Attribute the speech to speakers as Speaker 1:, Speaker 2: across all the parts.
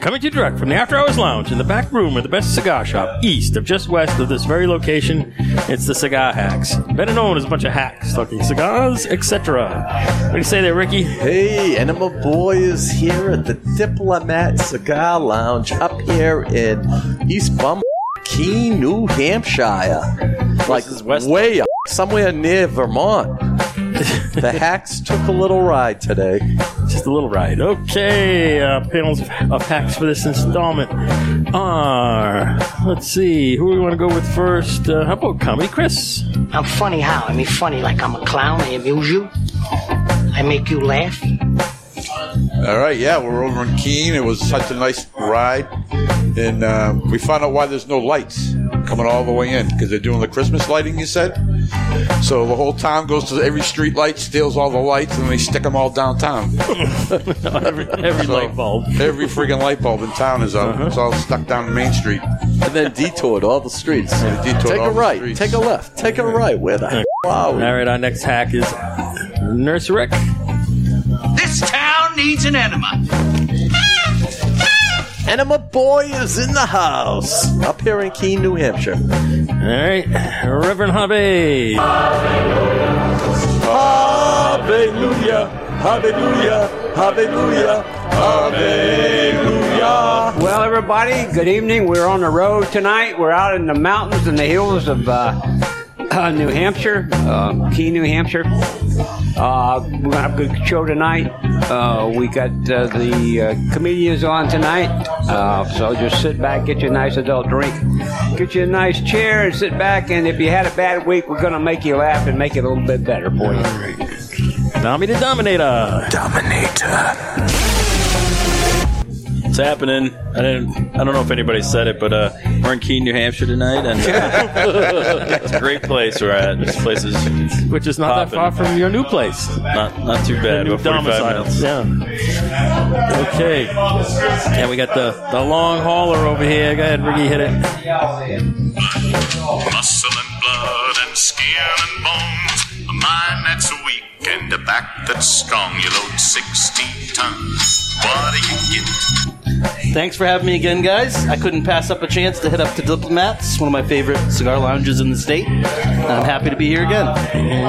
Speaker 1: Coming to you direct from the After Hours Lounge in the back room of the best cigar shop east of just west of this very location. It's the Cigar Hacks, better known as a bunch of hacks talking cigars, etc. What do you say there, Ricky?
Speaker 2: Hey, Enema Boy is here at the Diplomat Cigar Lounge up here in East Bum, Keene, New Hampshire. Like
Speaker 3: is West-
Speaker 2: way up, somewhere near Vermont. the hacks took a little ride today.
Speaker 1: Just a little ride. Oh, Okay, uh, panels of, of hacks for this installment are. Let's see, who do we want to go with first? Uh, how about Comedy Chris?
Speaker 4: I'm funny how? I mean, funny like I'm a clown. I amuse you. I make you laugh.
Speaker 5: All right, yeah, we're over in Keene. It was such a nice ride, and uh, we found out why there's no lights coming all the way in because they're doing the Christmas lighting. You said, so the whole town goes to every street light, steals all the lights, and they stick them all downtown.
Speaker 1: every every
Speaker 5: So,
Speaker 1: light bulb. Uh-huh.
Speaker 5: Every friggin' light bulb in town is up. It's all stuck down Main Street.
Speaker 2: And then detoured all the streets.
Speaker 5: They detoured
Speaker 2: Take
Speaker 5: all
Speaker 2: a
Speaker 5: the
Speaker 2: right,
Speaker 5: streets.
Speaker 2: take a left, take a right. Where the hell
Speaker 1: All
Speaker 2: are
Speaker 1: right, our next hack is Nurse Rick.
Speaker 6: This town needs an enema.
Speaker 2: we? Enema Boy is in the house up here in Keene, New Hampshire.
Speaker 1: All right, Reverend Hobby.
Speaker 2: Hallelujah, hallelujah, hallelujah, hallelujah.
Speaker 7: Well, everybody, good evening. We're on the road tonight. We're out in the mountains and the hills of uh, uh, New Hampshire, uh, Key, New Hampshire. Uh, we're going to have a good show tonight. Uh, we got uh, the uh, comedians on tonight. Uh, so just sit back, get you a nice adult drink, get you a nice chair, and sit back. And if you had a bad week, we're going to make you laugh and make it a little bit better for you.
Speaker 1: Tommy the Dominator.
Speaker 3: It's happening. I didn't. I don't know if anybody said it, but uh, we're in Keene, New Hampshire tonight, and uh, it's a great place we're at. This place is
Speaker 1: Which is not that far
Speaker 3: Poppin'.
Speaker 1: from your new place.
Speaker 3: not not too
Speaker 1: The
Speaker 3: bad.
Speaker 1: new
Speaker 3: About 45 minutes.
Speaker 1: Yeah. Okay. And we got the, the long hauler over here. Go ahead, Ricky, hit it.
Speaker 6: Muscle and blood and skin and bones. A mind that's weak and a back that's strong. You load 16 tons. What do you get?
Speaker 8: Thanks for having me again, guys. I couldn't pass up a chance to hit up to Diplomats, one of my favorite cigar lounges in the state. And I'm happy to be here again.
Speaker 1: Hey,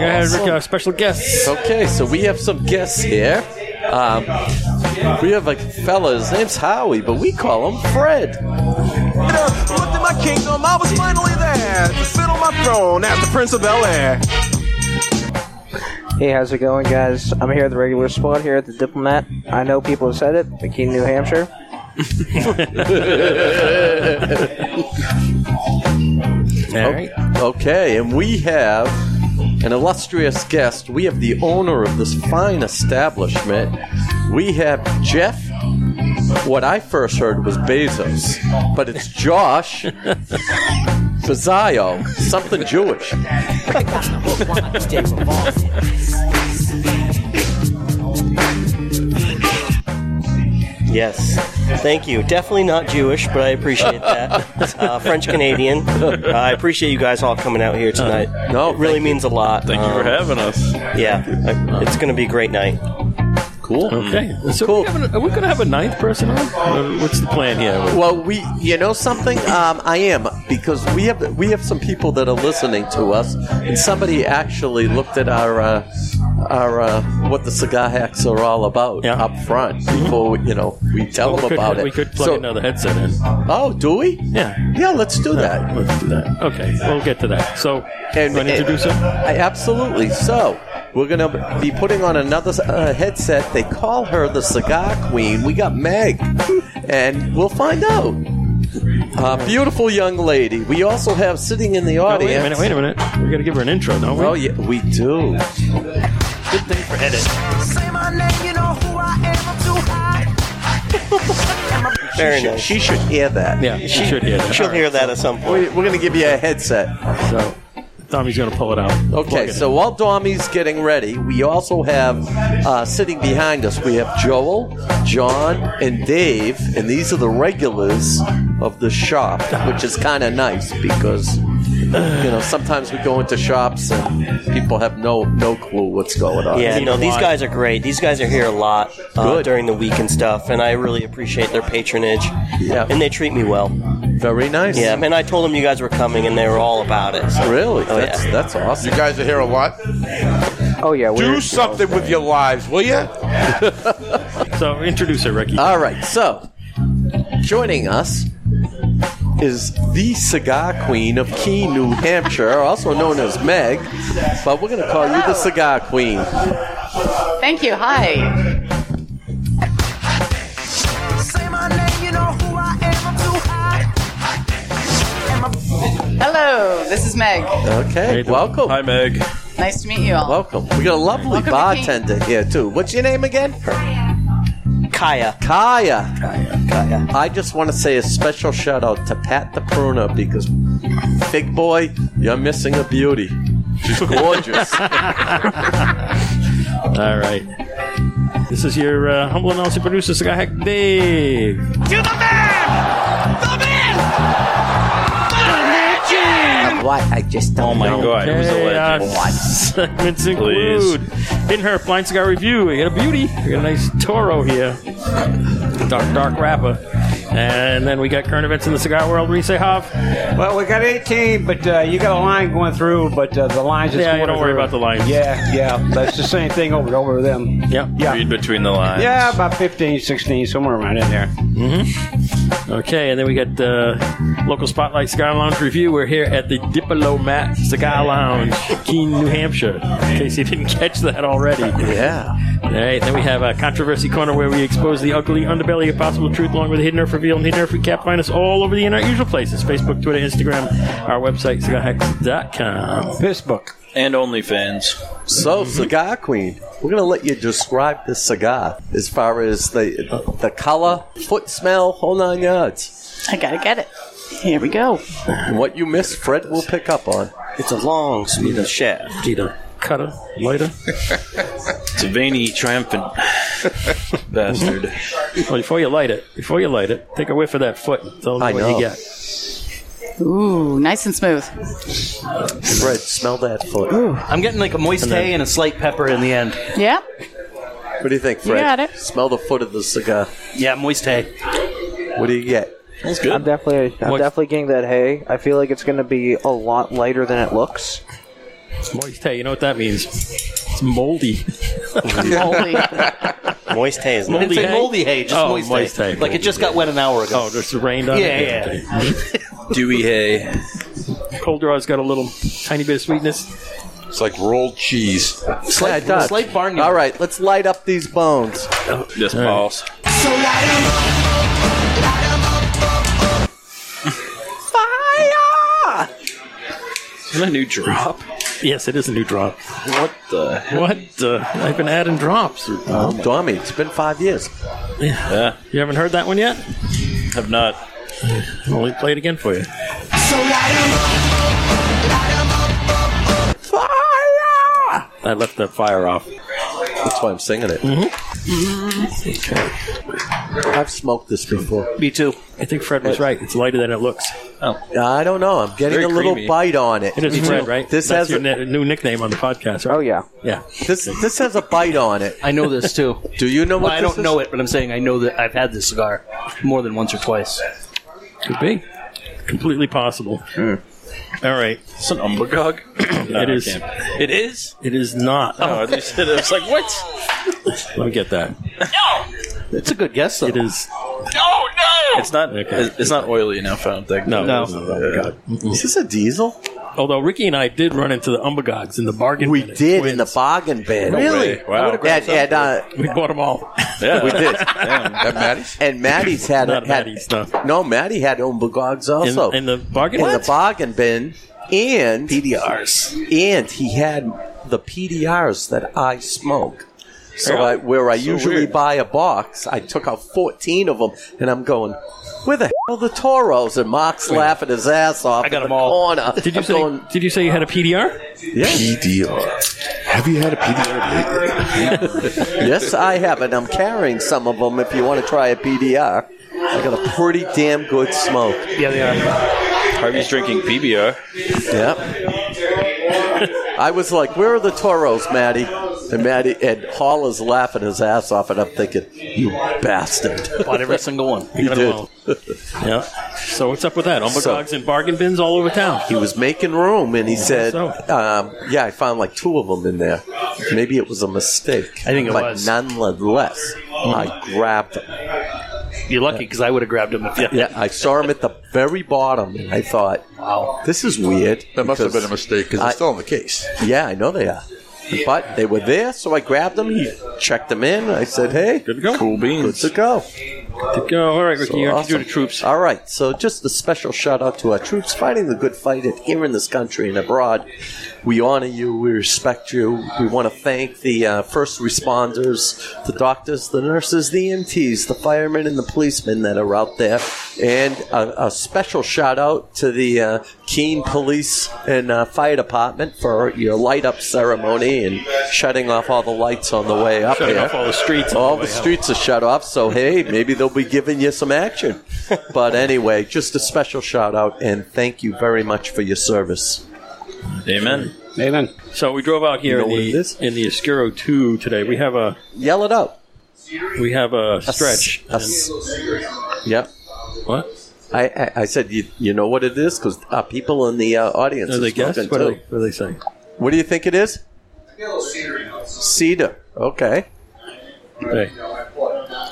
Speaker 1: go ahead, Ricky, our special guest.
Speaker 2: Okay, so we have some guests here. Um, we have a fella, his name's Howie, but we call him Fred.
Speaker 9: Looked at my kingdom, Um, I was finally there to sit on my throne as the Prince of Bel Air.
Speaker 10: Hey, how's it going, guys? I'm here at the regular spot here at the Diplomat. I know people have said it, McKean, New Hampshire.
Speaker 1: All right.
Speaker 2: Okay, and we have an illustrious guest. We have the owner of this fine establishment. We have Jeff. What I first heard was Bezos, but it's Josh Bezayo, something Jewish.
Speaker 8: Yes. Thank you. Definitely not Jewish, but I appreciate that. Uh, French Canadian. Uh, I appreciate you guys all coming out here tonight.
Speaker 2: Uh, No,
Speaker 8: it really means a lot.
Speaker 3: Thank
Speaker 11: Um,
Speaker 3: you for having us.
Speaker 8: Yeah,
Speaker 11: Uh,
Speaker 8: I- it's going to be a great night.
Speaker 2: Cool. Mm.
Speaker 1: Okay. So
Speaker 2: Cool.
Speaker 1: we have an- are we going to have a ninth person on? Or What's the plan here?
Speaker 2: Well, we, you know something, um, I am because we have we have some people that are listening to us, and somebody actually looked at our uh, our uh, what the cigar hacks are all about
Speaker 1: Yeah.
Speaker 2: up front before you know we tell
Speaker 1: we
Speaker 2: them
Speaker 1: could,
Speaker 2: about it.
Speaker 1: we could plug
Speaker 2: So-
Speaker 1: another headset in.
Speaker 2: Oh, do we?
Speaker 1: Yeah.
Speaker 2: Yeah, let's do that.
Speaker 1: Let's do that. Okay, we'll get to that. So,
Speaker 2: And-
Speaker 1: and, want
Speaker 2: and-
Speaker 1: to introduce him?
Speaker 2: I, absolutely. So, we're going to be putting on another uh, headset. They call her the Cigar Queen. We got Meg. And we'll find out. Uh, beautiful young lady. We also have sitting in the
Speaker 1: Oh,
Speaker 2: audience.
Speaker 1: wait a minute, wait a minute. we got to give her an intro, don't we?
Speaker 2: Oh, yeah, we do.
Speaker 9: Say my name, you know who I am, I'm too high.
Speaker 8: Very
Speaker 2: She-
Speaker 8: nice.
Speaker 2: She should hear that.
Speaker 1: Yeah, she should hear that.
Speaker 8: She'll hear that at some point.
Speaker 2: We, we're going to give you a headset.
Speaker 1: So, Tommy's going to pull it out. Plug
Speaker 2: Okay,
Speaker 1: it
Speaker 2: so
Speaker 1: in.
Speaker 2: while Dommy's getting ready, we also have uh, sitting behind us. We have Joel, John, and Dave, and these are the regulars of the shop, which is kind of nice because you know sometimes we go into shops and people have no no clue what's going on.
Speaker 11: Yeah, no, these guys are great. These guys are here a lot uh, during the week and stuff, and I really appreciate their patronage. Yeah. And they treat me well.
Speaker 2: Very nice.
Speaker 11: Yeah, and I told them you guys were coming, and they were all about it. so-
Speaker 2: Really?
Speaker 11: Oh,
Speaker 2: that's,
Speaker 11: yeah.
Speaker 2: that's awesome.
Speaker 5: You guys are here a lot.
Speaker 10: Oh yeah.
Speaker 5: Do something with your lives, will you?
Speaker 1: so introduce her, Ricky.
Speaker 2: All right, so joining us is the cigar queen of Keene, New Hampshire, also known as Meg, but we're going to call you the cigar queen.
Speaker 12: Thank you. Hi. Hello. This is Meg.
Speaker 2: Okay, welcome. Hi,
Speaker 3: Meg.
Speaker 12: Nice to meet you all.
Speaker 2: Welcome. We got a lovely
Speaker 12: Welcome to
Speaker 2: bartender here too. What's your name again?
Speaker 11: Kaya.
Speaker 2: Kaya. Kaya. Kaya. I just want to say a special shout out to Pat the Pruner because, big boy, you're missing a beauty. She's gorgeous.
Speaker 1: All right. This is your uh, humble announcer producer, Cigar Hack Dave.
Speaker 10: What? I just don't
Speaker 1: Oh my
Speaker 10: know.
Speaker 1: god, it was a legend. uh, segments include in her blind cigar review. We got a beauty, we got a nice Toro here, dark dark wrapper, and then we got current events in the cigar world. We say Hov.
Speaker 7: Well, we got 18, but uh, you got a line going through, but uh, the lines just
Speaker 1: Yeah,
Speaker 7: going
Speaker 1: don't worry
Speaker 7: through.
Speaker 1: about the lines.
Speaker 7: Yeah, yeah. That's the same thing over and over with them.
Speaker 1: Yeah.
Speaker 7: Yeah.
Speaker 3: Read between the lines.
Speaker 7: Yeah, about 15, 16, somewhere around in there.
Speaker 1: Mm-hmm. Okay, and then we got the local spotlight cigar lounge review. We're here at the Diplomat Cigar Lounge, Keene, New Hampshire. In case you didn't catch that already.
Speaker 2: Yeah.
Speaker 1: All right, then we have a controversy corner where we expose the ugly underbelly of possible truth, along with the hidden earth reveal and hidden earth recap. Find us all over the internet, usual places: Facebook, Twitter, Instagram, our website, cigarhacks.com.
Speaker 7: Facebook.
Speaker 3: And OnlyFans.
Speaker 2: So, cigar queen, we're gonna let you describe this cigar as far as the the color, foot smell, whole nine yards.
Speaker 12: I gotta get it. Here we go.
Speaker 2: And what you miss, Fred will pick up on.
Speaker 11: It's a long, smooth shaft.
Speaker 1: Need a cutter, lighter.
Speaker 3: It's a veiny, triumphant bastard.
Speaker 1: Well, before you light it, before you light it, take a whiff of that foot. and Tell them
Speaker 2: I
Speaker 1: what
Speaker 2: know.
Speaker 1: you get.
Speaker 12: Ooh, nice and smooth.
Speaker 2: Fred, smell that foot.
Speaker 8: I'm getting like a moist
Speaker 2: And then-
Speaker 8: hay and a slight pepper in the end.
Speaker 12: Yeah.
Speaker 2: What do you think,
Speaker 12: You
Speaker 2: Fred?
Speaker 12: got it.
Speaker 2: Smell the foot of the cigar.
Speaker 8: Yeah, moist hay.
Speaker 2: What do you get?
Speaker 8: That's good.
Speaker 10: I'm definitely, I'm definitely getting that hay. I feel like it's going to be a lot lighter than it looks.
Speaker 1: Moist hay, you know what that means? It's moldy.
Speaker 12: Moldy.
Speaker 11: Moist hay is
Speaker 8: I didn't
Speaker 1: Moldy
Speaker 8: say
Speaker 1: hay?
Speaker 8: moldy hay, just
Speaker 1: Oh,
Speaker 8: moist,
Speaker 1: moist
Speaker 8: hay.
Speaker 1: hay.
Speaker 8: Like it just got wet an hour ago.
Speaker 1: Oh, just rained on
Speaker 8: Yeah,
Speaker 1: it.
Speaker 8: yeah.
Speaker 3: Dewy hay.
Speaker 1: Cold draw's got a little tiny bit of sweetness.
Speaker 5: It's like rolled cheese.
Speaker 2: yeah, it does.
Speaker 8: slight barnyard.
Speaker 2: All right, let's light up these bones.
Speaker 3: Just pause. Is that a new drop?
Speaker 1: Yes, it is a new drop.
Speaker 3: What the hell?
Speaker 1: What? Uh, I've been adding drops.
Speaker 2: Oh, Dommy, it's been five years.
Speaker 3: Yeah,
Speaker 1: You haven't heard that one yet?
Speaker 3: have not.
Speaker 1: Well, let me play it again for you. I left the fire off. Mm-hmm.
Speaker 2: That's why I'm singing it.
Speaker 3: Mm-hmm.
Speaker 2: Okay. I've smoked this before.
Speaker 8: Me too.
Speaker 1: I think Fred was right. It's lighter than it looks.
Speaker 2: I don't know. I'm getting
Speaker 3: Oh. Very
Speaker 2: a little
Speaker 3: creamy.
Speaker 2: bite on it.
Speaker 1: It is Fred, right?
Speaker 2: This
Speaker 1: That's
Speaker 2: has
Speaker 1: your
Speaker 2: a-
Speaker 1: ne- new nickname on the podcast, right?
Speaker 10: Oh yeah.
Speaker 1: yeah.
Speaker 2: This this has a bite on it.
Speaker 8: I know this too.
Speaker 2: Do you know
Speaker 8: well,
Speaker 2: what
Speaker 8: I
Speaker 2: this
Speaker 8: don't know it, but I'm saying I know that I've had this cigar more than once or twice.
Speaker 1: Could be. Completely possible. All right.
Speaker 3: It's an umbergog.
Speaker 1: It is.
Speaker 3: It is.
Speaker 1: It is not.
Speaker 3: Oh, they said it. I was like, what?
Speaker 1: Let me get that.
Speaker 8: It's a good guess though.
Speaker 1: It is.
Speaker 6: Oh,
Speaker 3: It's not.
Speaker 1: Okay.
Speaker 3: It's not oily enough. I don't think.
Speaker 1: No.
Speaker 8: No.
Speaker 1: it is not umbergog.
Speaker 2: Is this a diesel?
Speaker 1: Although Ricky and I did run into the Umbergogs in the bargain.
Speaker 2: We
Speaker 1: bin.
Speaker 2: did in the bargain bin.
Speaker 3: Really? Wow.
Speaker 2: And, and, uh,
Speaker 1: We bought them all.
Speaker 3: Yeah.
Speaker 2: we did.
Speaker 5: That Maddie's?
Speaker 2: And Maddie's had
Speaker 1: Not
Speaker 2: had
Speaker 1: Maddie's, no.
Speaker 2: no. Maddie had umbergogs
Speaker 1: In,
Speaker 2: also
Speaker 1: in the bargain.
Speaker 2: in
Speaker 1: bin?
Speaker 2: the bargain bin and PDRs. And he had the PDRs that I smoke. So
Speaker 12: Yeah.
Speaker 2: I, where I
Speaker 12: So
Speaker 2: usually
Speaker 12: weird.
Speaker 2: buy a box, I took out 14 of them, and I'm going, where the hell are the Toros? And Mark's laughing his ass off. I got them all. Corner.
Speaker 1: Did you
Speaker 2: I'm
Speaker 1: say?
Speaker 2: going,
Speaker 1: did you say you had a PDR?
Speaker 2: PDR. Have you had a PDR lately? yes, I have, and I'm carrying some of them. If you want to try a PDR, I got a pretty damn good smoke.
Speaker 3: Yeah, they are. Harvey's drinking PBR.
Speaker 2: Yep. I was like, "Where are the toros, Maddie?" And Maddie and Hall is laughing his ass off, and I'm thinking, "You bastard!"
Speaker 1: Bought every single one.
Speaker 2: He
Speaker 1: Got 'em
Speaker 2: did.
Speaker 1: all. yeah. So what's up with that? Umbagogs
Speaker 2: So-
Speaker 1: and bargain bins all over town.
Speaker 2: He was making room, and he said,
Speaker 1: so.
Speaker 2: um, "Yeah, I found like two of them in there. Maybe it was a mistake. I
Speaker 13: think it
Speaker 2: but
Speaker 13: was.
Speaker 2: nonetheless, I grabbed them.
Speaker 13: You're lucky because I would have grabbed him. If, yeah.
Speaker 2: Yeah, I saw him at the very bottom. and I thought, "Wow, this is weird."
Speaker 5: That must have
Speaker 2: because
Speaker 5: been a mistake because
Speaker 2: I-
Speaker 5: it's still in the case.
Speaker 2: Yeah, I know they are. But they were there, so I grabbed them, checked them in. I said, "Hey, good to go. Cool beans. Good to go.
Speaker 1: Good to go. All right, Ricky, you have to do the
Speaker 2: troops. All right. So just a special shout out to our troops fighting the good fight and here in this country and abroad. We honor you. We respect you. We want to thank the uh, first responders, the doctors, the nurses, the EMTs, the firemen, and the policemen that are out there. And a, a special shout out to the uh, Keene Police and uh, Fire Department for your light up ceremony and shutting off all the lights on the way up
Speaker 1: Shutting
Speaker 2: there.
Speaker 1: off all the streets on
Speaker 2: All the
Speaker 1: the way up.
Speaker 2: streets streets are shut off, so hey, maybe they'll be giving you some action. But anyway, just a special shout out and thank you very much for your service.
Speaker 1: Amen. Amen. So we drove out here
Speaker 2: You know what
Speaker 1: in, the, in the Oscuro 2 today. We have a.
Speaker 2: Yell it up.
Speaker 1: We have a
Speaker 2: s-
Speaker 1: stretch.
Speaker 2: a s- Yep.
Speaker 1: What?
Speaker 2: I, I, I said, you, you know what it is? Because uh, people in the uh, audience
Speaker 1: Are
Speaker 2: are
Speaker 1: they guess?
Speaker 2: smoking,
Speaker 1: What do
Speaker 2: too.
Speaker 1: they, what do they say?
Speaker 2: What do you think it is? Cedar. Okay.
Speaker 1: Hey.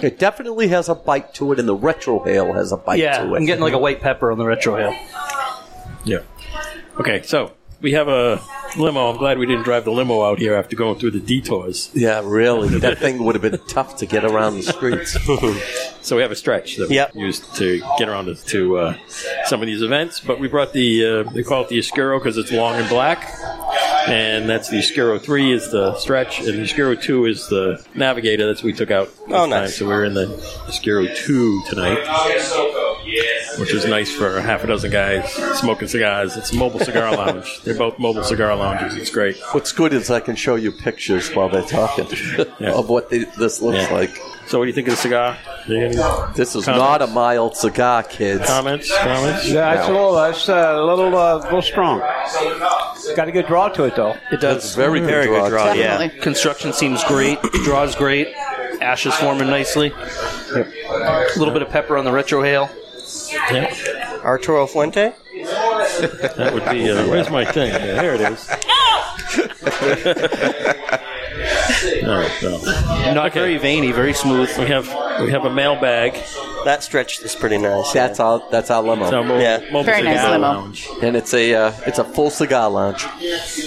Speaker 2: It definitely has a bite to it, and the retrohale has a bite
Speaker 13: Yeah,
Speaker 2: to it.
Speaker 13: I'm getting like a
Speaker 2: white pepper on the retrohale.
Speaker 1: Yeah. Okay, so we have a limo. I'm glad we didn't drive the limo out here after going through the detours.
Speaker 2: Yeah, really. That thing would have been tough to get around the streets.
Speaker 1: so we have a stretch that
Speaker 2: Yep.
Speaker 1: we used to get around to, to uh, some of these events. But we brought the, uh, they call it the Oscuro because it's long and black. And that's the Oscuro 3 is the stretch, and the Oscuro 2 is the navigator. That's what we took out.
Speaker 11: Oh,
Speaker 1: this time.
Speaker 11: nice.
Speaker 1: So we're in the Oscuro 2 tonight, which is nice for a half a dozen guys smoking cigars. It's a mobile cigar lounge. They're both mobile cigar lounges. It's great.
Speaker 2: What's good is I can show you pictures while they're talking of what they, this looks
Speaker 1: Yeah.
Speaker 2: like.
Speaker 1: So, what do you think of the cigar?
Speaker 2: This is
Speaker 1: Comments?
Speaker 2: not a mild cigar, kids.
Speaker 1: Comments? Comments?
Speaker 7: Yeah, it's a little, it's a little, uh, little strong. Got a good draw to it though.
Speaker 13: it does
Speaker 2: very good
Speaker 13: very
Speaker 2: draw,
Speaker 13: good draw.
Speaker 2: too.
Speaker 13: Yeah,
Speaker 2: Definitely.
Speaker 13: construction seems great. Draws great. Ash is forming nicely. A
Speaker 8: little bit of pepper on the retrohale.
Speaker 11: Arturo Fuente?
Speaker 1: That would be. Uh, where's my thing? Yeah, here it is. no, no.
Speaker 11: Not very veiny, very smooth.
Speaker 1: We have we have a mailbag.
Speaker 11: That stretch is pretty nice.
Speaker 2: That's our that's our limo.
Speaker 11: It's our mobile- Yeah. mobile Very nice cigar limo.
Speaker 1: lounge.
Speaker 2: And it's a uh, it's a full cigar lounge.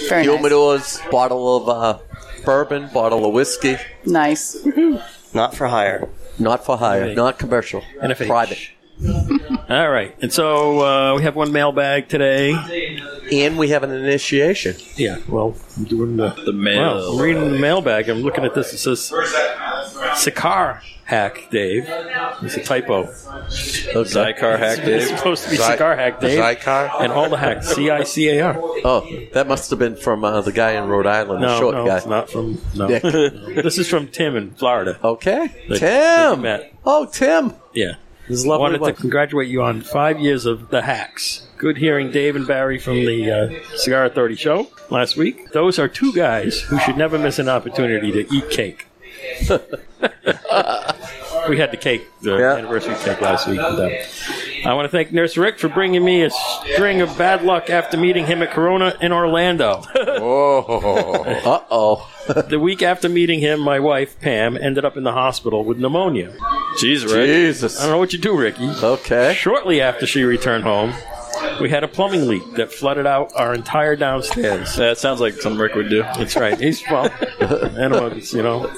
Speaker 12: Very nice.
Speaker 2: Humidors, bottle of uh, bourbon, bottle of whiskey.
Speaker 12: Nice. Mm-hmm.
Speaker 2: Not for hire. Not for hire.
Speaker 1: Right.
Speaker 2: Not commercial.
Speaker 1: NFH.
Speaker 2: Private.
Speaker 1: All right, and so uh, we have one mailbag today,
Speaker 2: and we have an initiation.
Speaker 1: Yeah, well, I'm doing the
Speaker 3: the
Speaker 1: Wow, I'm reading the mailbag. I'm looking at this. It says Sikar hack, Dave. It's a typo.
Speaker 3: Zycar hack, Dave.
Speaker 1: It's supposed to be
Speaker 3: Zy-
Speaker 1: cigar hack, Dave.
Speaker 3: Zycar?
Speaker 1: and all the hacks. C I C A R.
Speaker 2: Oh, that must have been from uh, the guy in Rhode Island, the
Speaker 1: No,
Speaker 2: short
Speaker 1: no,
Speaker 2: guy.
Speaker 1: it's not from. No.
Speaker 2: Nick.
Speaker 1: this is from Tim in Florida.
Speaker 2: Okay,
Speaker 1: That- that you
Speaker 2: Tim.
Speaker 1: met.
Speaker 2: Oh, Tim.
Speaker 1: Yeah.
Speaker 2: This is lovely
Speaker 1: Wanted
Speaker 2: one.
Speaker 1: to congratulate you on five years of the hacks. Good hearing Dave and Barry from the uh, Cigar Authority show last week. Those are two guys who should never miss an opportunity to eat cake. we had the cake, the anniversary cake last week. with them. I want to thank Nurse Rick for bringing me a string of bad luck after meeting him at Corona in Orlando.
Speaker 2: uh oh.
Speaker 1: the week after meeting him, my wife, Pam, ended up in the hospital with pneumonia. Jeez, Rick.
Speaker 2: Jesus.
Speaker 1: I don't know what you do, Ricky.
Speaker 2: Okay.
Speaker 1: Shortly after she returned home, we had a plumbing leak that flooded out our entire downstairs.
Speaker 3: That sounds like something Rick would do.
Speaker 1: That's right. He's well, animals, you know.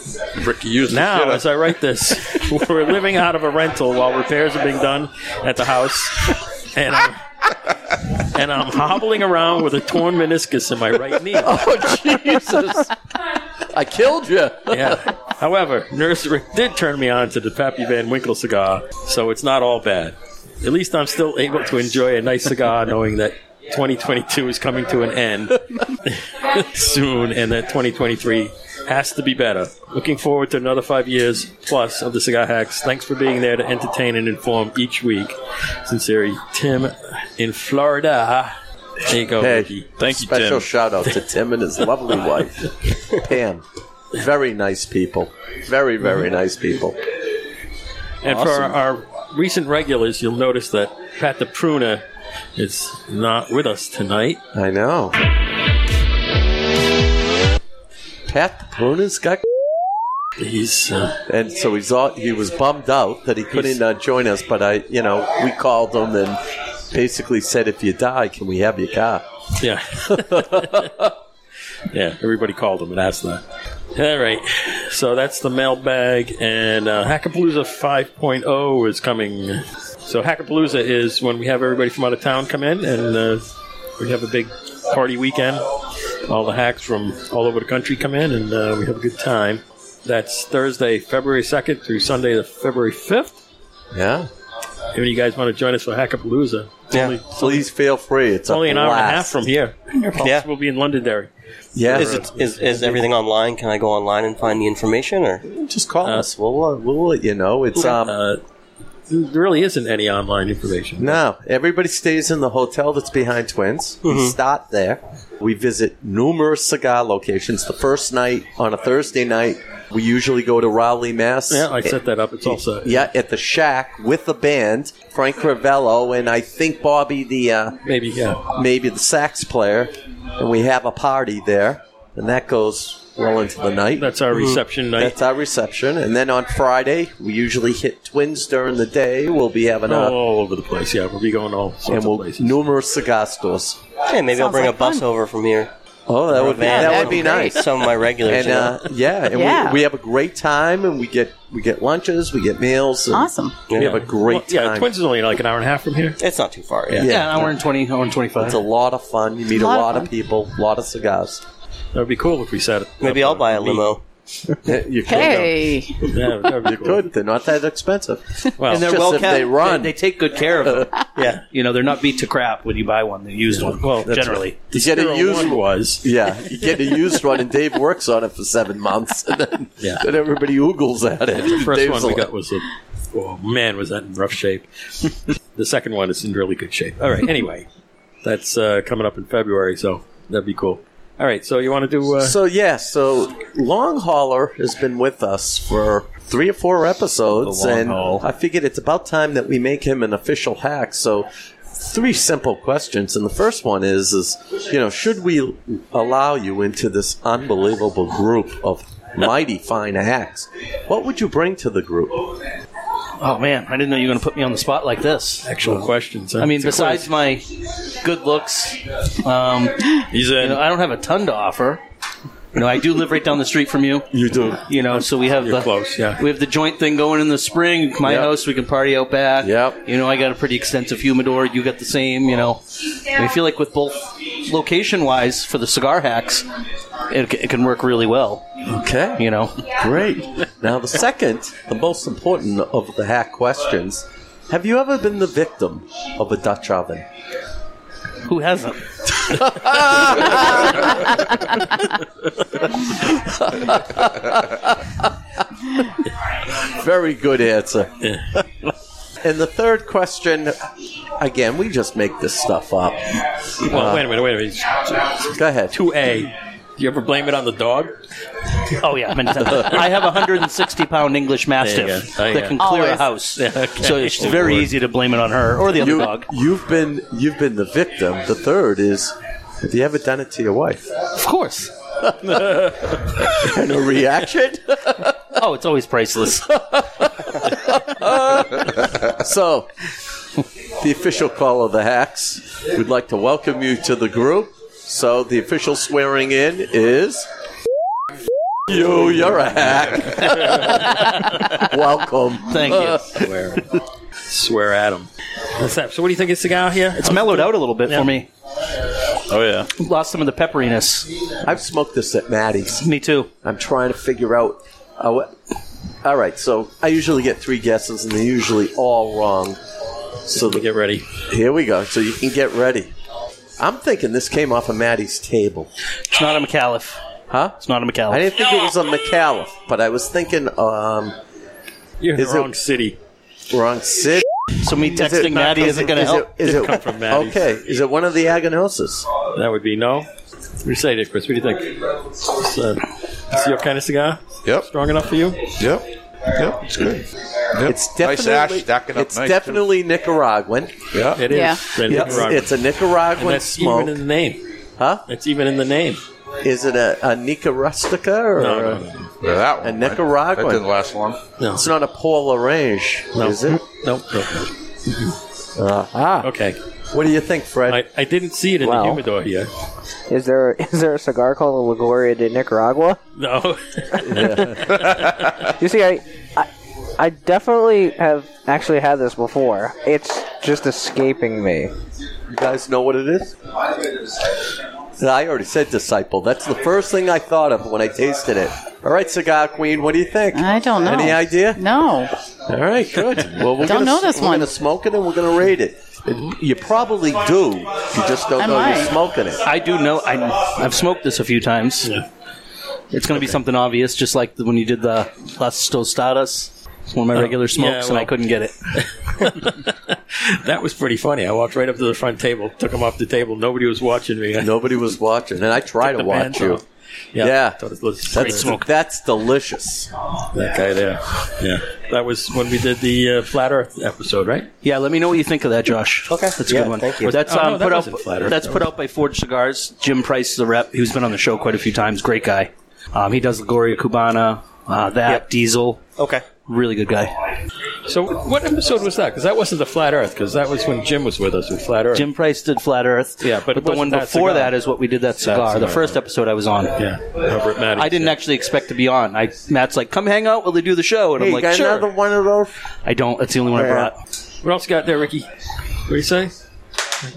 Speaker 3: Rick used
Speaker 1: Now, as I write this, we're living out of a rental while repairs are being done at the house, and I'm, and I'm hobbling around with a torn meniscus in my right knee.
Speaker 2: Oh Jesus! I killed you.
Speaker 1: Yeah, However, Nurse Rick did turn me on to the Pappy Van Winkle cigar, so it's not all bad. At least I'm still able to enjoy a nice cigar knowing that 2022 is coming to an end soon and that 2023 has to be better. Looking forward to another five years plus of the Cigar Hacks. Thanks for being there to entertain and inform each week. Sincerely, Tim in Florida. There you go, Ricky. Thank you,
Speaker 2: Special
Speaker 1: Tim.
Speaker 2: shout out to Tim and his lovely wife, Pam. Very nice people. Very, very nice people.
Speaker 1: And for
Speaker 2: Awesome.
Speaker 1: our, our recent regulars, you'll notice that Pat the Pruner is not with us tonight.
Speaker 2: I know. Pat the Pruner's got.
Speaker 1: He's uh,
Speaker 2: and so he's all, he was bummed out that he couldn't uh, join us, but I you know we called him and basically said if you die, can we have your car?
Speaker 1: Yeah. yeah, everybody called him and asked that. All right. So that's the mailbag, and uh, Hackapalooza 5.0 is coming. So Hackapalooza is when we have everybody from out of town come in, and uh, we have a big party weekend. All the hacks from all over the country come in, and uh, we have a good time. That's Thursday, February 2nd through Sunday, the February 5th.
Speaker 2: Yeah.
Speaker 1: If any of you guys want to join us for Hackapalooza, it's
Speaker 2: Yeah,
Speaker 1: only-
Speaker 2: please feel free. It's
Speaker 1: it's only
Speaker 2: a
Speaker 1: an hour and a half
Speaker 2: blast.
Speaker 1: from here.
Speaker 11: Yeah.
Speaker 1: We'll be in Londonderry.
Speaker 11: Is, it, is, is everything online? Can I go online and find the information, or
Speaker 2: just call us? We'll uh, we'll let you know. It's
Speaker 1: uh,
Speaker 2: um,
Speaker 1: there really isn't any online information.
Speaker 2: No, everybody stays in the hotel that's behind Twins. We
Speaker 1: Mhm.
Speaker 2: start there. We visit numerous cigar locations. The first night on a Thursday night, we usually go to Raleigh, Mass.
Speaker 1: Yeah, I set that up. It's all set.
Speaker 2: Yeah, at the Shack with the band, Frank Ravello, and I think Bobby the uh,
Speaker 1: maybe yeah
Speaker 2: maybe the sax player, and we have a party there, and that goes well into the night. Mm-hmm.
Speaker 1: That's our reception night.
Speaker 2: That's our reception, and then on Friday we usually hit Twins during the day. We'll be having a
Speaker 1: all over the place. Yeah, we'll be going all sorts
Speaker 2: and we'll, numerous cigar stores.
Speaker 11: Yeah, maybe I'll bring a bus over from here.
Speaker 2: Oh, that
Speaker 11: Or a
Speaker 2: would be
Speaker 11: van.
Speaker 2: that would be nice.
Speaker 11: Some of my regulars.
Speaker 2: And, uh, yeah, and
Speaker 11: Yeah.
Speaker 2: We, we have a great time, and we get we get lunches, we get meals. and
Speaker 11: Awesome.
Speaker 2: We have a great
Speaker 1: Well, yeah,
Speaker 2: time.
Speaker 1: Twins is only like an hour and a half from here.
Speaker 11: It's not too far.
Speaker 2: Yeah. Yeah, an hour and
Speaker 11: twenty, hour and twenty-five.
Speaker 2: It's a lot of fun. You meet a
Speaker 11: Lot
Speaker 2: lot,
Speaker 11: of
Speaker 2: of,
Speaker 11: fun.
Speaker 2: people, a lot of cigars.
Speaker 1: That would be cool if we said it.
Speaker 11: Maybe I'll buy a limo.
Speaker 2: you could.
Speaker 1: Yeah, that'd be
Speaker 2: you
Speaker 1: cool.
Speaker 2: could. They're not that expensive.
Speaker 8: and they're
Speaker 2: Just
Speaker 8: well
Speaker 2: if
Speaker 8: kept.
Speaker 2: They run.
Speaker 8: They, take good care of them.
Speaker 11: yeah,
Speaker 8: you know they're not beat to crap when you buy one. They're used one. Well,
Speaker 2: That's
Speaker 8: generally,
Speaker 2: right. you get a used one.
Speaker 1: was.
Speaker 2: Yeah, you get a used one, and Dave works on it for seven months, and then,
Speaker 1: Yeah.
Speaker 2: then everybody oogles at it.
Speaker 1: The first
Speaker 2: Dave's
Speaker 1: one we
Speaker 2: like,
Speaker 1: got was a. Oh man, was that in rough shape. the second one is in really good shape. All right. Anyway, that's uh, coming up in February, so that'd be cool. All right. So you want to do? Uh,
Speaker 2: So yeah, so Long Hauler has been with us for three or four episodes,
Speaker 1: The long
Speaker 2: and I figured it's about time that we make him an official hack. So three simple questions, and the first one is: is you know, should we allow you into this unbelievable group of mighty fine hacks? What would you bring to the group?
Speaker 8: Oh man, I didn't know you were going to put me on the spot like this.
Speaker 1: Actual questions.
Speaker 8: I mean, besides my good looks, um, you know, I don't have a ton to offer. You know, I do live right down the street from you.
Speaker 2: You do.
Speaker 8: You know, so we have the
Speaker 1: close. Yeah,
Speaker 8: we have the joint thing going in the spring. My
Speaker 1: Yep.
Speaker 8: house, we can party out back.
Speaker 2: Yep.
Speaker 8: You know, I got a pretty extensive humidor. You got the same. You know, I feel like with both location wise for the cigar hacks, it, c- it can work really well.
Speaker 2: Okay.
Speaker 8: You know.
Speaker 2: Great. Now, the second, the most important of the hack questions have you ever been the victim of a Dutch oven?
Speaker 8: Who hasn't?
Speaker 2: Very good answer. and the third question, again, we just make this stuff up.
Speaker 1: Well,
Speaker 2: Uh,
Speaker 1: wait a minute, wait a minute.
Speaker 2: Go ahead.
Speaker 1: Two A.
Speaker 2: Uh,
Speaker 1: Do you ever blame it on the dog?
Speaker 8: Oh yeah, many times. I have a 160 pound English
Speaker 1: There you
Speaker 8: Mastiff
Speaker 1: go. Oh,
Speaker 8: that
Speaker 1: yeah.
Speaker 8: can clear a
Speaker 1: Always.
Speaker 8: house,
Speaker 1: Yeah, okay.
Speaker 8: so it's
Speaker 1: Oh,
Speaker 8: very
Speaker 1: Lord.
Speaker 8: easy to blame it on her or the other
Speaker 2: you,
Speaker 8: dog.
Speaker 2: You've been you've been the victim. The third is have you ever done it to your wife?
Speaker 8: Of course.
Speaker 2: And a reaction?
Speaker 8: oh, it's always priceless.
Speaker 2: so, the official call of the hacks. We'd like to welcome you to the group. So, the official swearing in is. You, you're a hack. welcome.
Speaker 8: Thank you.
Speaker 1: Swear. Swear at him. What's up? So, what do you think of cigar here?
Speaker 8: It's mellowed out a little bit
Speaker 1: Yeah.
Speaker 8: for me.
Speaker 2: Oh yeah,
Speaker 8: lost some of the pepperiness.
Speaker 2: I've smoked this at Maddie's.
Speaker 8: Me too.
Speaker 2: I'm trying to figure out Uh, what? All right, so I usually get three guesses, and they're usually all wrong. So the,
Speaker 3: get ready.
Speaker 2: Here we go. So you can get ready. I'm thinking this came off of Maddie's table.
Speaker 8: It's not a McAuliffe.
Speaker 2: Huh?
Speaker 8: It's not a McAuliffe.
Speaker 2: I didn't think it was a McAuliffe, but I was thinking. Um,
Speaker 1: You're in the wrong
Speaker 2: city. Wrong city.
Speaker 8: So me
Speaker 2: Is
Speaker 8: texting Maddie
Speaker 2: is
Speaker 8: isn't gonna
Speaker 2: is
Speaker 8: help?
Speaker 2: It, is
Speaker 8: Didn't
Speaker 2: it
Speaker 8: come from Maddie.
Speaker 2: Okay, is it one of the agonoses?
Speaker 1: That would be no. You say it, Chris. What do you think? It's, uh, it's your kind of cigar.
Speaker 5: Yep.
Speaker 1: Strong enough for you.
Speaker 5: Yep. Yep. It's good.
Speaker 2: It's definitely it's definitely Nicaraguan.
Speaker 5: Yeah,
Speaker 1: It is. Yeah. They're
Speaker 2: Yep,
Speaker 1: Nicaraguan.
Speaker 2: It's a Nicaraguan
Speaker 1: And that's
Speaker 2: smoke.
Speaker 1: even in the name.
Speaker 2: Huh?
Speaker 1: It's even in the name.
Speaker 2: Is it a, a Nica Rustica or
Speaker 1: No, no,
Speaker 2: a,
Speaker 1: no.
Speaker 5: Yeah, that one,
Speaker 2: a
Speaker 5: right?
Speaker 2: Nicaraguan?
Speaker 5: That didn't last long.
Speaker 1: No.
Speaker 2: It's not a Paul Orange,
Speaker 1: No.
Speaker 2: is it?
Speaker 1: Nope.
Speaker 2: Uh, ah.
Speaker 1: Okay.
Speaker 2: What do you think, Fred?
Speaker 1: I, I didn't see it in
Speaker 10: Well.
Speaker 1: the humidor here.
Speaker 10: Is there is there a cigar called Lagoria de Nicaragua?
Speaker 1: No.
Speaker 10: You see, I, I I definitely have actually had this before. It's just escaping me.
Speaker 2: You guys know what it is? I already said disciple. That's the first thing I thought of when I tasted it. All right, Cigar Queen, what do you think?
Speaker 12: I don't know.
Speaker 2: Any idea?
Speaker 12: No.
Speaker 2: All right, good. Well, we're
Speaker 12: Don't
Speaker 2: gonna,
Speaker 12: know this
Speaker 2: we're
Speaker 12: one.
Speaker 2: going to smoke it and we're going to rate it. It- You probably do. You just don't
Speaker 8: I
Speaker 2: know
Speaker 8: might.
Speaker 2: you're smoking it.
Speaker 8: I do know. I, I've smoked this a few times. It's going to be something obvious, just like when you did the Las Tostadas. It's one of my
Speaker 1: Oh,
Speaker 8: regular smokes,
Speaker 1: yeah,
Speaker 8: and
Speaker 1: well.
Speaker 8: I couldn't get it.
Speaker 1: that was pretty funny. I walked right up to the front table, took him off the table. Nobody was watching me.
Speaker 2: Nobody was watching, and I try
Speaker 1: Took
Speaker 2: to
Speaker 1: the
Speaker 2: watch
Speaker 1: pants
Speaker 2: you.
Speaker 1: off. Yeah. Thought it was great
Speaker 2: that's,
Speaker 1: smoke.
Speaker 2: that's delicious.
Speaker 1: That guy there. Yeah. That was when we did the uh, Flat Earth episode, right?
Speaker 8: Yeah, let me know what you think of that, Josh. Okay, that's a
Speaker 1: Yeah,
Speaker 8: good one.
Speaker 1: thank you.
Speaker 8: That's
Speaker 1: Oh,
Speaker 8: um,
Speaker 1: no, that
Speaker 8: put
Speaker 1: wasn't
Speaker 8: out.
Speaker 1: flat earth.
Speaker 8: That's
Speaker 1: That
Speaker 8: put
Speaker 1: was-
Speaker 8: out by Forge Cigars. Jim Price is a rep. He's been on the show quite a few times. Great guy. Um, he does the Gloria Cubana, uh, that Diesel. Okay, really good guy.
Speaker 1: So, what episode was that? Because that wasn't the Flat Earth, because that was when Jim was with us with Flat Earth.
Speaker 8: Jim Price did Flat Earth.
Speaker 1: Yeah, but,
Speaker 8: the one before that is what we did that cigar. the first episode I was on.
Speaker 1: Yeah, over at Maddie's.
Speaker 8: I didn't actually expect to be on. I Matt's like, "Come hang out while they do the show," and
Speaker 1: Hey, you
Speaker 8: I'm like,
Speaker 1: got
Speaker 8: "Sure."
Speaker 1: another
Speaker 2: one of those?
Speaker 8: I don't. That's the only one I
Speaker 1: Yeah.
Speaker 8: brought.
Speaker 1: What else you got there, Ricky? What do you say?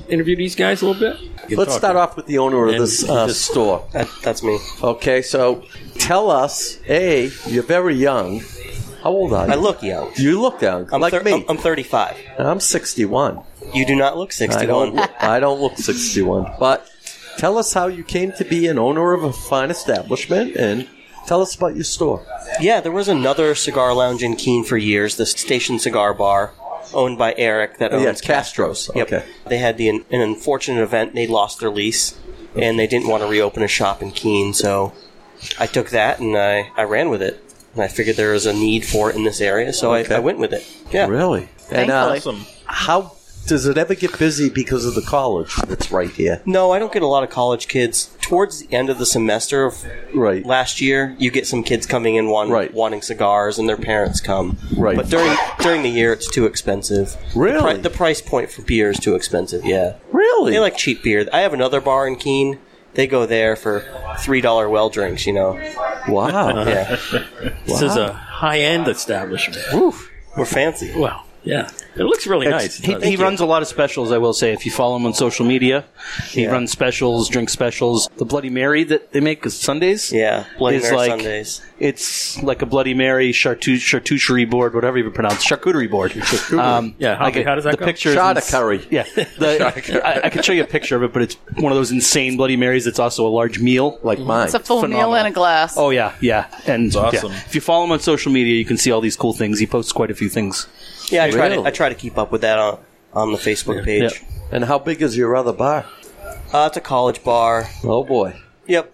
Speaker 1: Interview these guys a little bit.
Speaker 2: Let's start off with the owner of this uh, store.
Speaker 11: that's me.
Speaker 2: Okay, so tell us, A, you're very young. How old are you?
Speaker 11: I look young.
Speaker 2: You look young,
Speaker 11: I'm
Speaker 2: like
Speaker 11: thir-
Speaker 2: me.
Speaker 11: I'm- I'm 35.
Speaker 2: I'm 61.
Speaker 11: You do not look 61.
Speaker 2: I don't, look- I don't look 61. But tell us how you came to be an owner of a fine establishment and tell us about your store.
Speaker 11: Yeah, there was another cigar lounge in Keene for years, the Station Cigar Bar, owned by Eric that
Speaker 2: Oh,
Speaker 11: owns
Speaker 2: yeah, Castro's.
Speaker 11: Yep.
Speaker 2: Okay.
Speaker 11: They had the, an unfortunate event. They lost their lease, and they didn't want to reopen a shop in Keene, so I took that and I, I ran with it. And I figured there was a need for it in this area, so
Speaker 2: Okay.
Speaker 11: I, I went with it. Yeah.
Speaker 2: Really? And uh, how does it ever get busy because of the college that's right here?
Speaker 11: No, I don't get a lot of college kids. Towards the end of the semester of
Speaker 2: right.
Speaker 11: last year, you get some kids coming in want, wanting cigars, and their parents come. Right. But during during the year, it's too expensive. Really, the, pri- the price point for beer is too expensive. Yeah.
Speaker 2: Really,
Speaker 11: they like cheap beer. I have another bar in Keene. They go there for three dollar well drinks. You know.
Speaker 2: Wow.
Speaker 11: yeah.
Speaker 1: This is a high end establishment.
Speaker 11: Woof. We're fancy.
Speaker 1: Wow. Yeah. It looks really nice.
Speaker 8: He, he runs a lot of specials, I will say. If you follow him on social media, he
Speaker 11: Yeah.
Speaker 8: runs specials, drink specials. The Bloody Mary that they make is Sundays.
Speaker 11: Yeah, Bloody
Speaker 8: is
Speaker 11: Mary
Speaker 8: like,
Speaker 11: Sundays.
Speaker 8: It's like a Bloody Mary chartreuse, charcuterie board, whatever you pronounce, charcuterie board. Um,
Speaker 1: Yeah, how-
Speaker 8: I get-
Speaker 1: how does that
Speaker 8: the
Speaker 1: go?
Speaker 8: Picture is ins-
Speaker 2: Charcuterie.
Speaker 8: Yeah, the,
Speaker 2: Charcuterie.
Speaker 8: I, I can show you a picture of it, but it's one of those insane Bloody Marys. that's also a large meal, like mine.
Speaker 12: It's a full meal in a glass.
Speaker 8: Oh yeah, yeah, and
Speaker 12: It's
Speaker 8: yeah.
Speaker 12: awesome.
Speaker 8: If you follow him on social media, you can see all these cool things. He posts quite a few things.
Speaker 11: Yeah, I try, to,
Speaker 8: Really?
Speaker 11: I try to keep up with that on, on the Facebook page.
Speaker 2: And how big is your other bar?
Speaker 11: Uh, it's a college bar.
Speaker 2: Oh boy.
Speaker 11: Yep.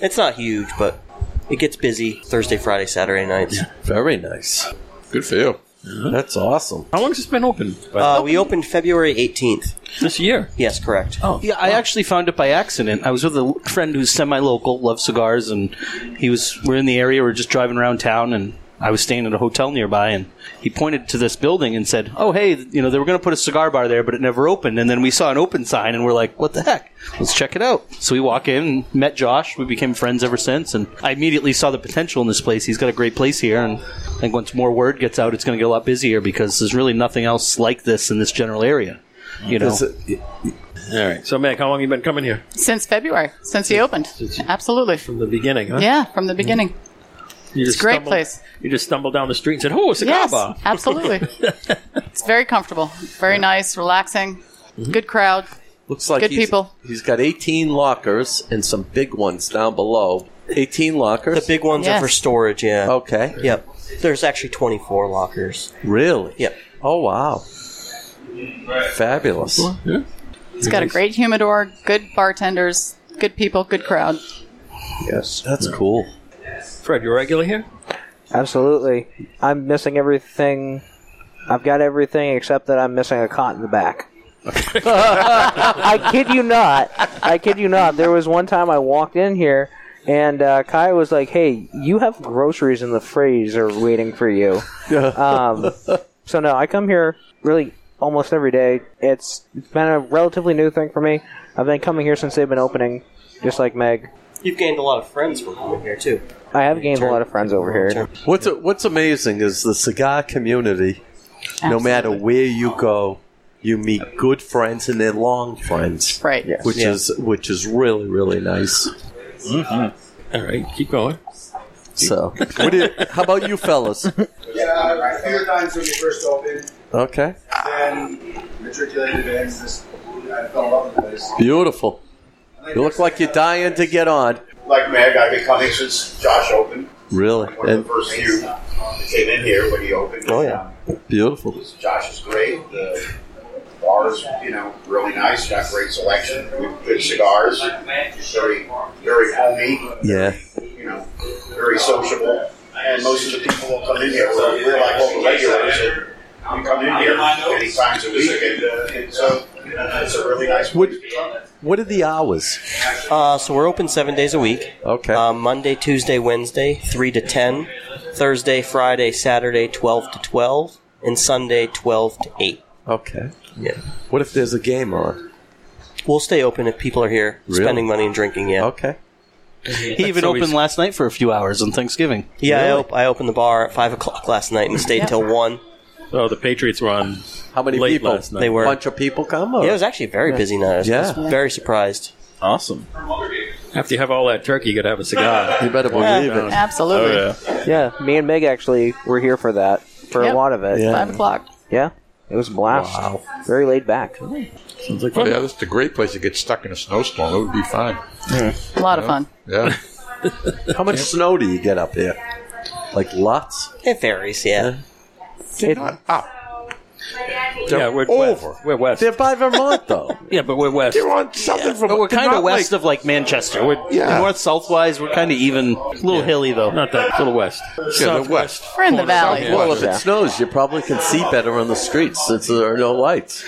Speaker 11: It's not huge, but it gets busy Thursday, Friday, Saturday nights.
Speaker 2: Very nice.
Speaker 5: Good for you.
Speaker 2: That's awesome.
Speaker 1: How long has this been open?
Speaker 11: Uh, we opened February 18th.
Speaker 1: This year?
Speaker 11: Yes, correct.
Speaker 1: Oh.
Speaker 8: Yeah, I actually found it by accident. I was with a friend who's semi-local, loves cigars, and he was. We're in the area. We're just driving around town, and I was staying at a hotel nearby, and he pointed to this building and said, "Oh, hey, you know they were going to put a cigar bar there, but it never opened." And then we saw an open sign, and we're like, "What the heck? Let's check it out." So we walk in, met Josh. We became friends ever since, and I immediately saw the potential in this place. He's got a great place here, and I think once more word gets out, it's going to get a lot busier because there's really nothing else like this in this general area. You know.
Speaker 1: Is it- All right. So, Mac, how long you been coming here?
Speaker 12: Since February, since he opened. Absolutely.
Speaker 1: From the beginning, huh? Mm-hmm.
Speaker 12: Yeah, from the beginning.
Speaker 1: You
Speaker 12: It's
Speaker 1: just
Speaker 12: a great
Speaker 1: stumbled-
Speaker 12: place.
Speaker 1: You just stumbled down the street and said, "Oh, cigar
Speaker 12: yes,
Speaker 1: bar."
Speaker 12: absolutely. it's very comfortable, very nice, relaxing,
Speaker 1: Mm-hmm.
Speaker 12: good crowd.
Speaker 2: Looks like
Speaker 12: Good
Speaker 2: he's-
Speaker 12: people.
Speaker 2: He's got 18 lockers and some big ones down below. 18 lockers. The
Speaker 11: big ones are for Yes. storage. Yeah.
Speaker 2: Okay.
Speaker 11: Yep. There's actually 24 lockers.
Speaker 2: Really?
Speaker 11: Yep.
Speaker 2: Oh wow. Fabulous.
Speaker 12: It's got a great humidor, good bartenders, good people, good crowd.
Speaker 2: Yes, that's cool.
Speaker 1: Fred, you're regular here.
Speaker 10: Absolutely. I'm missing everything. I've got everything except that I'm missing a cot in the back. I kid you not. I kid you not. There was one time I walked in here and uh, Kai was like, "Hey, you have groceries in the freezer waiting for you." um, so no, I come here really almost every day. It's it's been a relatively new thing for me. I've been coming here since they've been opening, just like Meg.
Speaker 11: You've gained a lot of friends from coming here too.
Speaker 10: I have gained a lot of friends over here.
Speaker 2: What's what's amazing is the cigar community. No matter where you go, you meet good friends and they're long friends.
Speaker 12: Right.
Speaker 2: Which
Speaker 12: Yeah.
Speaker 2: is which is really really nice.
Speaker 8: Mm-hmm.
Speaker 1: Hmm. All right, keep going.
Speaker 2: So, what do you, how about you fellas?
Speaker 14: Yeah, a few times when we first opened,
Speaker 2: Okay.
Speaker 14: then matriculated to Exodus. I fell in love with the place.
Speaker 2: Beautiful. You look like you're dying to get on.
Speaker 14: Like Meg, I've been coming since Josh opened.
Speaker 2: Really.
Speaker 14: One of
Speaker 2: And,
Speaker 14: the first few that came in here when he opened.
Speaker 2: oh yeah. Beautiful.
Speaker 14: Josh is great. The bar is, you know, really nice. Got great selection. Good cigars. Very, very homey.
Speaker 2: Yeah.
Speaker 14: You know, very sociable. And most of the people who come in here, we're, we're like local regulars. And we come in here many times a week. And, uh, and so, you know, it's a really nice place to come.
Speaker 2: What are the hours?
Speaker 11: Uh, so we're open seven days a week.
Speaker 2: Okay.
Speaker 11: Uh, Monday, Tuesday, Wednesday, three to ten. Thursday, Friday, Saturday, twelve to twelve, and Sunday, twelve to eight.
Speaker 2: Okay.
Speaker 11: Yeah.
Speaker 2: What if there's a game on?
Speaker 11: We'll stay open if people are here
Speaker 8: Really?
Speaker 11: spending money and drinking. Yeah.
Speaker 2: Okay.
Speaker 8: He even opened last night for a few hours on Thanksgiving.
Speaker 11: Yeah, I, op- I opened the bar at five o'clock last night and stayed
Speaker 8: Yeah.
Speaker 11: until one.
Speaker 1: Oh, the Patriots were on.
Speaker 2: How many
Speaker 1: late
Speaker 11: people?
Speaker 1: Last night.
Speaker 11: They were.
Speaker 2: bunch of people come. Or?
Speaker 11: Yeah, it was actually a very busy night. I was, I was
Speaker 1: Yeah.
Speaker 11: very surprised.
Speaker 1: Awesome. After you have all that turkey, you got to have a cigar.
Speaker 2: You better
Speaker 10: believe it. Absolutely.
Speaker 1: Oh, yeah.
Speaker 10: Yeah, me and Meg actually were here for that for
Speaker 12: Yep.
Speaker 10: a lot of it.
Speaker 12: Five o'clock.
Speaker 10: Yeah, it was a blast.
Speaker 5: Wow.
Speaker 10: Very laid back.
Speaker 5: Sounds like Oh, yeah, this is a great place to get stuck in a snowstorm. It would be fun.
Speaker 12: A lot of fun.
Speaker 5: Yeah.
Speaker 2: How much snow do you get up here? Like lots?
Speaker 11: It varies, yeah.
Speaker 2: They're not up.
Speaker 11: Ah.
Speaker 1: Yeah, we're
Speaker 2: over.
Speaker 1: west. We're west.
Speaker 2: They're by Vermont, though.
Speaker 1: yeah, but we're west.
Speaker 5: They're on something
Speaker 8: from. But we're kind of west of like Manchester. We're
Speaker 1: Yeah.
Speaker 8: north south wise. We're kind of even. A little hilly though.
Speaker 1: Not that. A little west.
Speaker 2: Yeah, the west.
Speaker 12: We're in the valley.
Speaker 2: Well, if
Speaker 12: Yeah.
Speaker 2: it snows, you probably can see better on the streets since there are no lights.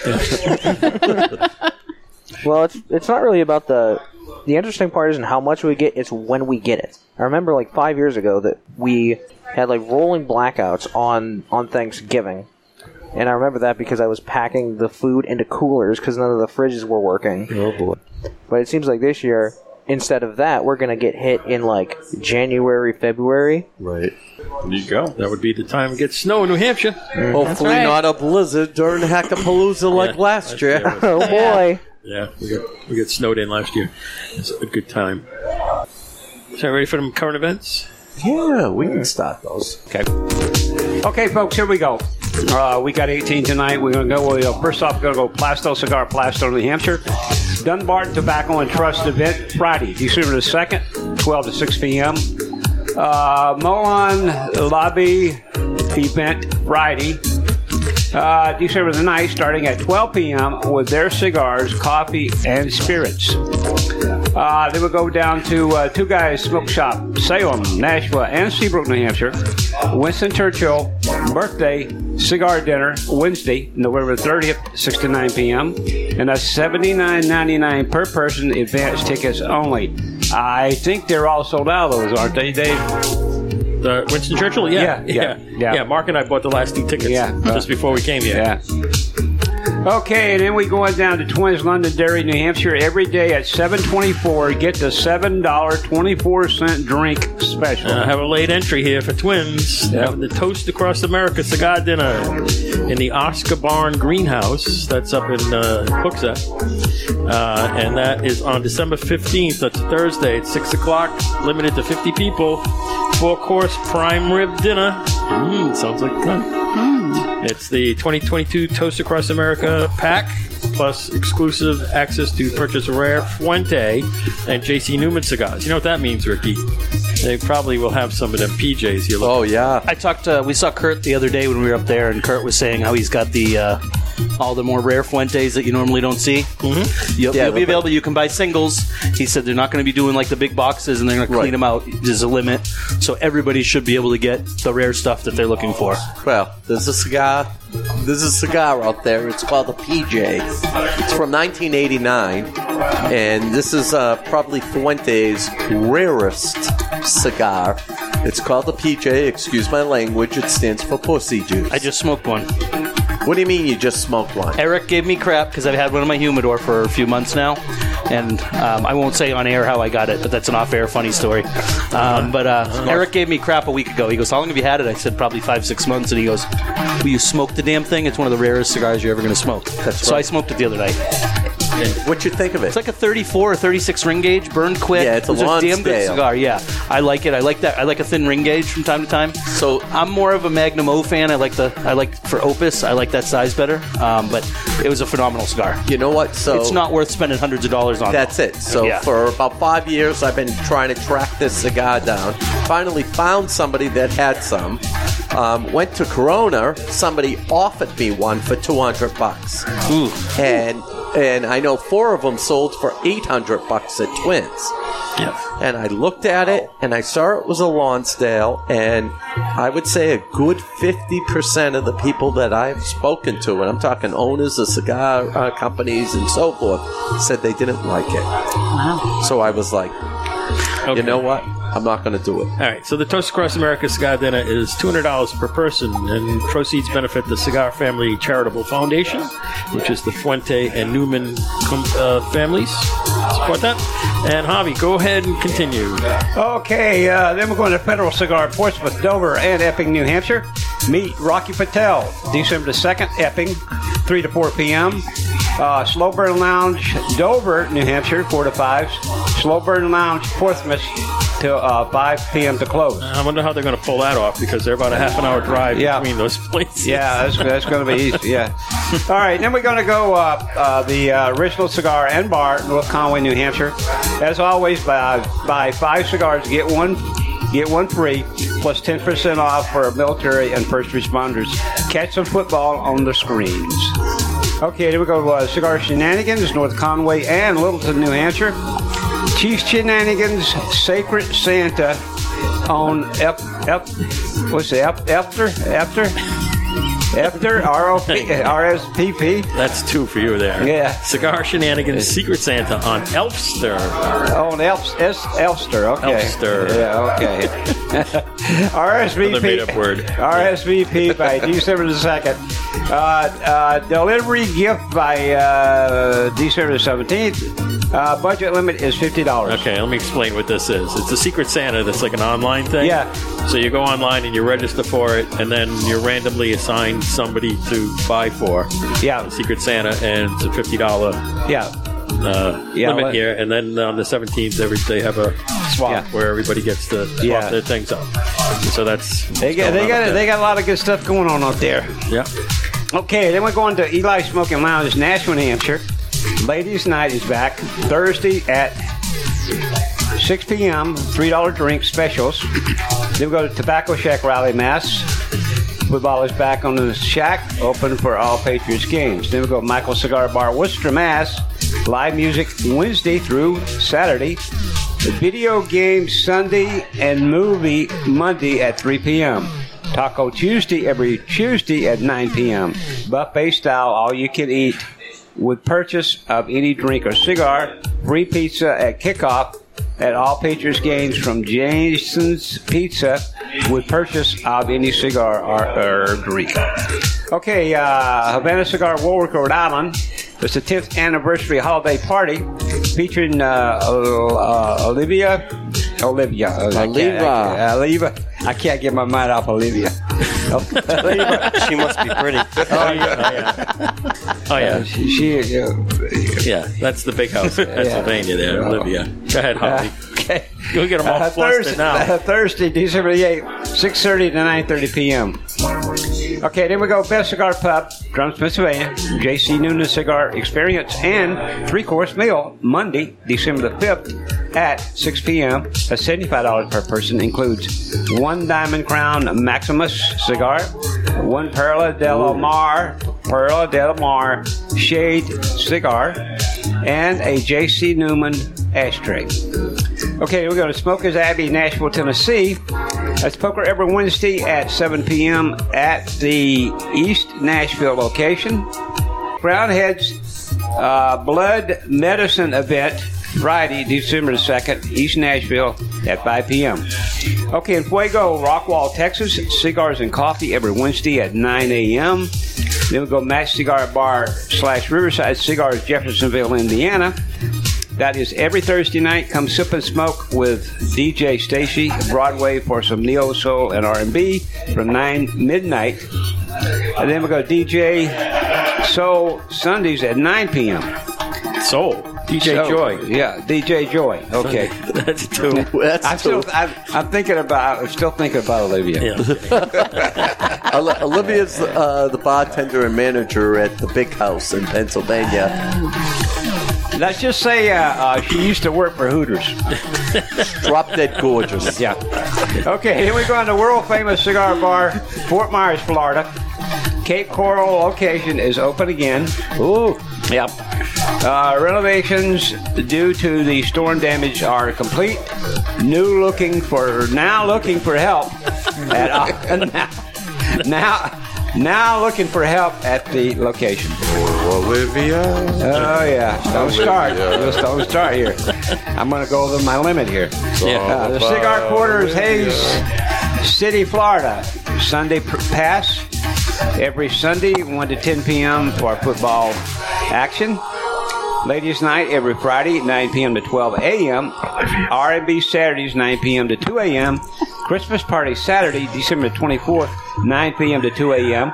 Speaker 10: Well, it's it's not really about the the interesting part isn't how much we get; it's when we get it. I remember like five years ago that we had like rolling blackouts on on Thanksgiving, and I remember that because I was packing the food into coolers because none of the fridges were working.
Speaker 2: Oh boy!
Speaker 10: But it seems like this year, instead of that, we're gonna get hit in like January, February.
Speaker 2: Right.
Speaker 1: There you go. That would be the time it gets snow in New Hampshire.
Speaker 2: Hopefully, not a blizzard during Hackapalooza like
Speaker 1: Yeah,
Speaker 2: last year.
Speaker 1: year was-
Speaker 10: Oh boy!
Speaker 1: Yeah, we got we got snowed in last year. It's a good time. So, ready for the current events?
Speaker 2: Yeah, we can start those.
Speaker 1: Okay.
Speaker 7: Okay, folks, here we go. Uh, we got 18 tonight. We're going to go. We're, first off, we're going to go Plasto Cigar, Plasto, New Hampshire. Dunbar Tobacco and Trust event Friday, December the 2nd, 12 to 6 p.m. Uh, Mohan Lobby event Friday, uh, December the 9th, starting at 12 p.m. with their cigars, coffee, and spirits. Uh, then we'll go down to uh, Two Guys Smoke Shop, Salem, Nashville, and Seabrook, New Hampshire. Winston Churchill birthday cigar dinner Wednesday, November 30th, 6 to 9 p.m. And that's $79.99 per person, advance tickets only. I think they're all sold out, of those, aren't they, Dave?
Speaker 1: The Winston Churchill,
Speaker 7: Yeah,
Speaker 1: yeah,
Speaker 7: yeah,
Speaker 1: yeah,
Speaker 7: yeah.
Speaker 1: Mark and I bought the last two tickets
Speaker 7: Yeah.
Speaker 1: just before we came here.
Speaker 7: Yeah. Okay, and then we go on down to Twins Londonderry, New Hampshire, every day at 7:24. Get the seven dollar twenty four cent drink special.
Speaker 1: And I Uh, have a late entry here for twins. Having the Toast Across America cigar dinner in the Oscar Barn Greenhouse. That's up in uh, Hooksett. Uh, and that is on December 15th. That's Thursday at 6 o'clock. Limited to 50 people. Four course prime rib dinner. Mm, sounds like fun.
Speaker 12: Mm.
Speaker 1: It's the 2022 Toast Across America pack, plus exclusive access to purchase rare Fuente and JC Newman cigars. You know what that means, Ricky? They probably will have some of them PJs here.
Speaker 2: Oh yeah.
Speaker 8: I talked. Uh, we saw Kurt the other day when we were up there, and Kurt was saying how he's got the uh, all the more rare Fuentes that you normally don't see. Mm-hmm. You'll,
Speaker 2: Yeah,
Speaker 8: you'll be
Speaker 2: but-
Speaker 8: available. You can buy singles. He said they're not going to be doing like the big boxes, and they're going to clean them out. There's a limit, so everybody should be able to get the rare stuff that they're looking for.
Speaker 2: Well, there's a cigar. There's a cigar out there. It's called the PJ. It's from 1989, and this is uh, probably Fuente's rarest cigar. It's called the PJ. Excuse my language. It stands for pussy juice. I
Speaker 8: just smoked one.
Speaker 2: What do you mean you just smoked one?
Speaker 8: Eric gave me crap because I've had one in my humidor for a few months now, and um, I won't say on air how I got it, but that's an off-air funny story. Um, but uh, Eric gave me crap a week ago. He goes, "How long have you had it?" I said, "Probably five, six months." And he goes, "Will you smoke the damn thing? It's one of the rarest cigars you're ever going to smoke." so I smoked it the other night.
Speaker 2: What you think of it?
Speaker 8: It's like a 34 or 36 ring gauge, burned quick.
Speaker 2: Yeah, it's a
Speaker 8: It was
Speaker 2: long
Speaker 8: damn good
Speaker 2: scale.
Speaker 8: cigar. Yeah, I like it. I like that. I like a thin ring gauge from time to time. So I'm more of a Magnum O fan. I like the I like for Opus. I like that size better. Um, but it was a phenomenal cigar.
Speaker 2: You know what? So
Speaker 8: it's not worth spending hundreds of dollars on.
Speaker 2: That's it. So
Speaker 8: Yeah.
Speaker 2: for about five years, I've been trying to track this cigar down. Finally, found somebody that had some. Um, went to Corona. Somebody offered me one for two hundred bucks, and and I know four of them sold for eight hundred bucks at Twins. And I looked at it, and I saw it was a Lonsdale, and I would say a good fifty percent of the people that I've spoken to, and I'm talking owners of cigar uh, companies and so forth, said they didn't like it. Wow. So I was like, you know what? I'm not going to do it.
Speaker 1: All right, so the Toast Across America Cigar Dinner is $200 per person, and proceeds benefit the Cigar Family Charitable Foundation, which is the Fuente and Newman com- uh, families. Support that. And Javi, go ahead and continue.
Speaker 7: Okay, uh, then we're going to Federal Cigar, Portsmouth, Dover, and Epping, New Hampshire. Meet Rocky Patel, December the 2nd, Epping, 3 to 4 p.m. Uh, Slow Burn Lounge, Dover, New Hampshire, 4 to 5. Slow Burn Lounge, Portsmouth, to uh, 5 p.m. to close.
Speaker 1: I wonder how they're going to pull that off because they're about a half an hour drive
Speaker 7: Yeah.
Speaker 1: between those places.
Speaker 7: Yeah, that's, that's going to be easy. Yeah. All right, then we're going to go uh, uh, the uh, Original Cigar and Bar, North Conway, New Hampshire. As always, buy, buy five cigars, get one. Get one free, plus 10% off for military and first responders. Catch some football on the screens. Okay, there we go. Uh, Cigar Shenanigans, North Conway and Littleton, New Hampshire. Chief Shenanigans, Sacred Santa on Ep, Ep, what's it, Ep, Epter? Epter? After RSPP.
Speaker 1: That's two for you there.
Speaker 7: Yeah.
Speaker 1: Cigar Shenanigans Secret Santa on Elfster.
Speaker 7: Oh, an Elf, es, Elster, okay.
Speaker 1: Elfster.
Speaker 7: Yeah, okay. RSVP.
Speaker 1: Another made-up word.
Speaker 7: RSVP by December the 2nd. Uh, uh, delivery gift by uh, December the 17th. Uh, budget limit is $50.
Speaker 1: Okay, let me explain what this is. It's a Secret Santa that's like an online thing.
Speaker 7: Yeah.
Speaker 1: So you go online and you register for it, and then you're randomly assigned somebody to buy for.
Speaker 7: Yeah.
Speaker 1: Secret Santa, and it's a fifty dollar.
Speaker 7: Yeah.
Speaker 1: Uh,
Speaker 7: Yeah,
Speaker 1: limit
Speaker 7: what-
Speaker 1: here, and then on the 17th, every, they have a swap where everybody gets to swap
Speaker 7: Yeah.
Speaker 1: their things up. So that's
Speaker 7: They got, they, got, they got a lot of good stuff going on out there.
Speaker 1: Yeah.
Speaker 7: Okay, then we're going to Eli Smoking Lounge, Nashville, New Hampshire. Ladies' Night is back Thursday at 6 p.m. $3 drink specials. Then we go to Tobacco Shack Rally Mass. Football is back on the shack, open for all Patriots games. Then we go to Michael Cigar Bar, Worcester, Mass. Live music Wednesday through Saturday. Video game Sunday and movie Monday at 3 p.m. Taco Tuesday every Tuesday at 9 p.m. Buffet style, all you can eat with purchase of any drink or cigar. Free pizza at kickoff at all Patriots games from Jason's Pizza with purchase of any cigar or, or drink. Okay, uh, Havana Cigar Warwick, Rhode Island. It's the 10th anniversary holiday party featuring uh, Ol- uh, Olivia. Olivia. uh, I can't-
Speaker 11: Oliva.
Speaker 7: I can't- Oliva. Uh, I can't get my mind off Olivia. Oliva.
Speaker 11: she must be pretty.
Speaker 1: Oh yeah,
Speaker 7: Uh, she, yeah.
Speaker 1: that's the big house, in Pennsylvania. There, Olivia. Go ahead, Hoppy.
Speaker 7: Uh, okay.
Speaker 1: Go get them all
Speaker 7: Uh,
Speaker 1: flustered
Speaker 7: Thursday,
Speaker 1: now.
Speaker 7: uh, Thursday, December the 8th, 6.30 to 9.30 p.m. Okay, then we go Best Cigar Pub, Drums, Pennsylvania, J.C. Noonan Cigar Experience, and Three Course Meal, Monday, December the 5th at 6 p.m. At $75 per person includes one Diamond Crown Maximus cigar, one Perla del Mar, Perla del Mar Shade cigar, and a J.C. Newman ashtray. Okay, we're going to Smokers Abbey, Nashville, Tennessee. That's poker every Wednesday at 7 p.m. at the East Nashville location. Brownheads uh, Blood Medicine event Friday, December the 2nd, East Nashville at 5 p.m. Okay, in Fuego, Rockwall, Texas, cigars and coffee every Wednesday at 9 a.m. Then we go Match Cigar Bar slash Riverside Cigars, Jeffersonville, Indiana. That is every Thursday night. Come sip and smoke with DJ Stacy Broadway for some neo soul and R and B from nine midnight, and then we go DJ Soul Sundays at nine p.m.
Speaker 1: Soul DJ Joy.
Speaker 7: yeah, DJ Joy. Okay,
Speaker 1: that's two.
Speaker 7: That's I'm, Still, I'm, I'm thinking about. I'm still thinking about Olivia.
Speaker 2: Oli- Olivia's uh, the bartender and manager at the Big House in Pennsylvania.
Speaker 7: Let's just say uh, uh, she used to work for Hooters.
Speaker 2: Drop dead gorgeous.
Speaker 7: Yeah. Okay, here we go on the world famous cigar bar, Fort Myers, Florida. Cape Coral location is open again. Ooh. Yep. Uh, renovations due to the storm damage are complete. New looking for now looking for help at uh, now now looking for help at the location.
Speaker 5: Olivia.
Speaker 7: Oh yeah. Don't start.
Speaker 5: Olivia.
Speaker 7: Just don't start here. I'm gonna go over my limit here.
Speaker 5: Yeah.
Speaker 7: Uh, the cigar quarters, Hayes City, Florida. Sunday pr- pass every Sunday, 1 to 10 p.m. for football action. Ladies' night every Friday, 9 p.m. to 12 a.m. R&B Saturdays, 9 p.m. to 2 a.m. Christmas party Saturday, December 24th, 9 p.m. to 2 a.m.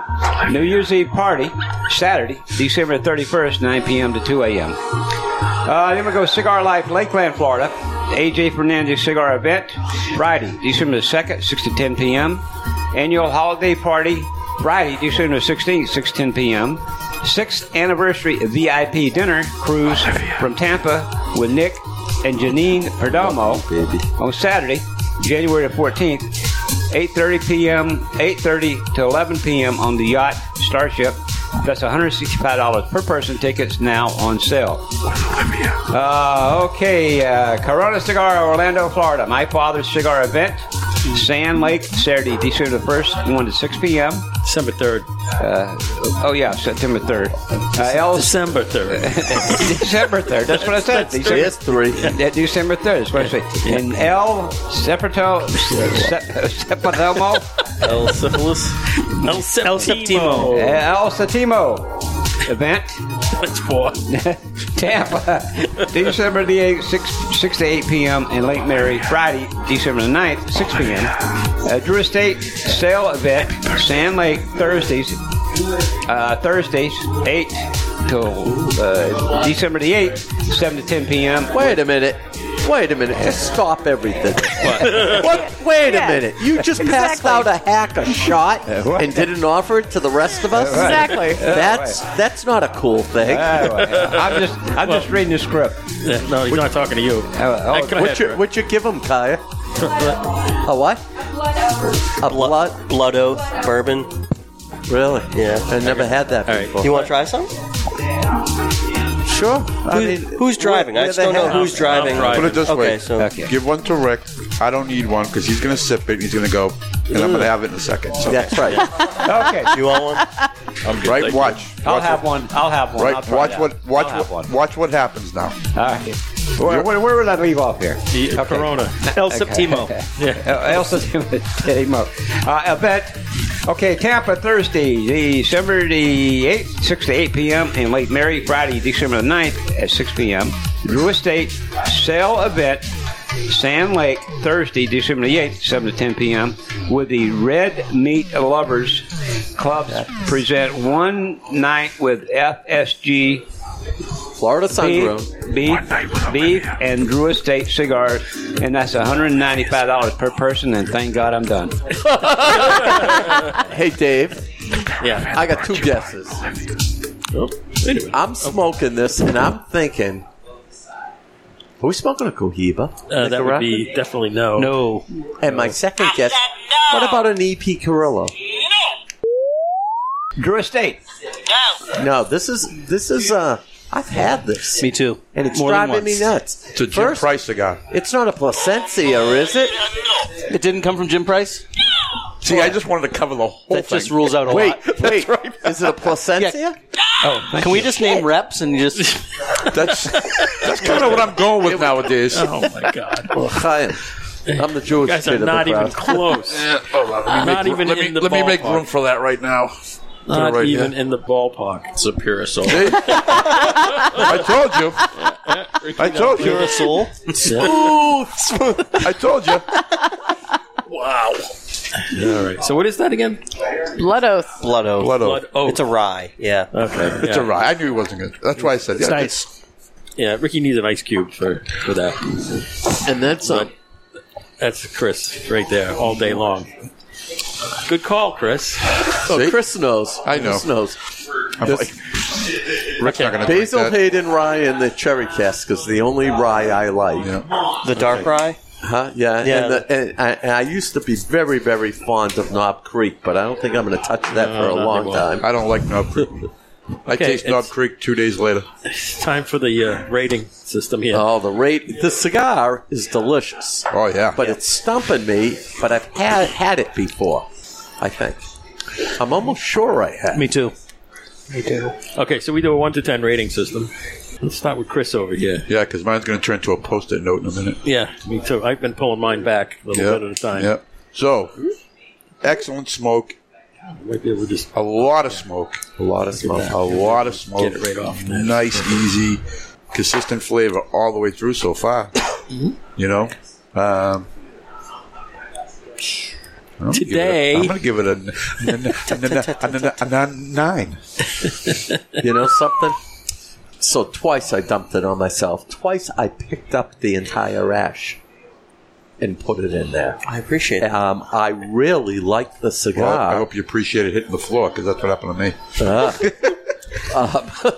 Speaker 7: New Year's Eve party Saturday, December 31st, 9 p.m. to 2 a.m. Uh, then we go Cigar Life, Lakeland, Florida. AJ Fernandez Cigar Event, Friday, December the 2nd, 6 to 10 p.m. Annual Holiday Party, Friday, December the 16th, 6 to 10 p.m. Sixth Anniversary VIP Dinner Cruise from Tampa with Nick and Janine Perdomo on Saturday, January the 14th, 8.30 p.m., 8.30 to 11 p.m. on the yacht Starship. That's $165 per person. Tickets now on sale. Uh, okay, uh, Corona Cigar, Orlando, Florida. My Father's Cigar Event, Sand Lake, Saturday, December the 1st, 1 to 6 p.m.
Speaker 1: December 3rd.
Speaker 7: Uh, oh, yeah, September 3rd. Uh, El-
Speaker 1: December 3rd.
Speaker 7: December 3rd. That's what I said.
Speaker 1: That's three. That's
Speaker 2: three.
Speaker 7: December 3rd. That's what I said. And El Sepulto, Sepulmo.
Speaker 3: El syphilis.
Speaker 1: El Septimo.
Speaker 7: El Septimo Eh, event.
Speaker 1: That's four.
Speaker 7: Tampa, December the 8th, 6, 6 to 8 p.m. in Lake Mary. Friday, December the 9th, 6 p.m. Uh, Drew Estate Sale Event, Sand Lake, Thursdays, uh, Thursdays, 8 till uh, December the 8th, 7 to 10 p.m.
Speaker 2: Wait a minute. Wait a minute. Just stop everything.
Speaker 7: What?
Speaker 2: What? Wait
Speaker 7: Yeah.
Speaker 2: a minute. You just passed
Speaker 7: Exactly.
Speaker 2: out a hack a shot and didn't offer it to the rest of us?
Speaker 7: Exactly.
Speaker 2: That's that's not a cool thing.
Speaker 7: Oh, I'm just I'm just reading the script.
Speaker 1: no, he's not talking to you.
Speaker 2: Oh, what you what you give him, Kaya? a what? A blood
Speaker 11: blood oath bourbon.
Speaker 2: Really?
Speaker 11: Yeah.
Speaker 2: I never had that before.
Speaker 11: You want to try some?
Speaker 2: Sure.
Speaker 11: Who- who's driving? I just don't know who's driving.
Speaker 5: Put it this
Speaker 11: okay,
Speaker 5: way:
Speaker 11: So
Speaker 5: give one to Rick. I don't need one because he's going to sip it. and He's going to go, and I'm going to have it in a second. So.
Speaker 2: That's right.
Speaker 7: okay.
Speaker 11: You want one?
Speaker 5: I'm right.
Speaker 11: Thank
Speaker 5: watch.
Speaker 7: I'll
Speaker 5: Watch
Speaker 7: have one. I'll have one.
Speaker 5: Right.
Speaker 7: I'll try
Speaker 5: watch
Speaker 7: that.
Speaker 5: what. Watch
Speaker 7: I'll
Speaker 5: what.
Speaker 7: have one.
Speaker 5: Watch what happens now.
Speaker 7: All right. Where, where, where would I leave off here?
Speaker 1: The Corona. El Septimo.
Speaker 7: Yeah. El Septimo. Septimo. Uh, event Okay, Tampa Thursday, December the 8th, 6 to 8 p.m. in Lake Mary. Friday, December the 9th at 6 p.m. Drew Estate sale event, Sand Lake, Thursday, December the 8th, 7 to 10 p.m. with the Red Meat Lovers Clubs present one night with FSG.
Speaker 2: Florida Sungrown.
Speaker 7: Beef, beef, beef and Drew Estate cigars, and that's $195 per person, and thank God I'm done.
Speaker 2: hey, Dave.
Speaker 1: Yeah.
Speaker 2: I got two guesses.
Speaker 8: Oh,
Speaker 2: I'm smoking this, and I'm thinking. Are we smoking a Cohiba?
Speaker 1: Uh, that would be definitely no.
Speaker 2: No. And my second guess. What about an EP Carrillo?
Speaker 7: Drew Estate.
Speaker 2: No, this is this is uh I've had this.
Speaker 8: Me too.
Speaker 2: And it's
Speaker 8: More than
Speaker 2: driving me
Speaker 8: once.
Speaker 2: nuts.
Speaker 8: It's a Jim
Speaker 2: Price cigar. It's not a Placencia, is it?
Speaker 8: It didn't come from Jim Price?
Speaker 5: See, I just wanted to cover the whole
Speaker 8: That just
Speaker 5: thing.
Speaker 8: rules out a
Speaker 5: Wait,
Speaker 8: lot.
Speaker 5: that's
Speaker 2: Wait, is it a Placencia?
Speaker 8: Oh, Can we just name reps and just.
Speaker 5: that's that's kind of what I'm going with nowadays.
Speaker 1: Oh my god.
Speaker 2: Well, Chaim, I'm the Jewish
Speaker 1: You guys are
Speaker 2: kid of the
Speaker 1: not even
Speaker 2: crowd.
Speaker 1: close.
Speaker 5: Yeah, hold on, let me
Speaker 1: Not
Speaker 5: make,
Speaker 1: even
Speaker 5: let me,
Speaker 1: in the
Speaker 5: let me make
Speaker 1: ballpark.
Speaker 5: room for that right now.
Speaker 1: Not
Speaker 5: Right,
Speaker 1: even
Speaker 5: yeah.
Speaker 1: in the ballpark.
Speaker 3: It's a Purasol.
Speaker 5: I told you. I told you.
Speaker 1: You're a soul.
Speaker 5: Smooth. I told you.
Speaker 1: Wow. All right. So what is that again?
Speaker 12: Blood oath.
Speaker 11: Blood oath.
Speaker 5: Blood oath.
Speaker 11: It's a rye. Yeah.
Speaker 1: Okay.
Speaker 5: It's a rye. I knew he wasn't good. That's why I said yeah.
Speaker 1: Yeah, Ricky needs an ice cube for, for that.
Speaker 2: And that's uh,
Speaker 1: that's Chris right there all day long. Good call, Chris.
Speaker 2: Oh, Chris knows.
Speaker 1: I know.
Speaker 2: Chris knows.
Speaker 1: I'm
Speaker 2: This-
Speaker 1: Rick's not gonna drink
Speaker 2: Basil
Speaker 1: that.
Speaker 2: Hayden rye and the cherry cask is the only rye I like.
Speaker 11: The dark rye?
Speaker 2: Huh? Yeah.
Speaker 11: Yeah.
Speaker 2: And, the, and, I, and I used to be very, very fond of Knob Creek, but I don't think I'm going to touch that
Speaker 1: No,
Speaker 2: for a
Speaker 1: not
Speaker 2: long
Speaker 1: anymore.
Speaker 2: time.
Speaker 5: I don't like Knob Creek. I
Speaker 1: Okay,
Speaker 5: taste Knob
Speaker 1: it's-
Speaker 5: Creek two days later.
Speaker 1: It's time for the uh, rating system here.
Speaker 2: Oh, the rate. The cigar is delicious.
Speaker 5: Oh yeah,
Speaker 2: but it's stumping me. But I've had had it before. I think. I'm almost sure I have.
Speaker 8: Me too.
Speaker 10: Me too.
Speaker 1: Okay, so we do a one to ten rating system. Let's start with Chris over here.
Speaker 5: Yeah, because mine's going to turn to a post-it note in a minute.
Speaker 1: Yeah, me too. I've been pulling mine back a little bit at a time.
Speaker 5: Yep. So, excellent smoke.
Speaker 1: Might be able to just
Speaker 5: a lot of smoke.
Speaker 2: A lot of smoke.
Speaker 5: A lot of smoke.
Speaker 1: Get it right off.
Speaker 5: Nice, easy, consistent flavor all the way through so far. You know. Um, I don't give it a-
Speaker 1: Today-
Speaker 5: I'm going to give it a, n- n- n- n- n- n- n- nine.
Speaker 2: you know something? So twice I dumped it on myself. Twice I picked up the entire ash and put it in there.
Speaker 11: I appreciate
Speaker 2: it. Um, I really like the cigar.
Speaker 5: Well, I hope you appreciate it hitting the floor because that's what happened to me.
Speaker 2: Ah. Um,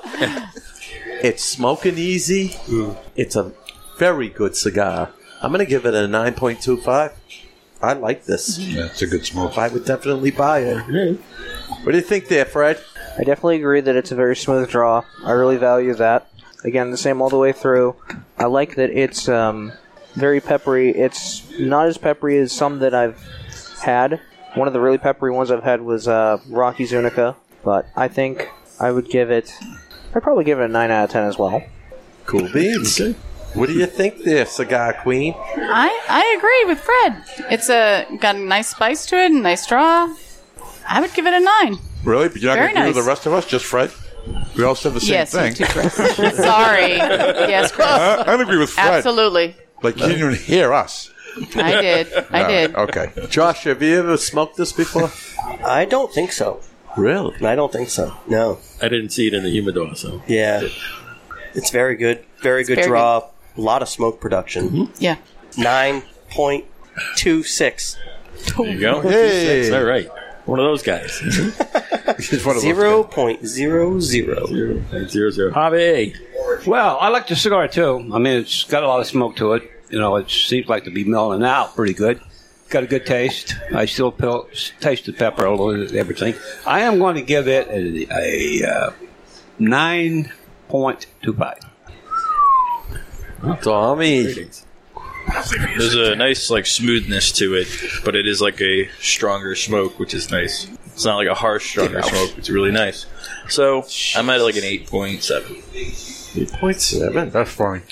Speaker 2: it's smoking easy.
Speaker 5: Mm.
Speaker 2: It's a very good cigar. I'm going to give it a 9.25. I like this.
Speaker 5: That's a good smoke.
Speaker 2: I would definitely buy it. What do you think there, Fred?
Speaker 10: I definitely agree that it's a very smooth draw. I really value that. Again, the same all the way through. I like that it's um, very peppery. It's not as peppery as some that I've had. One of the really peppery ones I've had was uh, Rocky Zunica, but I think I would give it. I'd probably give it a 9 out of 10 as well.
Speaker 2: Cool beans. What do you think there, Cigar Queen?
Speaker 12: I, I agree with Fred. It's a got a nice spice to it, a nice draw. I would give it a nine.
Speaker 5: Really? But you're not
Speaker 12: Very
Speaker 5: going to agree with
Speaker 12: nice.
Speaker 5: the rest of us? Just Fred? We all said the same
Speaker 12: Yes, you
Speaker 5: thing.
Speaker 12: too, Chris. Sorry. Yes, Chris.
Speaker 5: I, I agree with Fred.
Speaker 12: Absolutely.
Speaker 5: Like, you didn't even hear us.
Speaker 12: I did. I
Speaker 5: All
Speaker 12: did.
Speaker 5: right, Okay.
Speaker 2: Josh, have you ever smoked this before?
Speaker 11: I don't think so.
Speaker 2: Really?
Speaker 11: I don't think so. No.
Speaker 1: I didn't see it in the humidor, so
Speaker 11: Yeah. It's very good. Very good
Speaker 12: very
Speaker 11: draw. A lot of smoke production.
Speaker 8: Mm-hmm.
Speaker 12: Yeah.
Speaker 11: 9.26.
Speaker 1: there you go.
Speaker 11: Hey.
Speaker 1: All right, one of those guys.
Speaker 11: Zero point zero zero.
Speaker 1: Zero zero. Hobby.
Speaker 7: Well, I like the cigar too. I mean, it's got a lot of smoke to it. You know, it seems like to be mellowing out pretty good. Got a good taste. I still pill, taste the pepper a little bit, everything. I am going to give it a, a uh, 9.25.
Speaker 2: Tommy.
Speaker 3: There's a nice like smoothness to it, but it is like a stronger smoke, which is nice. It's not like a harsh stronger smoke. It's really nice. So I'm at like an eight point seven.
Speaker 2: 8.7.
Speaker 5: That's fine.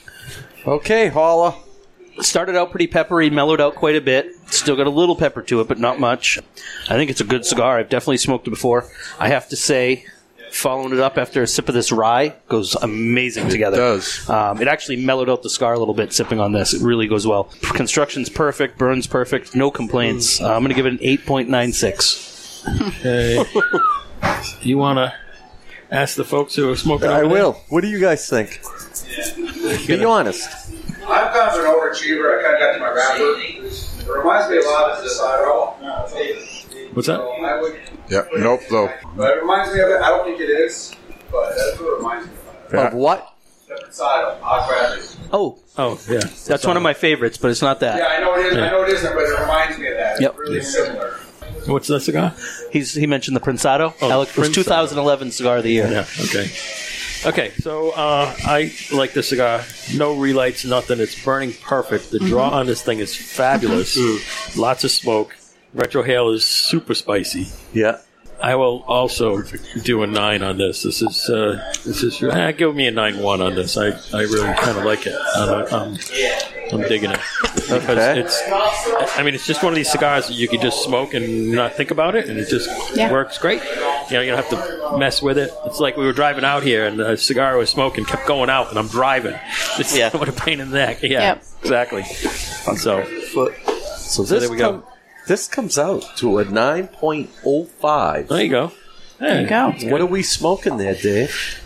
Speaker 2: Okay, Holla.
Speaker 8: started out pretty peppery, mellowed out quite a bit. Still got a little pepper to it, but not much. I think it's a good cigar. I've definitely smoked it before. I have to say, following it up after a sip of this rye goes amazing together. It does. Um, it actually mellowed out the cigar a little bit sipping on this. It really goes well. Construction's perfect, burns perfect, no complaints. Uh, I'm going to give it an 8.96.
Speaker 1: Hey, you want to ask the folks who are smoking?
Speaker 2: I
Speaker 1: over there?
Speaker 2: will. What do you guys think? Be honest.
Speaker 14: I'm kind of an overachiever. I kind of got to my wrapper. It reminds me a lot of this IRL.
Speaker 5: What's that?
Speaker 14: I would,
Speaker 5: Yeah. Nope. Though.
Speaker 14: but it reminds me of it. I don't think it is, but that's what it reminds me of.
Speaker 2: Of what?
Speaker 14: Separate side of Oz Rabbit.
Speaker 8: Oh,
Speaker 1: oh, yeah.
Speaker 8: That's one of my favorites, but it's not that.
Speaker 14: Yeah, I know it is. I know it isn't, but it reminds me of that. It's
Speaker 8: Yep.
Speaker 14: really similar.
Speaker 1: What's that cigar?
Speaker 8: He's he mentioned Oh, the Prensado. Alex, it was
Speaker 1: Prensado.
Speaker 8: 2011 cigar of the year.
Speaker 1: Yeah. Okay. Okay, so uh, I like this cigar. No relights, nothing. It's burning perfect. The draw
Speaker 8: Mm-hmm.
Speaker 13: Mhm.
Speaker 1: on this thing is fabulous. Lots of smoke. Retrohale is super spicy.
Speaker 2: Yeah.
Speaker 1: I will also do a nine on this. This is uh, this is ah, give me a nine one on this. I, I really kind of like it. I'm, I'm, I'm digging it because
Speaker 2: Okay.
Speaker 1: it's. I mean, it's just one of these cigars that you can just smoke and not think about it, and it just
Speaker 13: Yeah.
Speaker 1: works great. You know, you don't have to mess with it. It's like we were driving out here, and the cigar I was smoking kept going out, and I'm driving. It's, yeah, what a pain in the neck. Yeah,
Speaker 13: Yep.
Speaker 1: exactly. So,
Speaker 2: So this
Speaker 1: there we go.
Speaker 2: come- This comes out to a 9.05.
Speaker 1: There you go.
Speaker 13: There you go.
Speaker 2: What are we smoking there, Dave?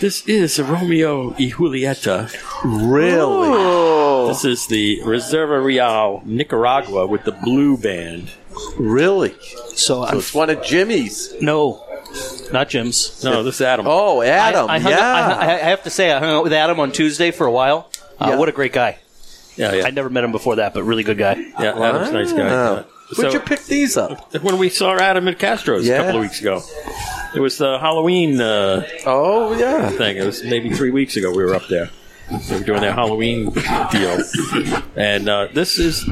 Speaker 1: This is a Romeo y Julieta.
Speaker 2: Really?
Speaker 1: This is the Reserva Real Nicaragua with the blue band.
Speaker 2: Really?
Speaker 8: So,
Speaker 1: I'm-
Speaker 2: it's one of Jimmy's.
Speaker 8: No, not Jim's.
Speaker 1: No, this is Adam.
Speaker 2: Oh, Adam.
Speaker 8: I, I hung
Speaker 2: yeah.
Speaker 8: out- I, I have to say, I hung out with Adam on Tuesday for a while. Uh,
Speaker 2: Yeah.
Speaker 8: What a great guy.
Speaker 1: Yeah, yeah.
Speaker 8: I never met him before that, but really good guy.
Speaker 1: Yeah, Adam's a nice guy.
Speaker 8: Wow.
Speaker 2: Where'd you pick these up?
Speaker 1: When we saw Adam at Castro's
Speaker 2: Yeah.
Speaker 1: a couple of weeks ago. It was the Halloween uh,
Speaker 2: Oh yeah
Speaker 1: thing. It was maybe three weeks ago we were up there. We were doing their Halloween deal. And uh, this is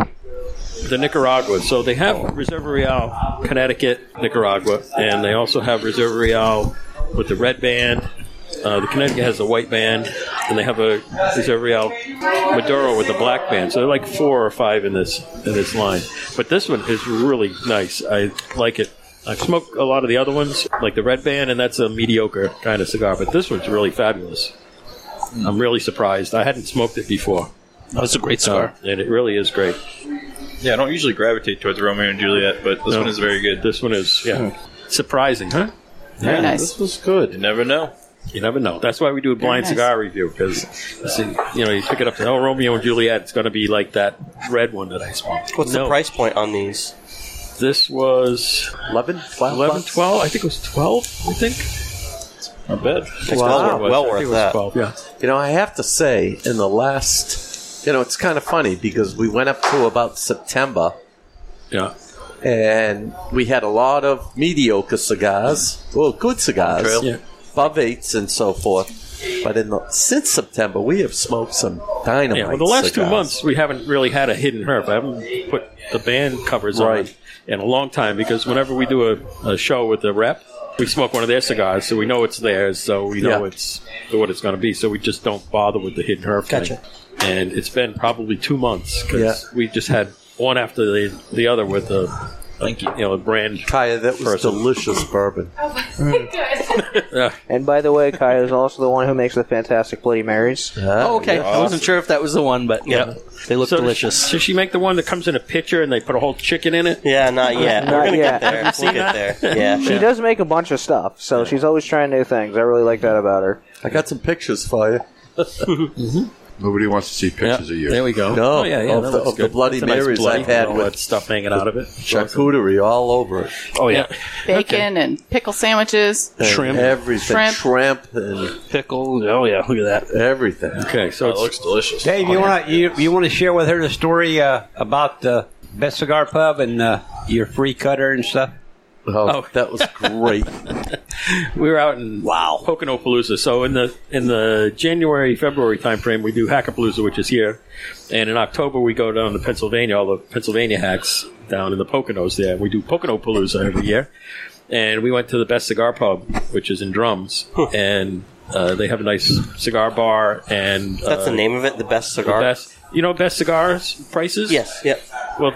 Speaker 1: the Nicaragua. So they have Reserva Real, Connecticut, Nicaragua, and they also have Reserva Real with the red band. Uh, the Connecticut has a white band, and they have a Reserva Real Maduro with a black band. So they're like four or five in this in this line. But this one is really nice. I like it. I've smoked a lot of the other ones, like the red band, and that's a mediocre kind of cigar. But this one's really fabulous. I'm really surprised. I hadn't smoked it before.
Speaker 8: That's a great
Speaker 1: cigar, and it really is great.
Speaker 3: Yeah, I don't usually gravitate towards Romeo and Juliet, but this
Speaker 1: No.
Speaker 3: one is very good.
Speaker 1: This one is, yeah. Surprising, Hmm. huh?
Speaker 3: Very
Speaker 1: yeah,
Speaker 3: nice.
Speaker 1: This was good. You
Speaker 3: never know.
Speaker 1: You never know. That's why we do a blind
Speaker 3: nice.
Speaker 1: cigar review because, you know, you pick it up and oh, Romeo and Juliet. It's going to be like that red one that I smoked.
Speaker 11: What's the
Speaker 1: No.
Speaker 11: price point on these?
Speaker 1: This was
Speaker 2: 11, 12,
Speaker 1: 11, 12. I think it was 12, I think.
Speaker 3: Not bad.
Speaker 2: Wow.
Speaker 1: Well worth that. yeah.
Speaker 2: You know, I have to say, in the last, you know, it's kind of funny because we went up to about September.
Speaker 1: Yeah.
Speaker 2: And we had a lot of mediocre cigars, well, good cigars,
Speaker 1: Trail. Yeah.
Speaker 2: above eights and so forth. But in the, since September, we have smoked some dynamite.
Speaker 1: Yeah, well, the last
Speaker 2: cigars.
Speaker 1: two months we haven't really had a hidden herb. I haven't put the band covers on in a long time because whenever we do a, a show with a rep, we smoke one of their cigars, so we know it's theirs, so we know
Speaker 2: Yeah.
Speaker 1: it's what it's going to be. So we just don't bother with the hidden herb
Speaker 2: Gotcha.
Speaker 1: thing. And it's been probably two months because
Speaker 2: Yeah.
Speaker 1: we just had one after the the other with a, a you know a brand.
Speaker 2: Kaya, that was delicious bourbon.
Speaker 10: And by the way, Kaya is also the one who makes the fantastic Bloody Marys.
Speaker 8: Oh, okay. I wasn't sure if that was the one, but yeah, they look
Speaker 1: Uh, So
Speaker 8: delicious.
Speaker 1: Does she make the one that comes in a pitcher and they put a whole chicken in it?
Speaker 11: Yeah, not yet.
Speaker 10: Not yet.
Speaker 1: Haven't seen that?
Speaker 10: she does make a bunch of stuff, so she's always trying new things. I really like that about her.
Speaker 2: I got some pictures for you.
Speaker 5: Mm-hmm. Nobody wants to see pictures of you.
Speaker 1: There we go.
Speaker 2: No,
Speaker 1: Oh, yeah, yeah,
Speaker 2: of,
Speaker 1: that
Speaker 2: the,
Speaker 1: looks
Speaker 2: of the
Speaker 1: good.
Speaker 2: Bloody
Speaker 1: That's a nice
Speaker 2: Marys
Speaker 1: bloody
Speaker 2: I've had
Speaker 1: with all
Speaker 2: with
Speaker 1: that stuff hanging out of it.
Speaker 2: charcuterie all over it.
Speaker 1: Oh yeah,
Speaker 12: Bacon and pickle sandwiches.
Speaker 2: And everything,
Speaker 12: Shrimp.
Speaker 2: shrimp, and
Speaker 8: pickles. Oh yeah, look at
Speaker 2: that, everything. Oh,
Speaker 1: Okay, so Oh,
Speaker 3: it looks delicious.
Speaker 7: Dave, you want to you, you want to share with her the story uh, about the best cigar pub and uh, your free cutter and stuff?
Speaker 2: Oh, that was great.
Speaker 1: we were out in wow Poconopalooza. So in the in the January February timeframe, we do Hackapalooza, which is here, and in October we go down to Pennsylvania. All the Pennsylvania hacks down in the Poconos there. We do Poconopalooza every year, and we went to the best cigar pub, which is in Drums, and Uh, they have a nice cigar bar, and uh,
Speaker 11: That's the name of it. The best cigar.
Speaker 1: best, you know, best cigars prices.
Speaker 11: Yes. Yep.
Speaker 1: Well,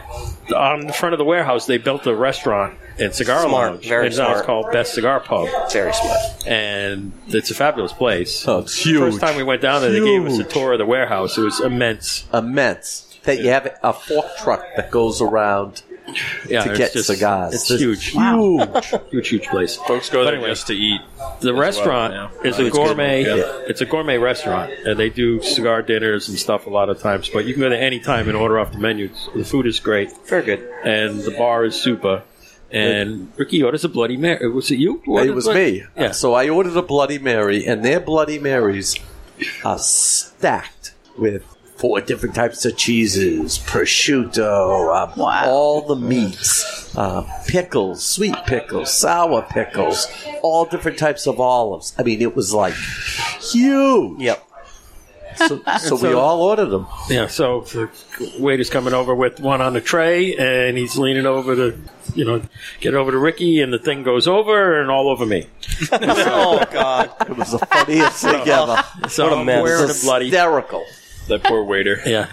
Speaker 1: on the front of the warehouse, they built a restaurant and cigar
Speaker 11: Smart,
Speaker 1: lounge.
Speaker 11: very
Speaker 1: and now
Speaker 11: smart.
Speaker 1: it's called Best Cigar Pub.
Speaker 11: Very smart.
Speaker 1: And it's a fabulous place.
Speaker 2: Oh, it's huge.
Speaker 1: First time we went down there, they gave us a tour of the warehouse. It was immense.
Speaker 2: Immense. That you have a fork truck that goes around
Speaker 1: Yeah,
Speaker 2: to
Speaker 1: it's
Speaker 2: get
Speaker 1: just-
Speaker 2: cigars.
Speaker 1: it's
Speaker 2: This
Speaker 1: huge.
Speaker 2: Huge.
Speaker 1: huge, huge place.
Speaker 3: Folks go
Speaker 1: But
Speaker 3: there just to eat.
Speaker 1: The
Speaker 3: as
Speaker 1: restaurant
Speaker 3: well, yeah.
Speaker 1: is
Speaker 3: I
Speaker 1: a
Speaker 3: think it's good.
Speaker 1: gourmet.
Speaker 3: Yeah.
Speaker 1: It's a gourmet restaurant, and they do cigar dinners and stuff a lot of times. But you can go there any time and order off the menu. The food is great.
Speaker 11: Very good.
Speaker 1: And the bar is super. And Ricky orders a Bloody Mary. Was it you? who ordered
Speaker 2: It was
Speaker 1: Bloody-
Speaker 2: me. So I ordered a Bloody Mary, and their Bloody Marys are stacked with four different types of cheeses, prosciutto, uh, all the meats, uh, pickles, sweet pickles, sour pickles, all different types of olives. I mean, it was like huge.
Speaker 11: Yep.
Speaker 2: So, so we all ordered them.
Speaker 1: Yeah, so the waiter's coming over with one on the tray, and he's leaning over to, you know, get over to Ricky, and the thing goes over and all over me.
Speaker 11: oh God!
Speaker 2: It was the funniest thing ever.
Speaker 1: So I'm wearing a bloody
Speaker 2: hysterical.
Speaker 3: That poor waiter.
Speaker 1: Yeah.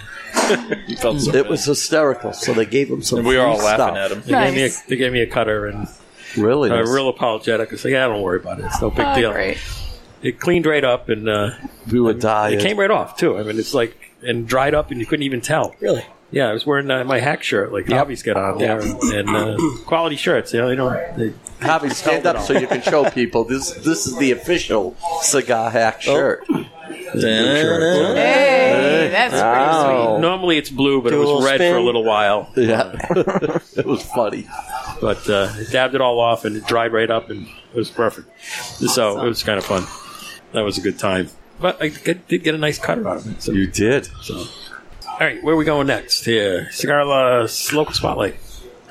Speaker 3: felt
Speaker 1: Mm.
Speaker 3: so
Speaker 2: it was hysterical. So they gave him some.
Speaker 3: And we were
Speaker 2: free
Speaker 3: all laughing at
Speaker 2: stuff.
Speaker 3: him.
Speaker 1: They, gave me a, they gave me a cutter and
Speaker 2: Really,
Speaker 1: uh,
Speaker 2: nice.
Speaker 1: real apologetic. I said, "Yeah, don't worry about it. It's no big
Speaker 12: Oh,
Speaker 1: deal."
Speaker 12: great.
Speaker 1: It cleaned right up, and uh,
Speaker 2: we were dying.
Speaker 1: It came right off too. I mean, it's like and dried up, and you couldn't even tell.
Speaker 11: Really?
Speaker 1: Yeah, I was wearing uh, my hack shirt, like Javi's got on there, and uh, quality shirts. You know, they don't. They,
Speaker 2: Javi, stand up so you can show people this. This is the official cigar
Speaker 1: Oh.
Speaker 2: hack shirt.
Speaker 12: Hey, that's pretty sweet.
Speaker 1: Normally it's blue, but
Speaker 2: Do
Speaker 1: it
Speaker 2: a
Speaker 1: was
Speaker 2: little
Speaker 1: red
Speaker 2: spin.
Speaker 1: for a little while. Uh,
Speaker 2: Yeah, it was funny.
Speaker 1: But uh, I dabbed it all off, and it dried right up, and it was perfect. So it was kind of fun. That was a good time. But I g- did get a nice cutter out of it. So.
Speaker 2: You did.
Speaker 1: All right, where are we going next? Here, cigar uh, local spotlight,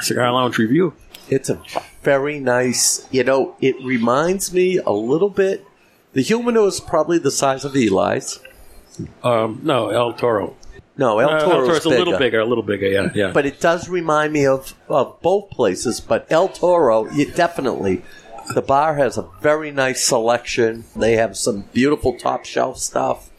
Speaker 1: cigar lounge review.
Speaker 2: It's a very nice. You know, it reminds me a little bit. The Humano is probably the size of Eli's.
Speaker 1: Um, no, El Toro.
Speaker 2: No, El
Speaker 1: Uh,
Speaker 2: Toro
Speaker 1: Toro's
Speaker 2: is
Speaker 1: a little bigger, a little bigger. Yeah, yeah.
Speaker 2: But it does remind me of, of both places. But El Toro, you definitely. The bar has a very nice selection. They have some beautiful top shelf stuff.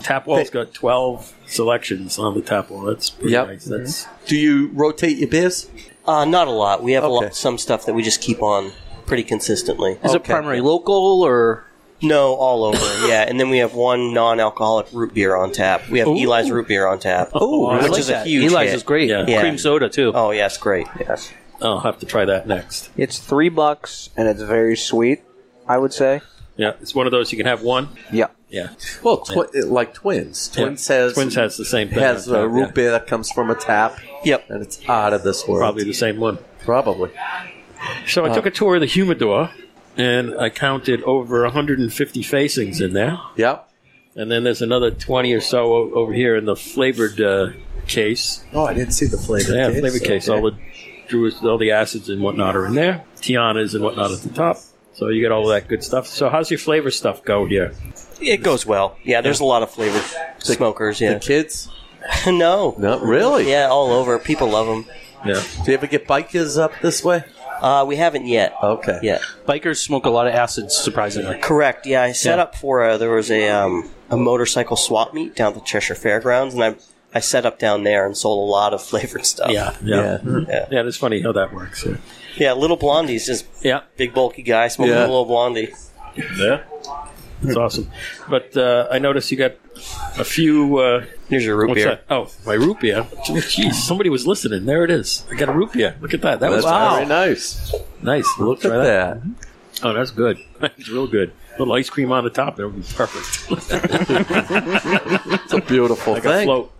Speaker 1: tap wall's got twelve selections on the tap wall. That's pretty
Speaker 2: Yep.
Speaker 1: nice. That's
Speaker 2: Do you rotate your beers?
Speaker 11: Uh, not a lot. We have a lot, some stuff that we just keep on pretty consistently.
Speaker 8: Is it primary local or
Speaker 11: No, all over. yeah, and then we have one non-alcoholic root beer on tap. We have
Speaker 8: Ooh.
Speaker 11: Eli's root beer on tap.
Speaker 8: Ooh, I
Speaker 11: which
Speaker 8: like
Speaker 11: is
Speaker 8: that.
Speaker 11: a huge.
Speaker 8: Eli's
Speaker 11: hit.
Speaker 8: is great.
Speaker 11: Yeah.
Speaker 8: Cream soda too.
Speaker 11: Oh yes, great. Yes.
Speaker 1: I'll have to try that next.
Speaker 10: It's three bucks and it's very sweet. I would say.
Speaker 1: Yeah, it's one of those you can have one.
Speaker 10: Yeah.
Speaker 1: Yeah.
Speaker 2: Well, twi- like twins.
Speaker 1: Yeah.
Speaker 2: Twins has
Speaker 1: Twins has the same thing
Speaker 2: Has
Speaker 1: on
Speaker 2: a
Speaker 1: tap,
Speaker 2: root
Speaker 1: yeah.
Speaker 2: beer that comes from a tap.
Speaker 11: Yep,
Speaker 2: and it's out of this world.
Speaker 1: Probably the same one.
Speaker 2: Probably.
Speaker 1: So I
Speaker 2: Uh,
Speaker 1: took a tour of the humidor, and I counted over 150 facings in there.
Speaker 2: Yep.
Speaker 1: And then there's another 20 or so o- over here in the flavored uh, case.
Speaker 2: Oh, I didn't see the flavor.
Speaker 1: yeah,
Speaker 2: case.
Speaker 1: flavored case. All the druids, all the acids and whatnot are in there. Tianas and whatnot at the top. So you get all that good stuff. So how's your flavor stuff go here?
Speaker 11: It goes well. Yeah, there's a lot of flavored smokers. Yeah,
Speaker 2: the kids.
Speaker 11: no,
Speaker 2: no, really.
Speaker 11: Yeah, all over. People love them.
Speaker 1: Yeah.
Speaker 2: Do you ever get bikers up this way?
Speaker 11: Uh, we haven't yet.
Speaker 2: Okay.
Speaker 11: Yeah.
Speaker 8: bikers smoke a lot of acids? Surprisingly,
Speaker 11: Correct. Yeah, I set
Speaker 8: Yeah.
Speaker 11: up for a, there was a um, a motorcycle swap meet down at the Cheshire Fairgrounds, and I I set up down there and sold a lot of flavored stuff.
Speaker 1: Yeah, yeah,
Speaker 11: yeah.
Speaker 1: yeah. that's funny how that works. Yeah.
Speaker 11: Yeah, little blondie's just
Speaker 1: yeah,
Speaker 11: big bulky guy smoking
Speaker 1: Yeah.
Speaker 11: a little blondie.
Speaker 1: Yeah, that's awesome. But uh, I noticed you got a few. Uh,
Speaker 11: Here's your root
Speaker 1: what's
Speaker 11: beer.
Speaker 1: that? Oh, my root beer. Jeez, somebody was listening. There it is. I got a root beer. Look at that. That was
Speaker 2: That's very
Speaker 1: wow.
Speaker 2: nice.
Speaker 1: nice.
Speaker 2: Look
Speaker 1: Try
Speaker 2: at that.
Speaker 1: Oh, that's good. That's real good. little ice cream on the top. That would be perfect.
Speaker 2: It's a beautiful
Speaker 1: like a
Speaker 2: thing.
Speaker 1: float.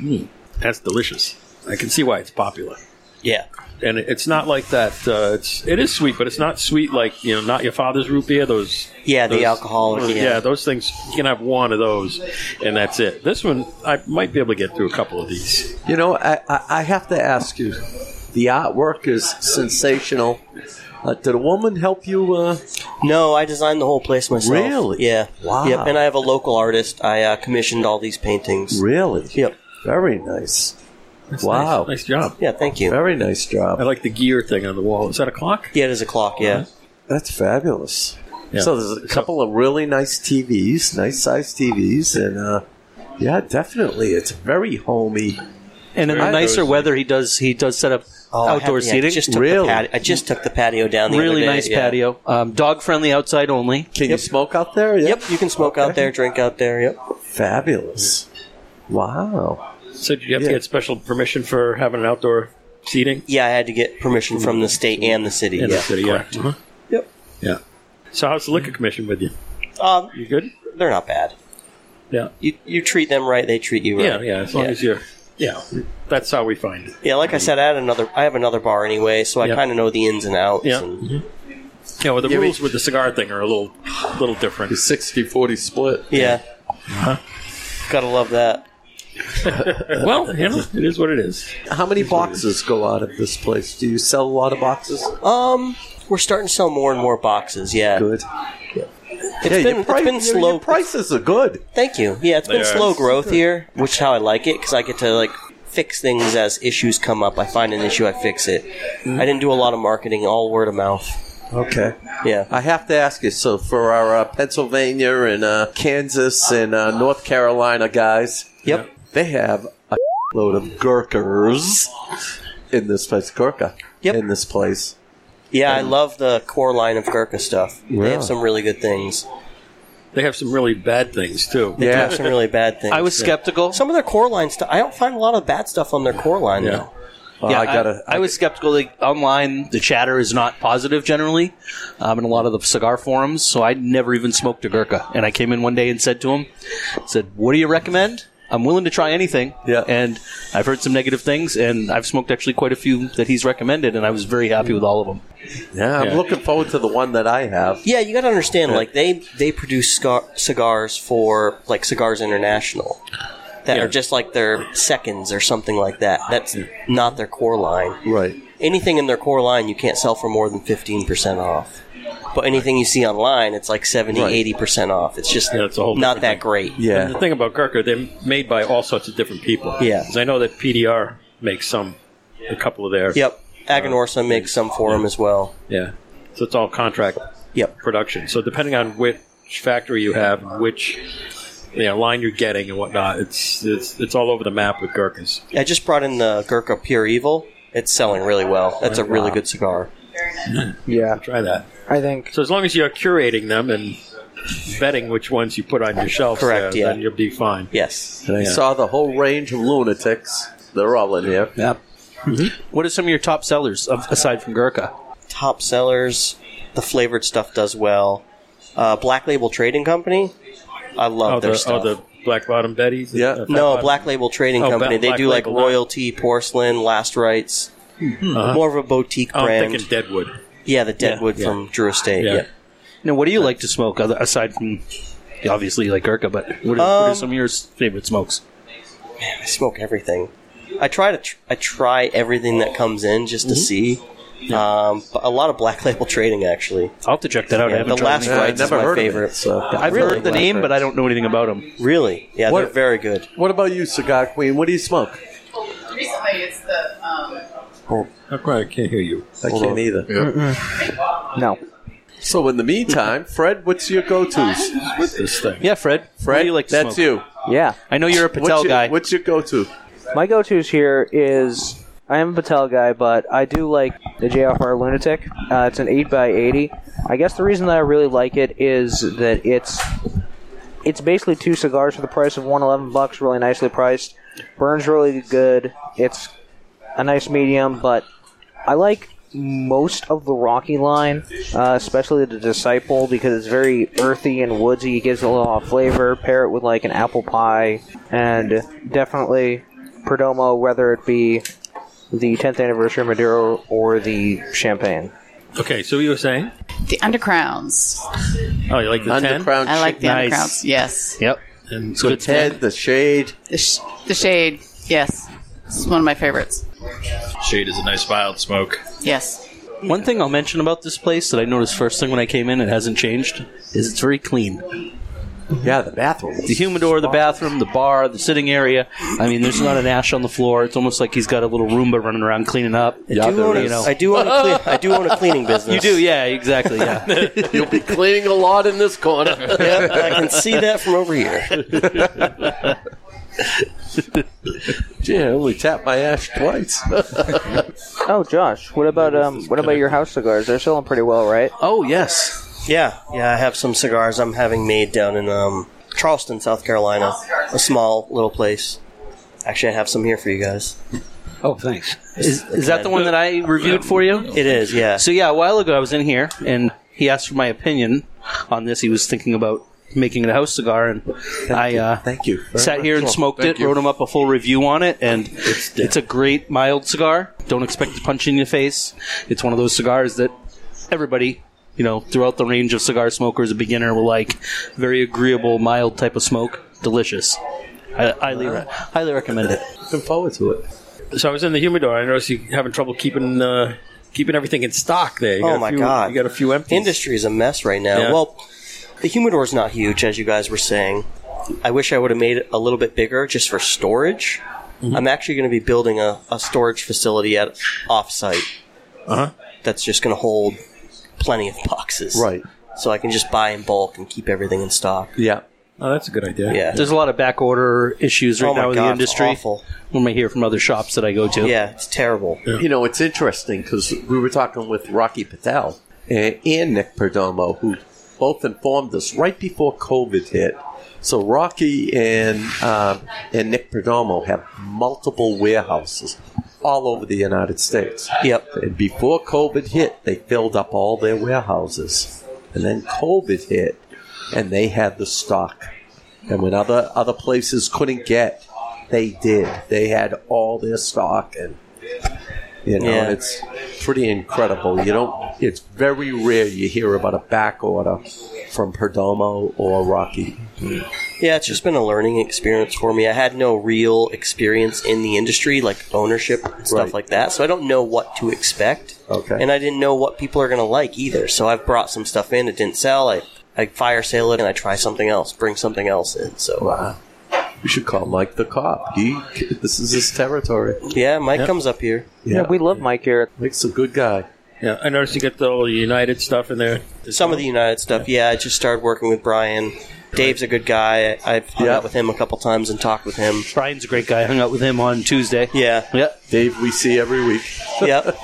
Speaker 1: Mm, that's delicious. I can see why it's popular.
Speaker 11: Yeah.
Speaker 1: And it- it's not like that. Uh, it's it is sweet, but it's not sweet like you know, not your father's root beer. Those
Speaker 11: Yeah, the
Speaker 1: those-
Speaker 11: alcoholic,
Speaker 1: those-
Speaker 11: yeah.
Speaker 1: those things you can have one of those, and that's it. This one I might be able to get through a couple of these.
Speaker 2: You know, I, I, I have to ask you. The artwork is sensational. Uh, did a woman help you? Uh,
Speaker 11: No, I designed the whole place myself.
Speaker 2: Really?
Speaker 11: Yeah.
Speaker 2: Wow.
Speaker 11: Yep. And I have a local artist. I uh, commissioned all these paintings.
Speaker 2: really?
Speaker 11: Yep.
Speaker 2: Very nice. wow.
Speaker 1: Nice job.
Speaker 11: Yeah. Thank you.
Speaker 2: Very nice job.
Speaker 1: I like the gear thing on the wall. Is that a clock? Uh-huh.
Speaker 11: Yeah, it is a clock. Yeah.
Speaker 2: That's fabulous.
Speaker 1: Yeah.
Speaker 2: So there's a couple of really nice TVs, nice sized TVs, and uh, yeah, definitely, it's very homey.
Speaker 8: And in the nicer weather, he does he does set up
Speaker 11: I
Speaker 8: outdoor
Speaker 11: haven't yet.
Speaker 8: seating.
Speaker 11: Just took the
Speaker 8: really,
Speaker 11: pati- I just took the patio down the other
Speaker 8: really
Speaker 11: day,
Speaker 8: nice
Speaker 11: yeah.
Speaker 8: patio.
Speaker 2: Uh,
Speaker 8: Um, dog friendly outside only.
Speaker 2: Can you smoke out there?
Speaker 11: Yep, you can smoke out there, drink out there. Yep.
Speaker 2: Fabulous. Wow.
Speaker 1: So did you have to get special permission for having an outdoor seating?
Speaker 11: Yeah, I had to get permission from the state and the city.
Speaker 1: In
Speaker 11: yeah,
Speaker 1: the city, yeah. Uh-huh.
Speaker 11: Yep.
Speaker 1: Yeah. So how's the liquor commission with you?
Speaker 11: Um,
Speaker 1: you good?
Speaker 11: They're not bad.
Speaker 1: Yeah.
Speaker 11: You you treat them right, they treat you right.
Speaker 1: Yeah, yeah. As long as you're, yeah, that's how we find it.
Speaker 11: Yeah, like I said, I had another. I have another bar anyway, so I
Speaker 1: Yeah.
Speaker 11: kind of know the ins and outs.
Speaker 1: Yeah.
Speaker 11: and-
Speaker 1: Yeah, well, the
Speaker 11: Yeah, we-
Speaker 1: rules with the cigar thing are a little, little different.
Speaker 2: 60-40 split.
Speaker 11: yeah. Gotta love that.
Speaker 1: well, you know, it is what it is.
Speaker 2: How many boxes go out of this place? Do you sell a lot of boxes?
Speaker 11: Um, we're starting to sell more and more boxes. Yeah,
Speaker 2: good.
Speaker 11: It's
Speaker 2: Yeah,
Speaker 11: been
Speaker 2: your pri-
Speaker 11: it's been
Speaker 2: your-
Speaker 11: slow.
Speaker 2: your prices are good.
Speaker 11: Thank you. Yeah, it's
Speaker 2: They
Speaker 11: been
Speaker 2: are.
Speaker 11: slow growth here, which is how I like it because I get to like fix things as issues come up. I find an issue, I fix it. I didn't do a lot of marketing, all word of mouth.
Speaker 2: Okay.
Speaker 11: Yeah.
Speaker 2: I have to ask you. So for our uh, Pennsylvania and uh, Kansas and uh, North Carolina guys,
Speaker 11: yep,
Speaker 2: they have a load of gurkers in this place. Gurkha. Yep. In this place.
Speaker 11: Yeah, I love the core line of Gurkha stuff. They
Speaker 2: Yeah.
Speaker 11: have some really good things.
Speaker 1: They have some really bad things too.
Speaker 11: They do have some really bad things.
Speaker 8: I was skeptical.
Speaker 11: Some of their core line stuff. I don't find a lot of bad stuff on their core line though.
Speaker 8: yeah, I I, was skeptical. Like online, the chatter is not positive generally, um, in a lot of the cigar forums. So I never even smoked a Gurkha, and I came in one day and said to him, "said What do you recommend? I'm willing to try anything." Yeah. And I've heard some negative things, and I've smoked actually quite a few that he's recommended, and I was very happy with all of them.
Speaker 2: Yeah, I'm
Speaker 8: Yeah.
Speaker 2: looking forward to the one that I have.
Speaker 11: Yeah, you got to understand. Like they they produce scar- cigars for like Cigars International that
Speaker 2: Yeah.
Speaker 11: are just like their seconds or something like that. That's not their core line.
Speaker 2: Right.
Speaker 11: Anything in their core line you can't sell for more than fifteen percent off. But anything you see online, it's like 70
Speaker 1: Right.
Speaker 11: 80 percent off. It's just
Speaker 1: Yeah, it's a whole
Speaker 11: not
Speaker 1: different
Speaker 11: that
Speaker 1: thing.
Speaker 11: great.
Speaker 1: And the thing about Gurkha, they're made by all sorts of different people.
Speaker 11: Yeah.
Speaker 1: 'Cause I know that PDR makes some, a couple of their.
Speaker 11: Yep. Aganorsa makes some for them as well.
Speaker 1: Yeah. So it's all contract
Speaker 11: yep.
Speaker 1: production. So depending on which factory you have, which you know, line you're getting and whatnot, it's it's it's all over the map with Gurkhas.
Speaker 11: I just brought in the Gurkha Pure Evil. It's selling really well. That's a really
Speaker 1: Wow.
Speaker 11: good cigar.
Speaker 10: Yeah.
Speaker 1: Try that.
Speaker 10: I think.
Speaker 1: So as long as you're curating them and vetting which ones you put on your shelf,
Speaker 2: Correct, yeah.
Speaker 1: then you'll be fine.
Speaker 11: Yes.
Speaker 2: And I
Speaker 1: Yeah.
Speaker 2: saw the whole range of lunatics. They're all in here.
Speaker 8: Yep. What are some of your top sellers uh, of, aside from Gurkha?
Speaker 11: top sellers. The flavored stuff does well. Uh, Black Label Trading Company, I love
Speaker 1: Oh,
Speaker 11: their
Speaker 1: the,
Speaker 11: stuff.
Speaker 1: oh, the Black Bottom Betties. Yeah.
Speaker 11: no, Black Label
Speaker 1: Oh,
Speaker 11: Trading Company. They do like royalty, porcelain, last rights.
Speaker 1: Uh-huh.
Speaker 11: More of a boutique
Speaker 1: Oh, I'm
Speaker 11: brand.
Speaker 1: thinking Deadwood.
Speaker 11: Yeah, the Deadwood from Drew Estate. Yeah.
Speaker 8: Now, what do you like to smoke other, aside from obviously you like Gurkha? But what are, what are
Speaker 11: Um,
Speaker 8: some of your s- favorite smokes?
Speaker 11: I smoke everything. I try to tr- I try everything that comes in just to
Speaker 1: Mm-hmm.
Speaker 8: Mhm.
Speaker 11: see. Um, but a lot of Black Label Trading actually.
Speaker 8: I'll have to check that out. I
Speaker 11: Yeah,
Speaker 8: haven't
Speaker 11: the
Speaker 8: tried
Speaker 11: Last
Speaker 8: any. Yeah,
Speaker 11: Rights
Speaker 8: I've never
Speaker 11: is my
Speaker 8: heard of it,
Speaker 11: favorite.
Speaker 8: so- I've heard the name, but I don't know anything about them.
Speaker 11: Really? Yeah, they're very good.
Speaker 2: What about you, Cigar Queen? What do you smoke?
Speaker 12: Recently, it's the. Um,
Speaker 1: How come I can't hear you?
Speaker 2: I
Speaker 1: Oh. Hold
Speaker 2: can't
Speaker 1: on.
Speaker 2: either.
Speaker 10: No.
Speaker 2: So in the meantime, Fred, what's your go-tos?
Speaker 1: What's this thing?
Speaker 8: Yeah, Fred.
Speaker 2: Fred,
Speaker 8: do you like to
Speaker 2: that's
Speaker 8: smoke?
Speaker 2: you.
Speaker 10: Yeah.
Speaker 8: I know you're a Patel
Speaker 2: what's your,
Speaker 8: guy.
Speaker 2: What's your go-to?
Speaker 10: My go-to's here is I am a Patel guy, but I do like the JFR Lunatic. Uh, it's an eight x eighty. I guess the reason that I really like it is that it's it's basically two cigars for the price of one eleven bucks. Really nicely priced. Burns really good. It's a nice medium, but I like most of the Rocky line, uh, especially the Disciple, because it's very earthy and woodsy. It gives it a little off flavor. Pair it with like an apple pie, and definitely Perdomo, whether it be the 10th anniversary Maduro or the Champagne.
Speaker 1: Okay, so you were saying?
Speaker 12: the Undercrowns.
Speaker 1: Oh, you like the ten?
Speaker 2: Undercrown
Speaker 12: I like the Undercrowns, yes.
Speaker 8: Yep.
Speaker 1: And
Speaker 2: so
Speaker 1: good
Speaker 2: Ted, the shade.
Speaker 12: The, sh- the Shade, yes. This is one of my favorites.
Speaker 3: Shade is a nice mild smoke.
Speaker 12: Yes.
Speaker 8: One thing I'll mention about this place that I noticed first thing when I came in, it hasn't changed, is it's very clean.
Speaker 2: Yeah, the bathroom.
Speaker 8: The humidor, the bathroom, the bar, the sitting area. I mean, there's not an ash on the floor. It's almost like he's got a little Roomba running around cleaning up.
Speaker 11: I, do own a- I do own a cle- I do own a cleaning business.
Speaker 8: You do, yeah, exactly, yeah.
Speaker 2: You'll be cleaning a lot in this corner.
Speaker 11: yeah, I can see that from over here.
Speaker 2: Gee, I only tapped my ash twice.
Speaker 10: oh, Josh, what about um, what about your house cigars? They're selling pretty well, right?
Speaker 8: Oh yes.
Speaker 11: Yeah, yeah. I have some cigars I'm having made down in um, Charleston, South Carolina, a small little place. Actually, I have some here for you guys.
Speaker 7: Oh, thanks.
Speaker 8: Is, is that the one that I reviewed for you?
Speaker 11: It is, yeah.
Speaker 8: So yeah, a while ago I was in here and he asked for my opinion on this. He was thinking about making it a house cigar, and I uh,
Speaker 2: thank you. very
Speaker 8: Sat
Speaker 2: much.
Speaker 8: here and
Speaker 2: Sure.
Speaker 8: smoked
Speaker 2: Thank
Speaker 8: it.
Speaker 2: you.
Speaker 8: Wrote him up a full review on it, and it's, a great mild cigar. Don't expect to punch you in the face. It's one of those cigars that everybody. You know, throughout the range of cigar smokers, a beginner will like very agreeable, mild type of smoke. Delicious. I highly, re- highly recommend it.
Speaker 2: Looking forward to it.
Speaker 1: So I was in the humidor. I noticed you having trouble keeping uh, keeping everything in stock there. You got
Speaker 11: oh
Speaker 1: a
Speaker 11: my
Speaker 1: few-
Speaker 11: god,
Speaker 1: You got a few empties.
Speaker 11: Industry is a mess right now.
Speaker 1: Yeah.
Speaker 11: Well, the humidor's not huge, as you guys were saying. I wish I would have made it a little bit bigger just for storage.
Speaker 1: Mm-hmm.
Speaker 11: I'm actually going to be building a, a storage facility at offsite.
Speaker 1: Uh-huh.
Speaker 11: That's just going to hold plenty of boxes.
Speaker 2: Right.
Speaker 11: So I can just buy in bulk and keep everything in stock.
Speaker 2: Yeah.
Speaker 1: Oh, that's a good idea.
Speaker 11: Yeah.
Speaker 8: There's a lot of back order issues right
Speaker 11: Oh my
Speaker 8: now in
Speaker 11: God,
Speaker 8: the
Speaker 11: it's
Speaker 8: industry.
Speaker 11: awful.
Speaker 8: When I hear from other shops that I go to.
Speaker 11: Yeah, it's terrible.
Speaker 2: You know, it's interesting because we were talking with Rocky Patel and, and Nick Perdomo, who both informed us right before COVID hit. So Rocky and um and Nick Perdomo have multiple warehouses all over the United States.
Speaker 11: Yep.
Speaker 2: And before COVID hit, they filled up all their warehouses, and then COVID hit, and they had the stock. And when other other places couldn't get, they did. They had all their stock and. You know,
Speaker 11: Yeah.
Speaker 2: it's pretty incredible. You don't. It's very rare you hear about a back order from Perdomo or Rocky.
Speaker 11: Yeah, it's just been a learning experience for me. I had no real experience in the industry, like ownership and stuff
Speaker 2: Right.
Speaker 11: like that, so I don't know what to expect.
Speaker 2: Okay.
Speaker 11: And I didn't know what people are going to like either, so I've brought some stuff in. It didn't sell. I, I fire sale it and I try something else, bring something else in. So
Speaker 2: Wow. You should call Mike the cop. He. This is his territory.
Speaker 11: Yeah, Mike comes up here.
Speaker 2: Yeah,
Speaker 10: we love Mike here.
Speaker 2: Mike's a good guy.
Speaker 1: Yeah, I noticed you got the old United stuff in there.
Speaker 11: Some of the United stuff, yeah. I just started working with Brian. Dave's a good guy. I've hung
Speaker 2: Yeah.
Speaker 11: out with him a couple times and talked with him.
Speaker 8: Brian's a great guy. I hung out with him on Tuesday.
Speaker 11: Yeah,
Speaker 8: Yeah.
Speaker 2: Dave, we see every week.
Speaker 11: yep.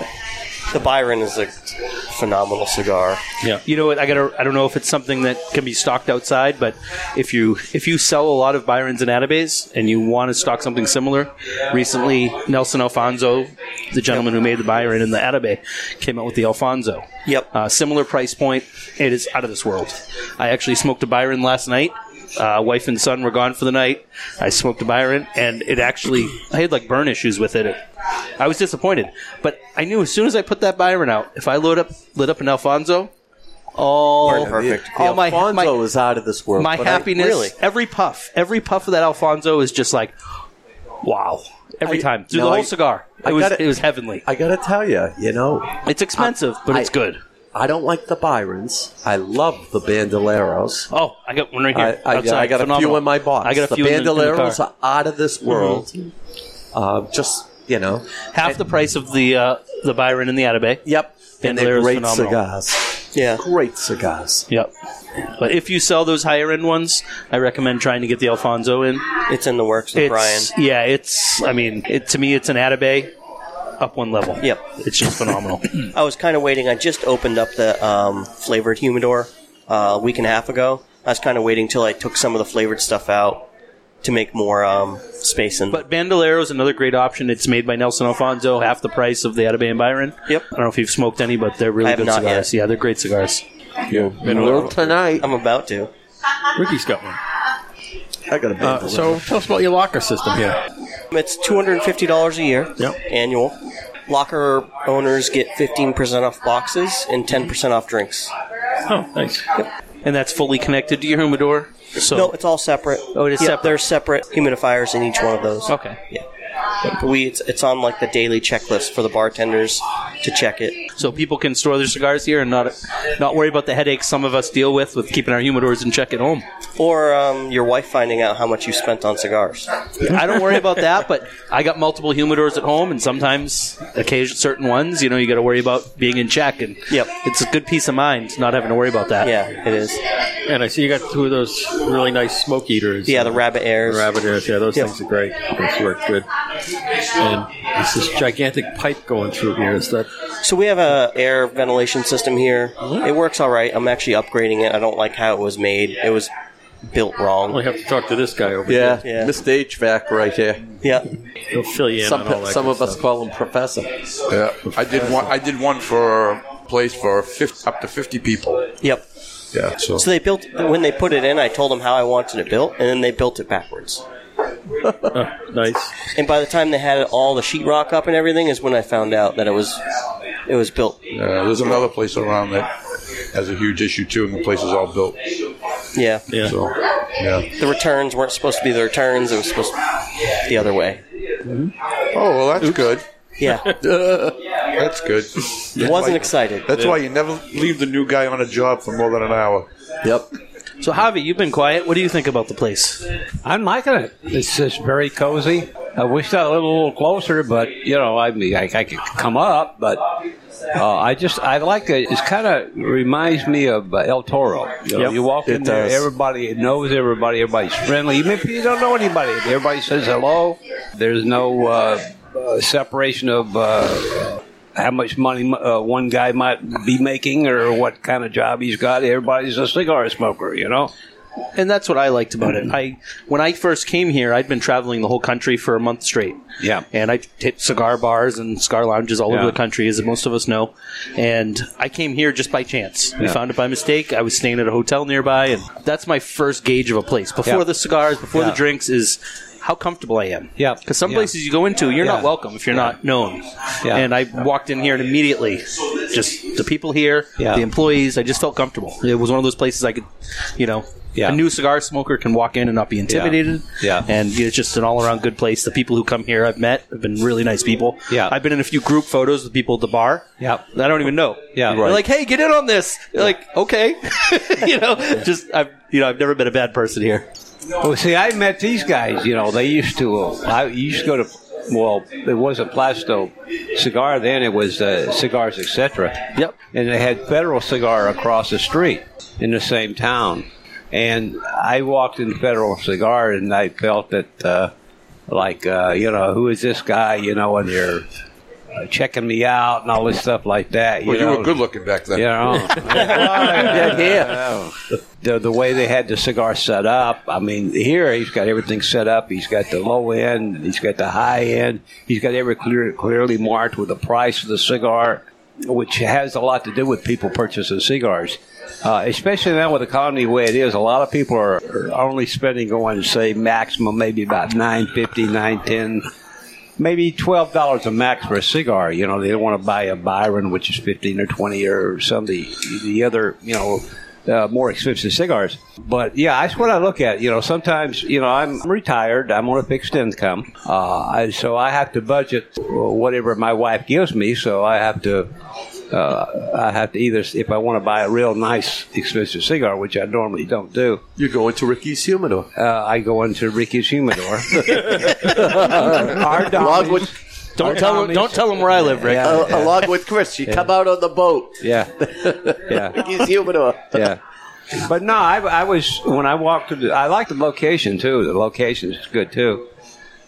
Speaker 11: The Byron is a phenomenal cigar.
Speaker 1: Yeah.
Speaker 8: You know what? I gotta. I don't know if it's something that can be stocked outside, but if you if you sell a lot of Byron's and Atabase and you want to stock something similar, recently Nelson Alfonso, the gentleman who made the Byron and the Atabay, came out with the Alfonso.
Speaker 11: Yep.
Speaker 8: Uh, similar price point. It is out of this world. I actually smoked a Byron last night. Uh, wife and son were gone for the night. I smoked a Byron, and it actually I had like burn issues with it. I was disappointed, but I knew as soon as I put that Byron out, if I load up lit up an Alfonso, all
Speaker 11: Perfect.
Speaker 8: all my
Speaker 2: Alfonso
Speaker 8: my,
Speaker 2: is out of this world.
Speaker 8: my
Speaker 2: but I-
Speaker 8: happiness.
Speaker 11: really?
Speaker 8: Every puff, every puff of that Alfonso is just like, wow. Every
Speaker 2: I-
Speaker 8: time through
Speaker 2: no,
Speaker 8: the whole
Speaker 2: I-
Speaker 8: cigar,
Speaker 2: I
Speaker 8: it was
Speaker 2: gotta-
Speaker 8: it was heavenly.
Speaker 2: I gotta tell you, you know,
Speaker 8: It's expensive, but it's
Speaker 2: I-
Speaker 8: good.
Speaker 2: I don't like the Byrons. I love the Bandoleros.
Speaker 8: Oh, I got one right
Speaker 2: I,
Speaker 8: here.
Speaker 2: I,
Speaker 8: outside.
Speaker 2: I got a few
Speaker 8: Phenomenal.
Speaker 2: in my box.
Speaker 8: I got a
Speaker 2: the
Speaker 8: few in the- in the
Speaker 2: Bandoleros
Speaker 8: car.
Speaker 2: are out of this world. Uh, just you know,
Speaker 8: half the price of the uh, the Byron and the Atabay.
Speaker 2: yep. And they're
Speaker 8: Bandoleros
Speaker 2: great
Speaker 8: phenomenal.
Speaker 2: cigars.
Speaker 11: Yeah.
Speaker 2: Great cigars.
Speaker 8: Yep. But if you sell those higher end ones, I recommend trying to get the Alfonso in.
Speaker 11: It's in the works with Brian.
Speaker 8: It's- Yeah, it's. I mean, it, to me, it's an Atabay up one level.
Speaker 11: Yep.
Speaker 8: It's just phenomenal.
Speaker 11: I was kind of waiting. I just opened up the um, flavored humidor uh, a week and a half ago. I was kind of waiting till I took some of the flavored stuff out to make more um, space in.
Speaker 8: But Bandolero is another great option. It's made by Nelson Alfonso, half the price of the Atabay and Byron.
Speaker 11: Yep.
Speaker 8: I don't know if you've smoked any, but they're really
Speaker 11: I have
Speaker 8: good
Speaker 11: not yet.
Speaker 8: cigars. Yeah, they're great cigars.
Speaker 2: Well, tonight
Speaker 11: I'm about to.
Speaker 1: Ricky's got one.
Speaker 2: I got a
Speaker 1: Uh,
Speaker 2: Bandolero.
Speaker 1: so tell us about your locker system here.
Speaker 11: It's two hundred and fifty dollars a year
Speaker 1: Yep.
Speaker 11: annual. Locker owners get fifteen percent off boxes and ten percent off drinks.
Speaker 1: Oh, nice.
Speaker 8: And that's fully connected to your humidor. So
Speaker 11: no, it's all separate.
Speaker 8: Oh, it is separate.
Speaker 1: Oh.
Speaker 11: There's separate humidifiers in each one of those.
Speaker 8: okay.
Speaker 11: Yeah. But we it's, it's on like the daily checklist for the bartenders to check it.
Speaker 8: So people can store their cigars here and not not worry about the headaches some of us deal with with keeping our humidors in check at home.
Speaker 11: Or um, your wife finding out how much you spent on cigars.
Speaker 8: I don't worry about that, but I got multiple humidors at home, and sometimes occasion certain ones, you know, you got to worry about being in check, and
Speaker 11: yep,
Speaker 8: it's a good peace of mind not having to worry about that.
Speaker 11: Yeah, it is.
Speaker 1: And I see you got two of those really nice smoke eaters.
Speaker 11: Yeah, the rabbit airs.
Speaker 1: The rabbit airs. Yeah, those
Speaker 11: Yep.
Speaker 1: things are great. Those work good. And it's this gigantic pipe going through here. Is that
Speaker 11: So we have a air ventilation system here. It works all right. I'm actually upgrading it. I don't like how it was made. It was built wrong.
Speaker 1: We have to talk to this guy over
Speaker 2: Yeah,
Speaker 11: Yeah.
Speaker 2: Mr. HVAC right here.
Speaker 11: Yeah.
Speaker 1: He'll fill you in
Speaker 2: Some,
Speaker 1: on all that
Speaker 2: some
Speaker 1: good
Speaker 2: of us call him Professor.
Speaker 5: Yeah, I did one. I did one for a place for 50, up to fifty people.
Speaker 11: Yep.
Speaker 5: Yeah. So,
Speaker 11: So they built when they put it in. I told them how I wanted it built, and then they built it backwards.
Speaker 1: nice.
Speaker 11: And by the time they had all the sheetrock up and everything, is when I found out that it was it was built.
Speaker 5: uh, there's another place around that has a huge issue too, and the place is all built.
Speaker 11: Yeah.
Speaker 1: Yeah.
Speaker 5: So, yeah.
Speaker 11: The returns weren't supposed to be the returns. It was supposed to be the other way.
Speaker 2: Mm-hmm.
Speaker 5: Oh well, that's good.
Speaker 11: Yeah.
Speaker 5: that's good. That's
Speaker 11: Wasn't
Speaker 5: why-
Speaker 11: excited.
Speaker 5: That's why you never leave the new guy on a job for more than an hour.
Speaker 2: Yep.
Speaker 8: So Javi, you've been quiet. What do you think about the place?
Speaker 7: I'm liking it. It's just very cozy. I wish I lived a little closer, but you know, I mean, I, I could come up, but uh, I just I like it. It's kind of reminds me of uh, El Toro. You, know,
Speaker 9: Yep.
Speaker 7: you walk in
Speaker 9: It
Speaker 7: there,
Speaker 9: does.
Speaker 7: everybody knows everybody. Everybody's friendly, even if you don't know anybody. Everybody says hello. There's no uh, uh, separation of. Uh, how much money uh, one guy might be making, or what kind of job he's got. Everybody's a cigar smoker, you know.
Speaker 8: and that's what I liked about it. I when I first came here, I'd been traveling the whole country for a month straight.
Speaker 7: Yeah.
Speaker 8: and I hit cigar bars and cigar lounges all
Speaker 7: Yeah.
Speaker 8: over the country, as most of us know. And I came here just by chance. We
Speaker 7: Yeah.
Speaker 8: found it by mistake. I was staying at a hotel nearby, and that's my first gauge of a place. Before
Speaker 7: Yeah.
Speaker 8: the cigars, before
Speaker 7: Yeah.
Speaker 8: the drinks, is how comfortable I am.
Speaker 7: Yeah,
Speaker 8: Because some
Speaker 7: Yeah.
Speaker 8: places you go into, you're
Speaker 7: Yeah.
Speaker 8: not welcome if you're not known.
Speaker 7: Yeah.
Speaker 8: And I walked in here and immediately, just the people here,
Speaker 7: Yeah.
Speaker 8: the employees, I just felt comfortable. It was one of those places I could, you know,
Speaker 7: Yeah.
Speaker 8: a new cigar smoker can walk in and not be intimidated.
Speaker 7: Yeah.
Speaker 8: And it's just an all around good place. The people who come here I've met have been really nice people.
Speaker 7: Yeah.
Speaker 8: I've been in a few group photos with people at the bar.
Speaker 7: Yeah.
Speaker 8: that I don't even know.
Speaker 7: Yeah.
Speaker 8: They're like, hey, get in on this. They're like, okay. you know, just, I've, you know, I've never been a bad person here.
Speaker 7: Well, see, I met these guys. You know, they used to. Uh, I used to go to. Well, it wasn't Plasto cigar then. It was uh, cigars, etc.
Speaker 8: Yep.
Speaker 7: And they had Federal Cigar across the street in the same town. And I walked in Federal Cigar, and I felt that, uh, like, uh, you know, who is this guy? You know, and they're uh, checking me out and all this stuff like that. You
Speaker 5: Well, you
Speaker 7: know?
Speaker 5: were good looking back then.
Speaker 7: You know.
Speaker 1: uh-huh.
Speaker 7: Oh. the the way they had the cigar set up. I mean, here he's got everything set up. He's got the low end, he's got the high end, he's got every clear, clearly marked with the price of the cigar, which has a lot to do with people purchasing cigars. Uh, especially now with the economy the way it is, a lot of people are, are only spending going say maximum maybe about nine fifty, nine ten maybe twelve dollars a max for a cigar. You know, they don't want to buy a Byron, which is fifteen or twenty or some of the, the other, you know, uh, more expensive cigars. But yeah, that's what I look at. You know, sometimes you know I'm retired, I'm on a fixed income, uh, I, so I have to budget whatever my wife gives me. So I have to. Uh, I have to either, if I want to buy a real nice expensive cigar, which I normally don't do.
Speaker 2: You go into Ricky's humidor.
Speaker 7: Uh, I go into Ricky's humidor. Our
Speaker 2: Log
Speaker 7: Dommies-
Speaker 2: with,
Speaker 7: Don't Our tell him- Dommies- don't tell him where I live, Rick.
Speaker 2: Uh, Along with Chris, you
Speaker 7: Yeah.
Speaker 2: come out on the boat.
Speaker 7: Yeah, yeah.
Speaker 2: Ricky's humidor.
Speaker 7: yeah. But no, I, I was when I walked through. The, I like the location too. The location is good too.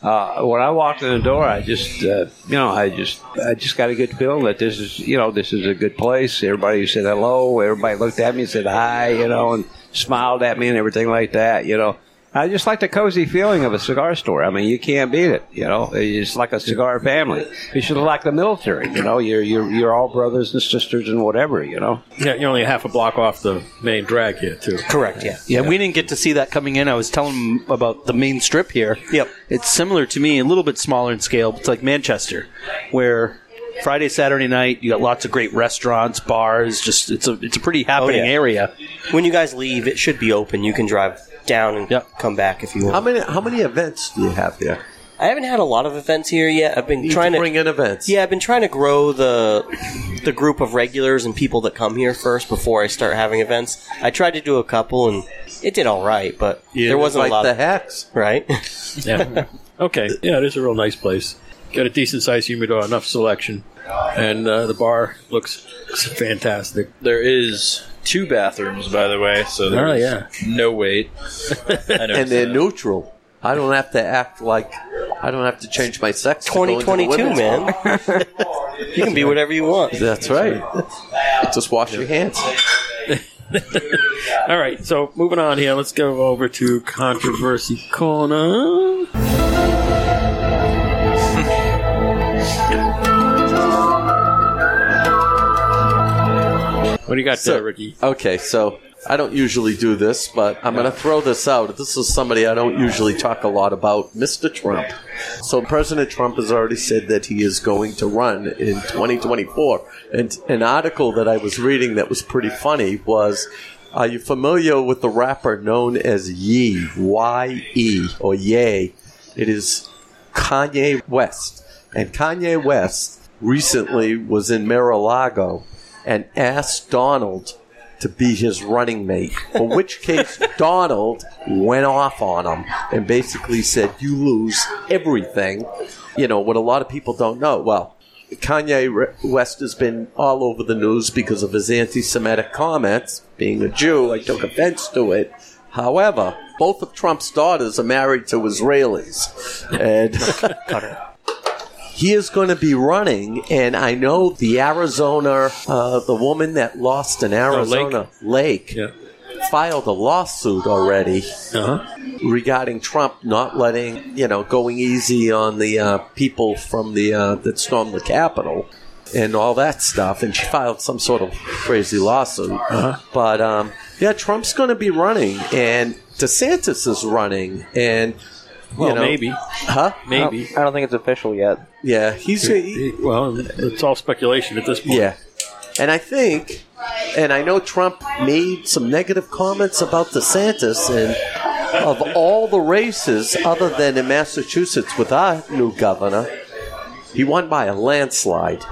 Speaker 7: Uh, when I walked in the door, I just uh, you know I just I just got a good feeling that this is you know this is a good place. Everybody said hello. Everybody looked at me and said hi. You know and smiled at me and everything like that. You know. I just like the cozy feeling of a cigar store. I mean, you can't beat it. You know, it's like a cigar family. It's just like the military. You know, you're you're you're all brothers and sisters and whatever. You know.
Speaker 1: Yeah, you're only a half a block off the main drag here, too.
Speaker 11: Correct, yeah.
Speaker 8: Yeah, we didn't get to see that coming in. I was telling him about the main strip here. Yep. It's similar to me, a little bit smaller in scale, but it's like Manchester, where Friday, Saturday night, you got lots of great restaurants, bars, just it's a it's a pretty happening
Speaker 11: yeah.
Speaker 8: area.
Speaker 11: When you guys leave, it should be open. You can drive down and come back if you want.
Speaker 2: How many how many events do you have here?
Speaker 11: I haven't had a lot of events here yet. I've been trying to
Speaker 2: bring in events.
Speaker 11: Yeah, I've been trying to grow the the group of regulars and people that come here first before I start having events. I tried to do a couple and it did all right, but
Speaker 2: Yeah,
Speaker 11: there wasn't
Speaker 2: like
Speaker 11: a lot
Speaker 2: the
Speaker 11: of
Speaker 2: hacks,
Speaker 11: right?
Speaker 13: yeah. Okay. Yeah, it is a real nice place. Got a decent sized humidor, enough selection, and uh, the bar looks fantastic.
Speaker 3: There is two bathrooms, by the way,
Speaker 1: Ah,
Speaker 3: so there's
Speaker 13: Oh, yeah.
Speaker 3: no wait.
Speaker 2: and they're neutral. I don't have to act like I don't have to change my sex. to go into the
Speaker 11: 2022,
Speaker 2: women's
Speaker 11: man.
Speaker 2: hall.
Speaker 11: you can be whatever you want.
Speaker 2: That's right. Just wash your hands.
Speaker 1: All right, so moving on here, let's go over to controversy corner. What do you got
Speaker 2: so,
Speaker 1: there, Ricky?
Speaker 2: Okay, so I don't usually do this, but I'm going to throw this out. This is somebody I don't usually talk a lot about, Mr. Trump. So President Trump has already said that he is going to run in 2024. And an article that I was reading that was pretty funny was. Are you familiar with the rapper known as Ye, Y E, or Ye? It is Kanye West. And Kanye West recently was in Mar-a-Lago and asked Donald to be his running mate. In which case, Donald went off on him and basically said, You lose everything. You know, what a lot of people don't know. Well, Kanye Re- West has been all over the news because of his anti Semitic comments. Being a Jew, I took offense to it. However, both of Trump's daughters are married to Israelis. And he is going to be running, and I know the Arizona, uh, the woman that lost
Speaker 1: Oh,
Speaker 2: in Arizona Lake, filed a lawsuit already
Speaker 1: Uh-huh.
Speaker 2: regarding Trump not letting you know going easy on the uh, people from the uh, that stormed the Capitol and all that stuff, and she filed some sort of crazy lawsuit.
Speaker 1: Uh-huh.
Speaker 2: But um, yeah, Trump's going to be running, and DeSantis is running, and. you
Speaker 1: Well,
Speaker 2: know-
Speaker 1: maybe.
Speaker 2: Huh?
Speaker 1: Maybe.
Speaker 10: I don't think it's official yet.
Speaker 2: Yeah, he's
Speaker 1: well. It's all speculation at this point.
Speaker 2: Yeah, and I think, and I know Trump made some negative comments about DeSantis, and of all the races, other than in Massachusetts with our new governor, he won by a landslide.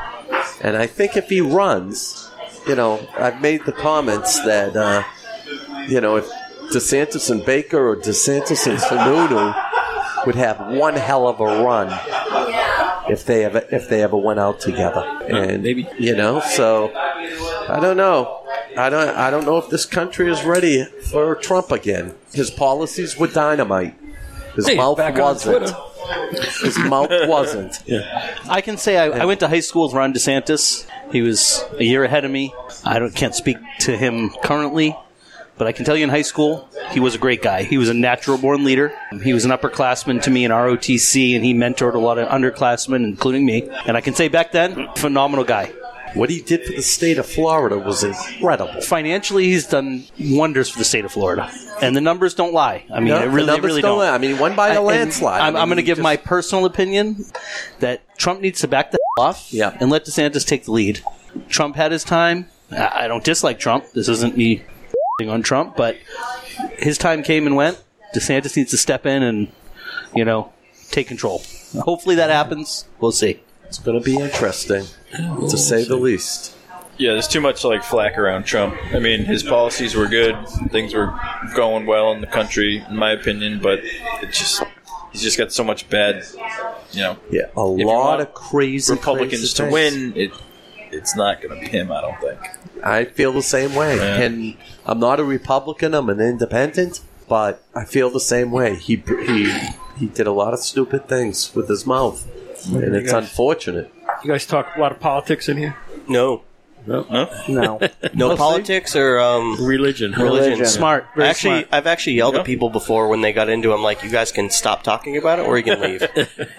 Speaker 2: And I think if he runs, you know, I've made the comments that, uh, you know, if DeSantis and Baker or DeSantis and Sununu would have one hell of a run if they ever if they ever went out together. And maybe you know, so I don't know. I don't I don't know if this country is ready for Trump again. His policies were dynamite. His
Speaker 8: Hey,
Speaker 2: mouth
Speaker 8: back on
Speaker 2: wasn't.
Speaker 8: Twitter.
Speaker 2: His mouth wasn't.
Speaker 8: I can say I, I went to high school with Ron DeSantis. He was a year ahead of me. I don't, can't speak to him currently, but I can tell you in high school, he was a great guy. He was a natural born leader. He was an upperclassman to me in ROTC, and he mentored a lot of underclassmen, including me. And I can say back then, phenomenal guy.
Speaker 2: What he did for the state of Florida was incredible.
Speaker 8: Financially, he's done wonders for the state of Florida, and the numbers don't lie. I mean,
Speaker 2: No,
Speaker 8: it
Speaker 2: the
Speaker 8: really,
Speaker 2: numbers
Speaker 8: really
Speaker 2: don't
Speaker 8: don't.
Speaker 2: lie. I mean, he won by a
Speaker 8: I- and
Speaker 2: landslide.
Speaker 8: I'm,
Speaker 2: I mean,
Speaker 8: going to
Speaker 2: he
Speaker 8: give
Speaker 2: just-
Speaker 8: my personal opinion that Trump needs to back the off and let DeSantis take the lead. Trump had his time. I I don't dislike Trump. This isn't me on Trump, but his time came and went. DeSantis needs to step in and you know take control. Hopefully that happens. We'll see.
Speaker 2: It's going to be interesting, to say the least.
Speaker 3: Yeah, there's too much like flack around Trump. I mean, his policies were good, things were going well in the country, in my opinion. But it just he's just got so much bad, you know.
Speaker 2: Yeah, a
Speaker 3: If you
Speaker 2: lot
Speaker 3: want
Speaker 2: of crazy
Speaker 3: Republicans
Speaker 2: crazy
Speaker 3: to
Speaker 2: things.
Speaker 3: win. It it's not going to be him, I don't think.
Speaker 2: I feel the same way.
Speaker 3: Yeah.
Speaker 2: And I'm not a Republican. I'm an independent, but I feel the same way. He he he did a lot of stupid things with his mouth, and it's unfortunate.
Speaker 1: You guys talk a lot of politics in here.
Speaker 11: No.
Speaker 1: No.
Speaker 11: No.
Speaker 1: No.
Speaker 11: No politics or um,
Speaker 1: religion.
Speaker 11: Religion.
Speaker 1: Religion. Smart. Very
Speaker 11: actually,
Speaker 1: smart.
Speaker 11: I've actually yelled
Speaker 1: Yeah.
Speaker 11: at people before when they got into. them, like, you guys can stop talking about it, or you can leave.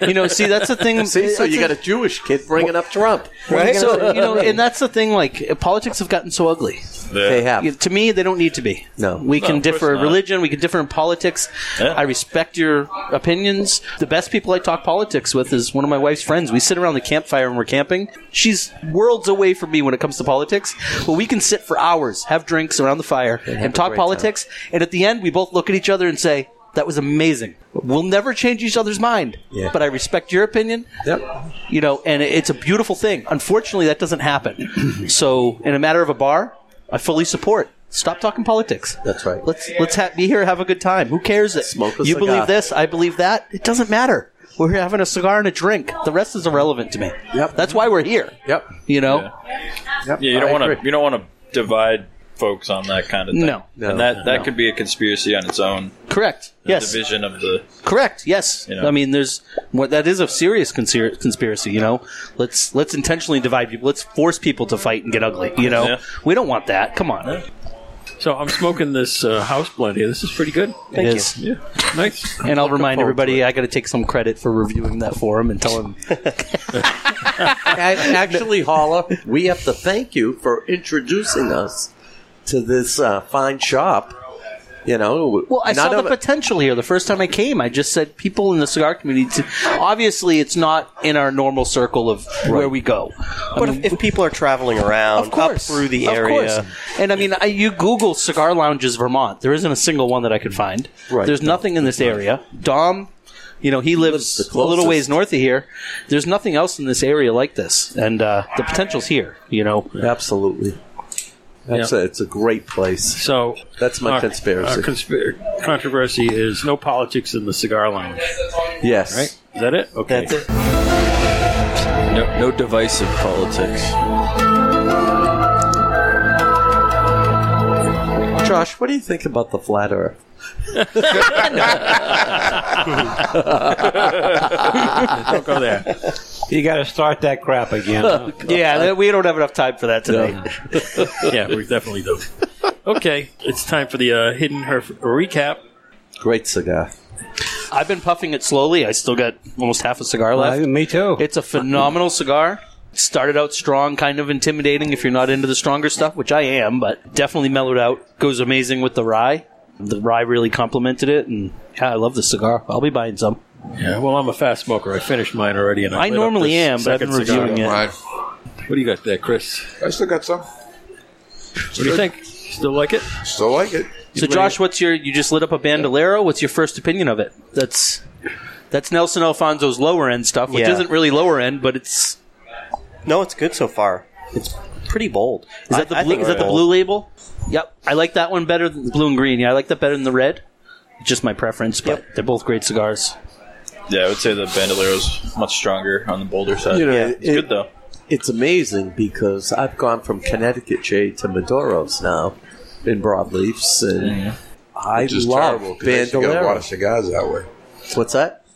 Speaker 8: You know, see, that's the thing.
Speaker 2: See, so
Speaker 8: that's
Speaker 2: you
Speaker 8: the-
Speaker 2: got a Jewish kid bringing up Trump,
Speaker 8: So you know, and that's the thing. Like politics have gotten so ugly.
Speaker 2: They have.
Speaker 8: You- To me, they don't need to be.
Speaker 2: No.
Speaker 8: we
Speaker 2: No,
Speaker 8: can
Speaker 2: of course
Speaker 8: differ in
Speaker 2: not.
Speaker 8: religion. We can differ in politics. I respect your opinions. The best people I talk politics with is one of my wife's friends. We sit around the campfire when we're camping. She's worlds away from me when it comes to politics, but we can sit for hours, have drinks around the fire, and
Speaker 2: have a
Speaker 8: talk
Speaker 2: great time.
Speaker 8: politics. And at the end, we both look at each other and say. That was amazing. We'll never change each other's mind,
Speaker 2: Yeah.
Speaker 8: but I respect your opinion. Yep. You know, and it's a beautiful thing. Unfortunately, that doesn't happen. so, in a matter of a bar, I fully support. Stop talking politics. That's right. Let's let's ha- be here, have a good time. Who cares? That
Speaker 2: a
Speaker 8: you
Speaker 2: cigar.
Speaker 8: believe this, I believe that. It doesn't matter. We're here having a cigar and a drink. The rest is irrelevant to me. Yep. That's why we're here. Yep. You know.
Speaker 3: Yeah, you
Speaker 8: I
Speaker 3: don't want to.
Speaker 8: agree.
Speaker 3: You don't want to divide folks on that kind of thing.
Speaker 8: No. No,
Speaker 3: and that that
Speaker 8: no.
Speaker 3: could be a conspiracy on its own.
Speaker 8: Correct.
Speaker 3: The
Speaker 8: Yes.
Speaker 3: division of the
Speaker 8: Correct. Yes.
Speaker 3: You know.
Speaker 8: I mean, there's what that is a serious conspir- conspiracy. You know, let's let's intentionally divide people. Let's force people to fight and get ugly. You know,
Speaker 13: Yeah.
Speaker 8: we don't want that. Come on.
Speaker 13: So I'm smoking this uh, house blend here. This is pretty good.
Speaker 8: It is.
Speaker 13: Yeah, nice.
Speaker 8: And I'll
Speaker 13: Looking
Speaker 8: remind
Speaker 13: forward
Speaker 8: everybody, I got to take some credit for reviewing that for him and tell him.
Speaker 2: Actually, Holla, we have to thank you for introducing us to this uh, fine shop. You know,
Speaker 8: Well, I
Speaker 2: none
Speaker 8: saw the
Speaker 2: of it-
Speaker 8: potential here the first time I came. I just said people in the cigar community. t- obviously, it's not in our normal circle of where we go. but if, people are traveling around, of course,
Speaker 11: through the
Speaker 8: of
Speaker 11: area.
Speaker 8: course. and I mean, I, you Google cigar lounges Vermont. There isn't a single one that I could find.
Speaker 11: Right.
Speaker 8: There's nothing in this area. Dom, you know, he lives, a little ways north of here. There's nothing else in this area like this, and uh, the potential's here. You know,
Speaker 2: absolutely. That's
Speaker 13: Yeah.
Speaker 2: a, it's a great place.
Speaker 13: So
Speaker 2: that's my
Speaker 13: Our-
Speaker 2: conspiracy.
Speaker 13: our conspir- controversy is no politics in the cigar lounge.
Speaker 2: Yes.
Speaker 13: Right? Is that it? Okay.
Speaker 2: That's
Speaker 13: it.
Speaker 3: no, no divisive politics.
Speaker 2: Josh, what do you think about the flat Earth?
Speaker 13: Don't go there.
Speaker 7: You got to start that crap again. huh?
Speaker 8: yeah, that- we don't have enough time for that today.
Speaker 13: yeah, we definitely do. Okay, it's time for the uh, hidden her recap.
Speaker 2: Great cigar.
Speaker 8: I've been puffing it slowly. I still got almost half a cigar left.
Speaker 7: me too.
Speaker 8: It's a phenomenal cigar. Started out strong, kind of intimidating if you're not into the stronger stuff, which I am, but definitely mellowed out. Goes amazing with the rye. The rye really complemented it, and yeah, I love the cigar. I'll be buying some.
Speaker 13: Yeah, well, I'm a fast smoker. I finished mine already, and I,
Speaker 8: I
Speaker 13: lit up
Speaker 8: normally
Speaker 13: this
Speaker 8: am, but I've
Speaker 13: second
Speaker 8: been
Speaker 13: cigar.
Speaker 8: reviewing it. Right.
Speaker 13: What do you got there, Chris?
Speaker 5: I still got some.
Speaker 13: What do you think? Still like it?
Speaker 5: Still like it.
Speaker 8: So, Josh, what's your? You just lit up a bandolero. What's your first opinion of it? That's that's Nelson Alfonso's lower end stuff, which
Speaker 11: Yeah.
Speaker 8: isn't really lower end, but it's
Speaker 11: No, it's good so far. It's pretty bold.
Speaker 8: Is that the
Speaker 11: I- I
Speaker 8: blue,
Speaker 11: think
Speaker 8: is that
Speaker 11: it's
Speaker 8: the blue label? Yep, I like that one better than the blue and green. Yeah, I like that better than the red. Just my preference, but they're both great cigars.
Speaker 3: Yeah, I would say the Bandolero's much stronger on the bolder side.
Speaker 2: You know,
Speaker 3: yeah, it's
Speaker 2: it-
Speaker 3: good though.
Speaker 2: It's amazing because I've gone from Connecticut shade to Maduros now in broadleafs, and I
Speaker 5: Which is
Speaker 2: love
Speaker 5: terrible 'cause I used to get a lot of
Speaker 2: Bandolero.
Speaker 5: cigars that way.
Speaker 2: What's that?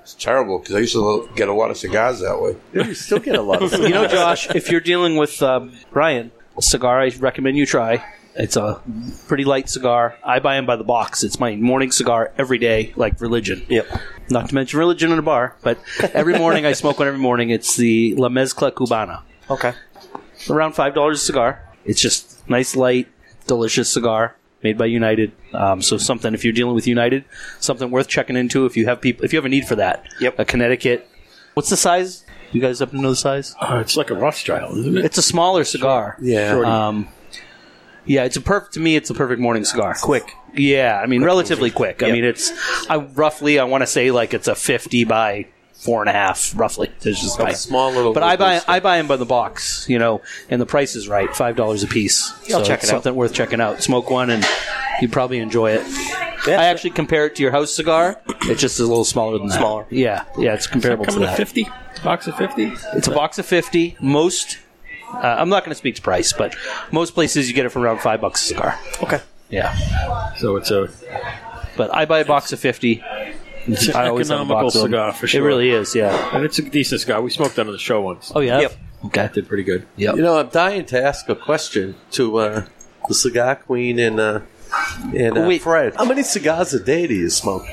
Speaker 5: It's terrible because I used to get a lot of cigars that way.
Speaker 2: You still get a lot of
Speaker 8: you know, Josh, if you're dealing with um, Brian, a cigar I recommend you try. It's a pretty light cigar. I buy them by the box. It's my morning cigar every day, like religion. Yep. Not to mention religion in a bar, but every morning I smoke one every morning. It's the La Mezcla Cubana.
Speaker 11: Okay.
Speaker 8: around five dollars a cigar. It's just nice, light, delicious cigar made by United. Um, so something if you're dealing with United, something worth checking into if you have people if you have a need for that. Yep. A Connecticut. What's the size? You guys happen to know the size?
Speaker 13: Uh, it's like a Rothschild, isn't it?
Speaker 8: It's a smaller cigar.
Speaker 13: Yeah. Shorty.
Speaker 8: Um, yeah, it's a perfect to me. It's a perfect morning cigar. Quick. Yeah, I mean relatively quick. I mean it's I roughly I want to say like it's a fifty by four and a half roughly. It's just
Speaker 2: A
Speaker 8: my-
Speaker 2: small little
Speaker 8: But I buy
Speaker 2: loose
Speaker 8: I buy them by the box, you know, and the price is right, five dollars a piece.
Speaker 11: Yeah, I'll
Speaker 8: so
Speaker 11: check
Speaker 8: it's
Speaker 11: it out.
Speaker 8: something worth checking out. Smoke one and you'd probably enjoy it. I actually compare it to your house cigar. It's just a little smaller than that.
Speaker 13: Smaller.
Speaker 8: Yeah, yeah, it's comparable to
Speaker 13: Coming to
Speaker 8: that.
Speaker 13: fifty box of fifty.
Speaker 8: It's a box of fifty. Most, uh, I'm not going to speak to price, but most places you get it for around five bucks a cigar. Okay. Yeah.
Speaker 13: So it's a.
Speaker 8: But I buy a box of fifty.
Speaker 13: It's an
Speaker 8: I always have a
Speaker 13: economical
Speaker 8: box of them.
Speaker 13: cigar for sure.
Speaker 8: It really is. Yeah.
Speaker 13: and it's a decent cigar. We smoked on the show once.
Speaker 8: Oh yeah.
Speaker 13: Yep.
Speaker 8: Okay.
Speaker 13: Did pretty good.
Speaker 8: Yep.
Speaker 2: You know, I'm dying to ask a question to uh, the cigar queen and uh, and uh,
Speaker 8: Wait.
Speaker 2: Fred. How many cigars a day do you smoke?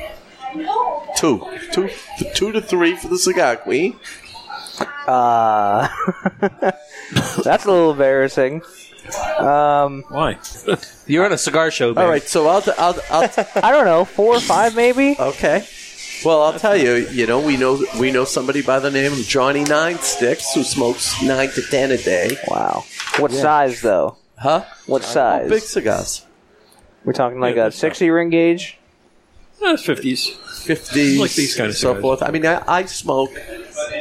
Speaker 2: Two, two, two to three for the cigar queen.
Speaker 10: Uh, that's a little embarrassing. Um,
Speaker 13: Why?
Speaker 8: You're on a cigar show.
Speaker 2: All right, so I'll, I'll, I'll
Speaker 10: I don't know, four or five maybe.
Speaker 2: Okay. Well, I'll tell you. You know, we know we know somebody by the name of Johnny Nine Sticks who smokes nine to ten a day.
Speaker 10: Wow. What size though?
Speaker 2: Huh?
Speaker 10: What size?
Speaker 2: big cigars.
Speaker 10: We're talking like a sixty ring gauge.
Speaker 13: Uh,
Speaker 1: fifties,
Speaker 2: fifties,
Speaker 1: Like these kind of
Speaker 2: so
Speaker 1: cigars.
Speaker 2: forth. I mean, I, I smoke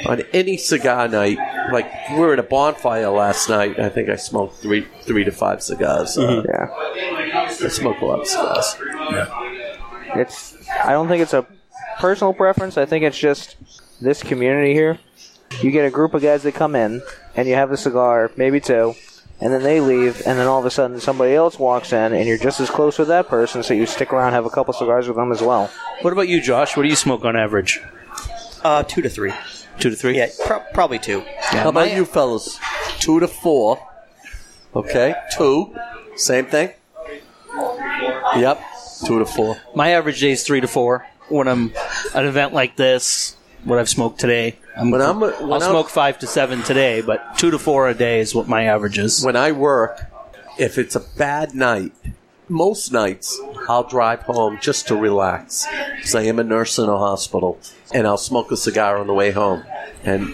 Speaker 2: on any cigar night. Like we were at a bonfire last night. I think I smoked three, three to five cigars.
Speaker 1: Mm-hmm.
Speaker 10: Mhm.
Speaker 2: yeah, I smoke a lot of cigars.
Speaker 10: It's. I don't think it's a personal preference. I think it's just this community here. You get a group of guys that come in, and you have a cigar, maybe two, and then they leave, and then all of a sudden somebody else walks in, and you're just as close with that person, so you stick around, have a couple cigars with them as well.
Speaker 8: What about you, Josh? What do you smoke on average?
Speaker 11: Uh, two to three.
Speaker 8: Two to three.
Speaker 11: Yeah, pro- probably two.
Speaker 2: How about you, fellas? Two to four. Okay, two. Same thing. Yep, two to four.
Speaker 8: My average day is three to four. When I'm at an event like this, what I've smoked today, I'm,
Speaker 2: When I'm-
Speaker 8: I'll
Speaker 2: when I'm-
Speaker 8: smoke five to seven today, but two to four a day is what my average is.
Speaker 2: When I work, if it's a bad night, most nights I'll drive home just to relax because I am a nurse in a hospital, and I'll smoke a cigar on the way home, and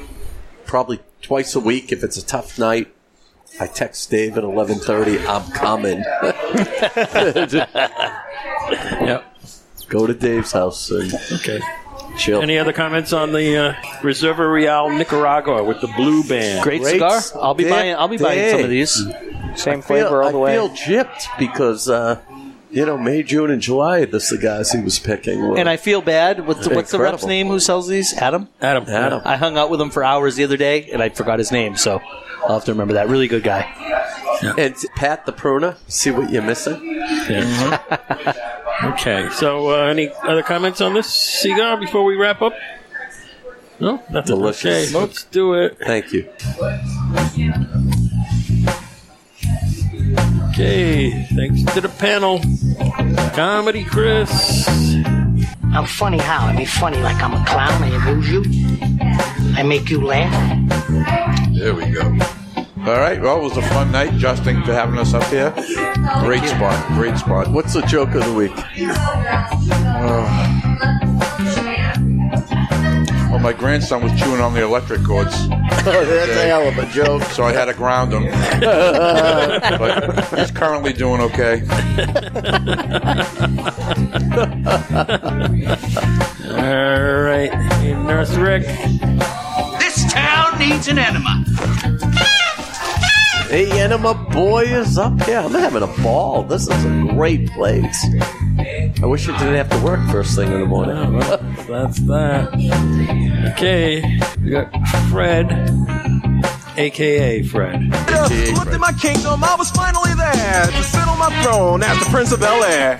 Speaker 2: probably twice a week if it's a tough night. I text Dave at eleven thirty. I'm coming. yep. Go to Dave's house. And okay. Chill.
Speaker 1: Any other comments on the uh, Reserva Real Nicaragua with the blue band?
Speaker 8: Great, cigar. I'll be
Speaker 2: damn
Speaker 8: buying. I'll be buying some of
Speaker 2: day.
Speaker 8: these.
Speaker 10: Same
Speaker 2: I feel, I feel gypped because uh, you know May, June, and July. The cigars he was picking, were,
Speaker 8: And I feel bad. What's, what's the rep's
Speaker 2: Incredible.
Speaker 8: name who sells these? Adam? Adam.
Speaker 2: Adam.
Speaker 8: I hung out with him for hours the other day, and I forgot his name, so I'll have to remember that. Really good guy.
Speaker 2: and Pat the pruner. See what you're missing.
Speaker 1: okay. So, uh, any other comments on this cigar before we wrap up? No, nothing.
Speaker 2: Delicious.
Speaker 1: Okay, let's do it.
Speaker 2: Thank you.
Speaker 1: Okay, thanks to the panel. Comedy Chris.
Speaker 4: I'm funny how? I mean, funny like I'm a clown. I amuse you. I make you laugh.
Speaker 5: There we go. All right. Well, it was a fun night. Josh, thank you for having us up here. Great spot. Great spot.
Speaker 2: What's the joke of the week?
Speaker 5: Uh, Well, my grandson was chewing on the electric cords.
Speaker 2: that's a hell of a joke.
Speaker 5: So I had to ground him. but he's currently doing okay.
Speaker 1: All right, hey, Nurse Rick.
Speaker 9: This town needs an enema.
Speaker 2: Hey, Enema Boy is up here. I'm having a ball. This is a great place. I wish I didn't have to work first thing in the morning.
Speaker 1: Oh, well, that's that. Okay, we got Fred, aka Fred.
Speaker 9: Looked at my kingdom, I was finally there to sit on my throne as the Prince of Bel Air.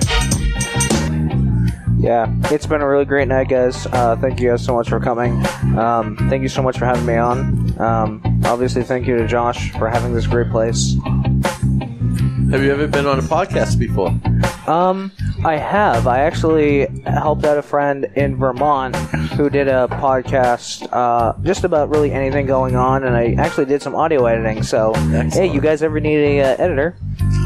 Speaker 10: Yeah, it's been a really great night, guys. Uh, thank you guys so much for coming. Um, thank you so much for having me on. Um, obviously, thank you to Josh for having this great place.
Speaker 2: Have you ever been on a podcast before?
Speaker 10: Um, I have. I actually helped out a friend in Vermont who did a podcast uh, just about really anything going on, and I actually did some audio editing. So, hey, you guys ever need a uh, editor?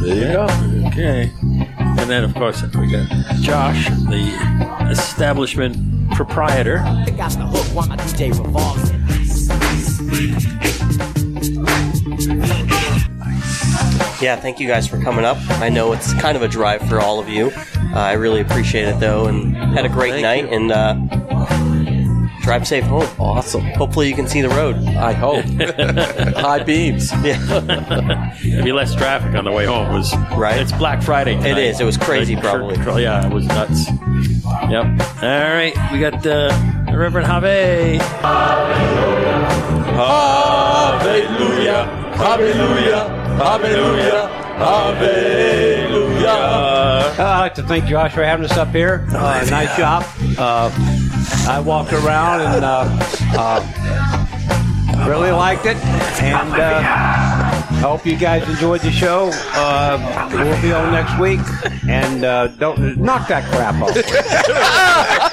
Speaker 2: There you go.
Speaker 1: Okay. And then, of course, we got Josh, the establishment proprietor.
Speaker 9: I got the hook while my DJ revolves.
Speaker 11: Yeah, thank you guys for coming up. I know it's kind of a drive for all of you. Uh, I really appreciate it though, and had a great night. And uh, drive safe home.
Speaker 2: Awesome.
Speaker 11: Hopefully you can see the road.
Speaker 2: I hope. High beams.
Speaker 11: Yeah.
Speaker 1: Maybe less traffic on the way home was right. It's Black Friday. Tonight.
Speaker 11: It is. It was crazy, probably.
Speaker 1: Tr- yeah, it was nuts. Yep. All right, we got uh, Reverend Have.
Speaker 9: Hallelujah, hallelujah, hallelujah, hallelujah.
Speaker 7: Uh, I'd like to thank Josh for having us up here. Uh, nice job. Uh, I walked around and uh, uh, really liked it, and uh, I hope you guys enjoyed the show. Uh, we'll be on next week, and uh, don't knock that crap off.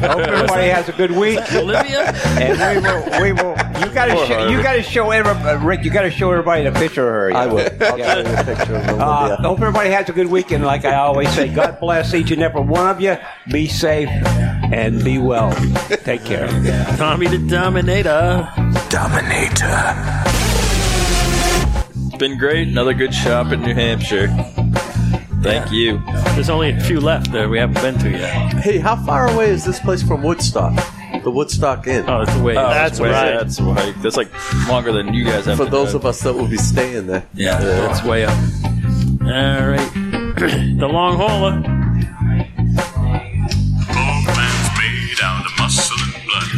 Speaker 7: hope everybody has a good week.
Speaker 1: Olivia,
Speaker 7: and we will. We will. You got to. Sh- you got to show everybody, Rick. You got to show everybody the picture of her.
Speaker 2: I will. I'll
Speaker 7: Yeah.
Speaker 2: show you a picture of
Speaker 7: Uh,
Speaker 2: Olivia.
Speaker 7: hope everybody has a good weekend. Like I always say, God bless each and every one of you. Be safe and be well. Take care.
Speaker 1: Tommy the Dominator.
Speaker 7: Dominator.
Speaker 3: It's been great. Another good shop in New Hampshire. Thank you.
Speaker 1: There's only a few left that we haven't been to yet.
Speaker 2: Hey, how far away is this place from Woodstock? The Woodstock Inn.
Speaker 1: Oh, it's away.
Speaker 3: Oh, way- That's right. That's like longer than you guys have.
Speaker 2: For
Speaker 3: to
Speaker 2: those
Speaker 3: go.
Speaker 2: of us that will be staying there.
Speaker 3: yeah,
Speaker 1: it's way up. All right, the long hauler.
Speaker 6: Poor man's made out of muscle and blood,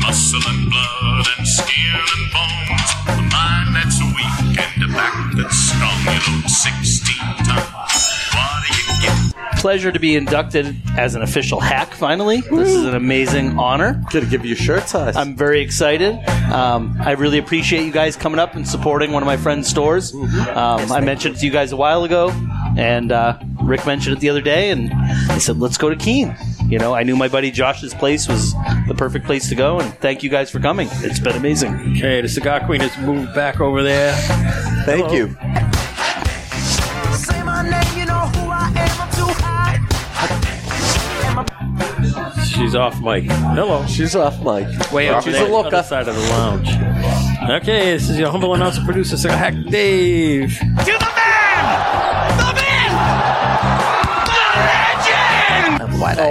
Speaker 6: muscle and blood and skin and bones. A mind that's weak and a back that's strong. You load 16 tons. What do you get?
Speaker 8: Pleasure to be inducted as an official hack. Finally, this is an amazing honor.
Speaker 2: Gonna give you a shirt size.
Speaker 8: I'm very excited. Um, I really appreciate you guys coming up and supporting one of my friend's stores. Um, I mentioned it to you guys a while ago, and uh, Rick mentioned it the other day, and I said, "Let's go to Keene." You know, I knew my buddy Josh's place was the perfect place to go, and thank you guys for coming. It's been amazing.
Speaker 1: Okay, the cigar queen has moved back over there.
Speaker 2: Thank you.
Speaker 9: Say my name, you know who I am. I'm too high.
Speaker 1: She's off mic. Hello.
Speaker 2: She's off mic.
Speaker 1: Way up
Speaker 2: She's
Speaker 1: there,
Speaker 2: a looker.
Speaker 1: other side of the lounge. Okay, this is your humble announcer, producer, Cigar Hack Dave.
Speaker 9: To the man! The man! The legend!
Speaker 1: Why oh,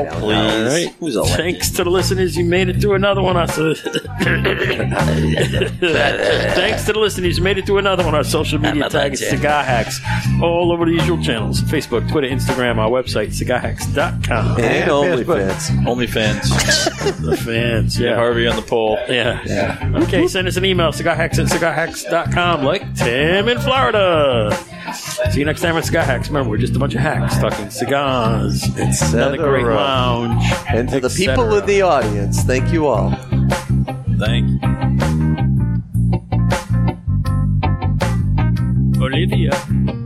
Speaker 1: please. All right. Thanks to the listeners, you made it through another one. Our so- Thanks to the listeners, you made it through another one. Our social media tag is Cigar Hacks. All over the usual channels Facebook, Twitter, Instagram, our website, cigarhacks.com.
Speaker 2: And
Speaker 1: OnlyFans.
Speaker 3: OnlyFans.
Speaker 1: the fans.
Speaker 3: Yeah,
Speaker 1: Yeah.
Speaker 3: Harvey on the pole.
Speaker 1: Yeah. Okay, send us an email, cigarhacks at cigarhacks.com, like Tim in Florida. See you next time on Cigar Hacks. Remember, we're just a bunch of hacks talking cigars. It's another great
Speaker 2: cetera.
Speaker 1: lounge.
Speaker 2: And to the
Speaker 1: et cetera.
Speaker 2: people in the audience, thank you all.
Speaker 3: Thank you.
Speaker 1: Olivia.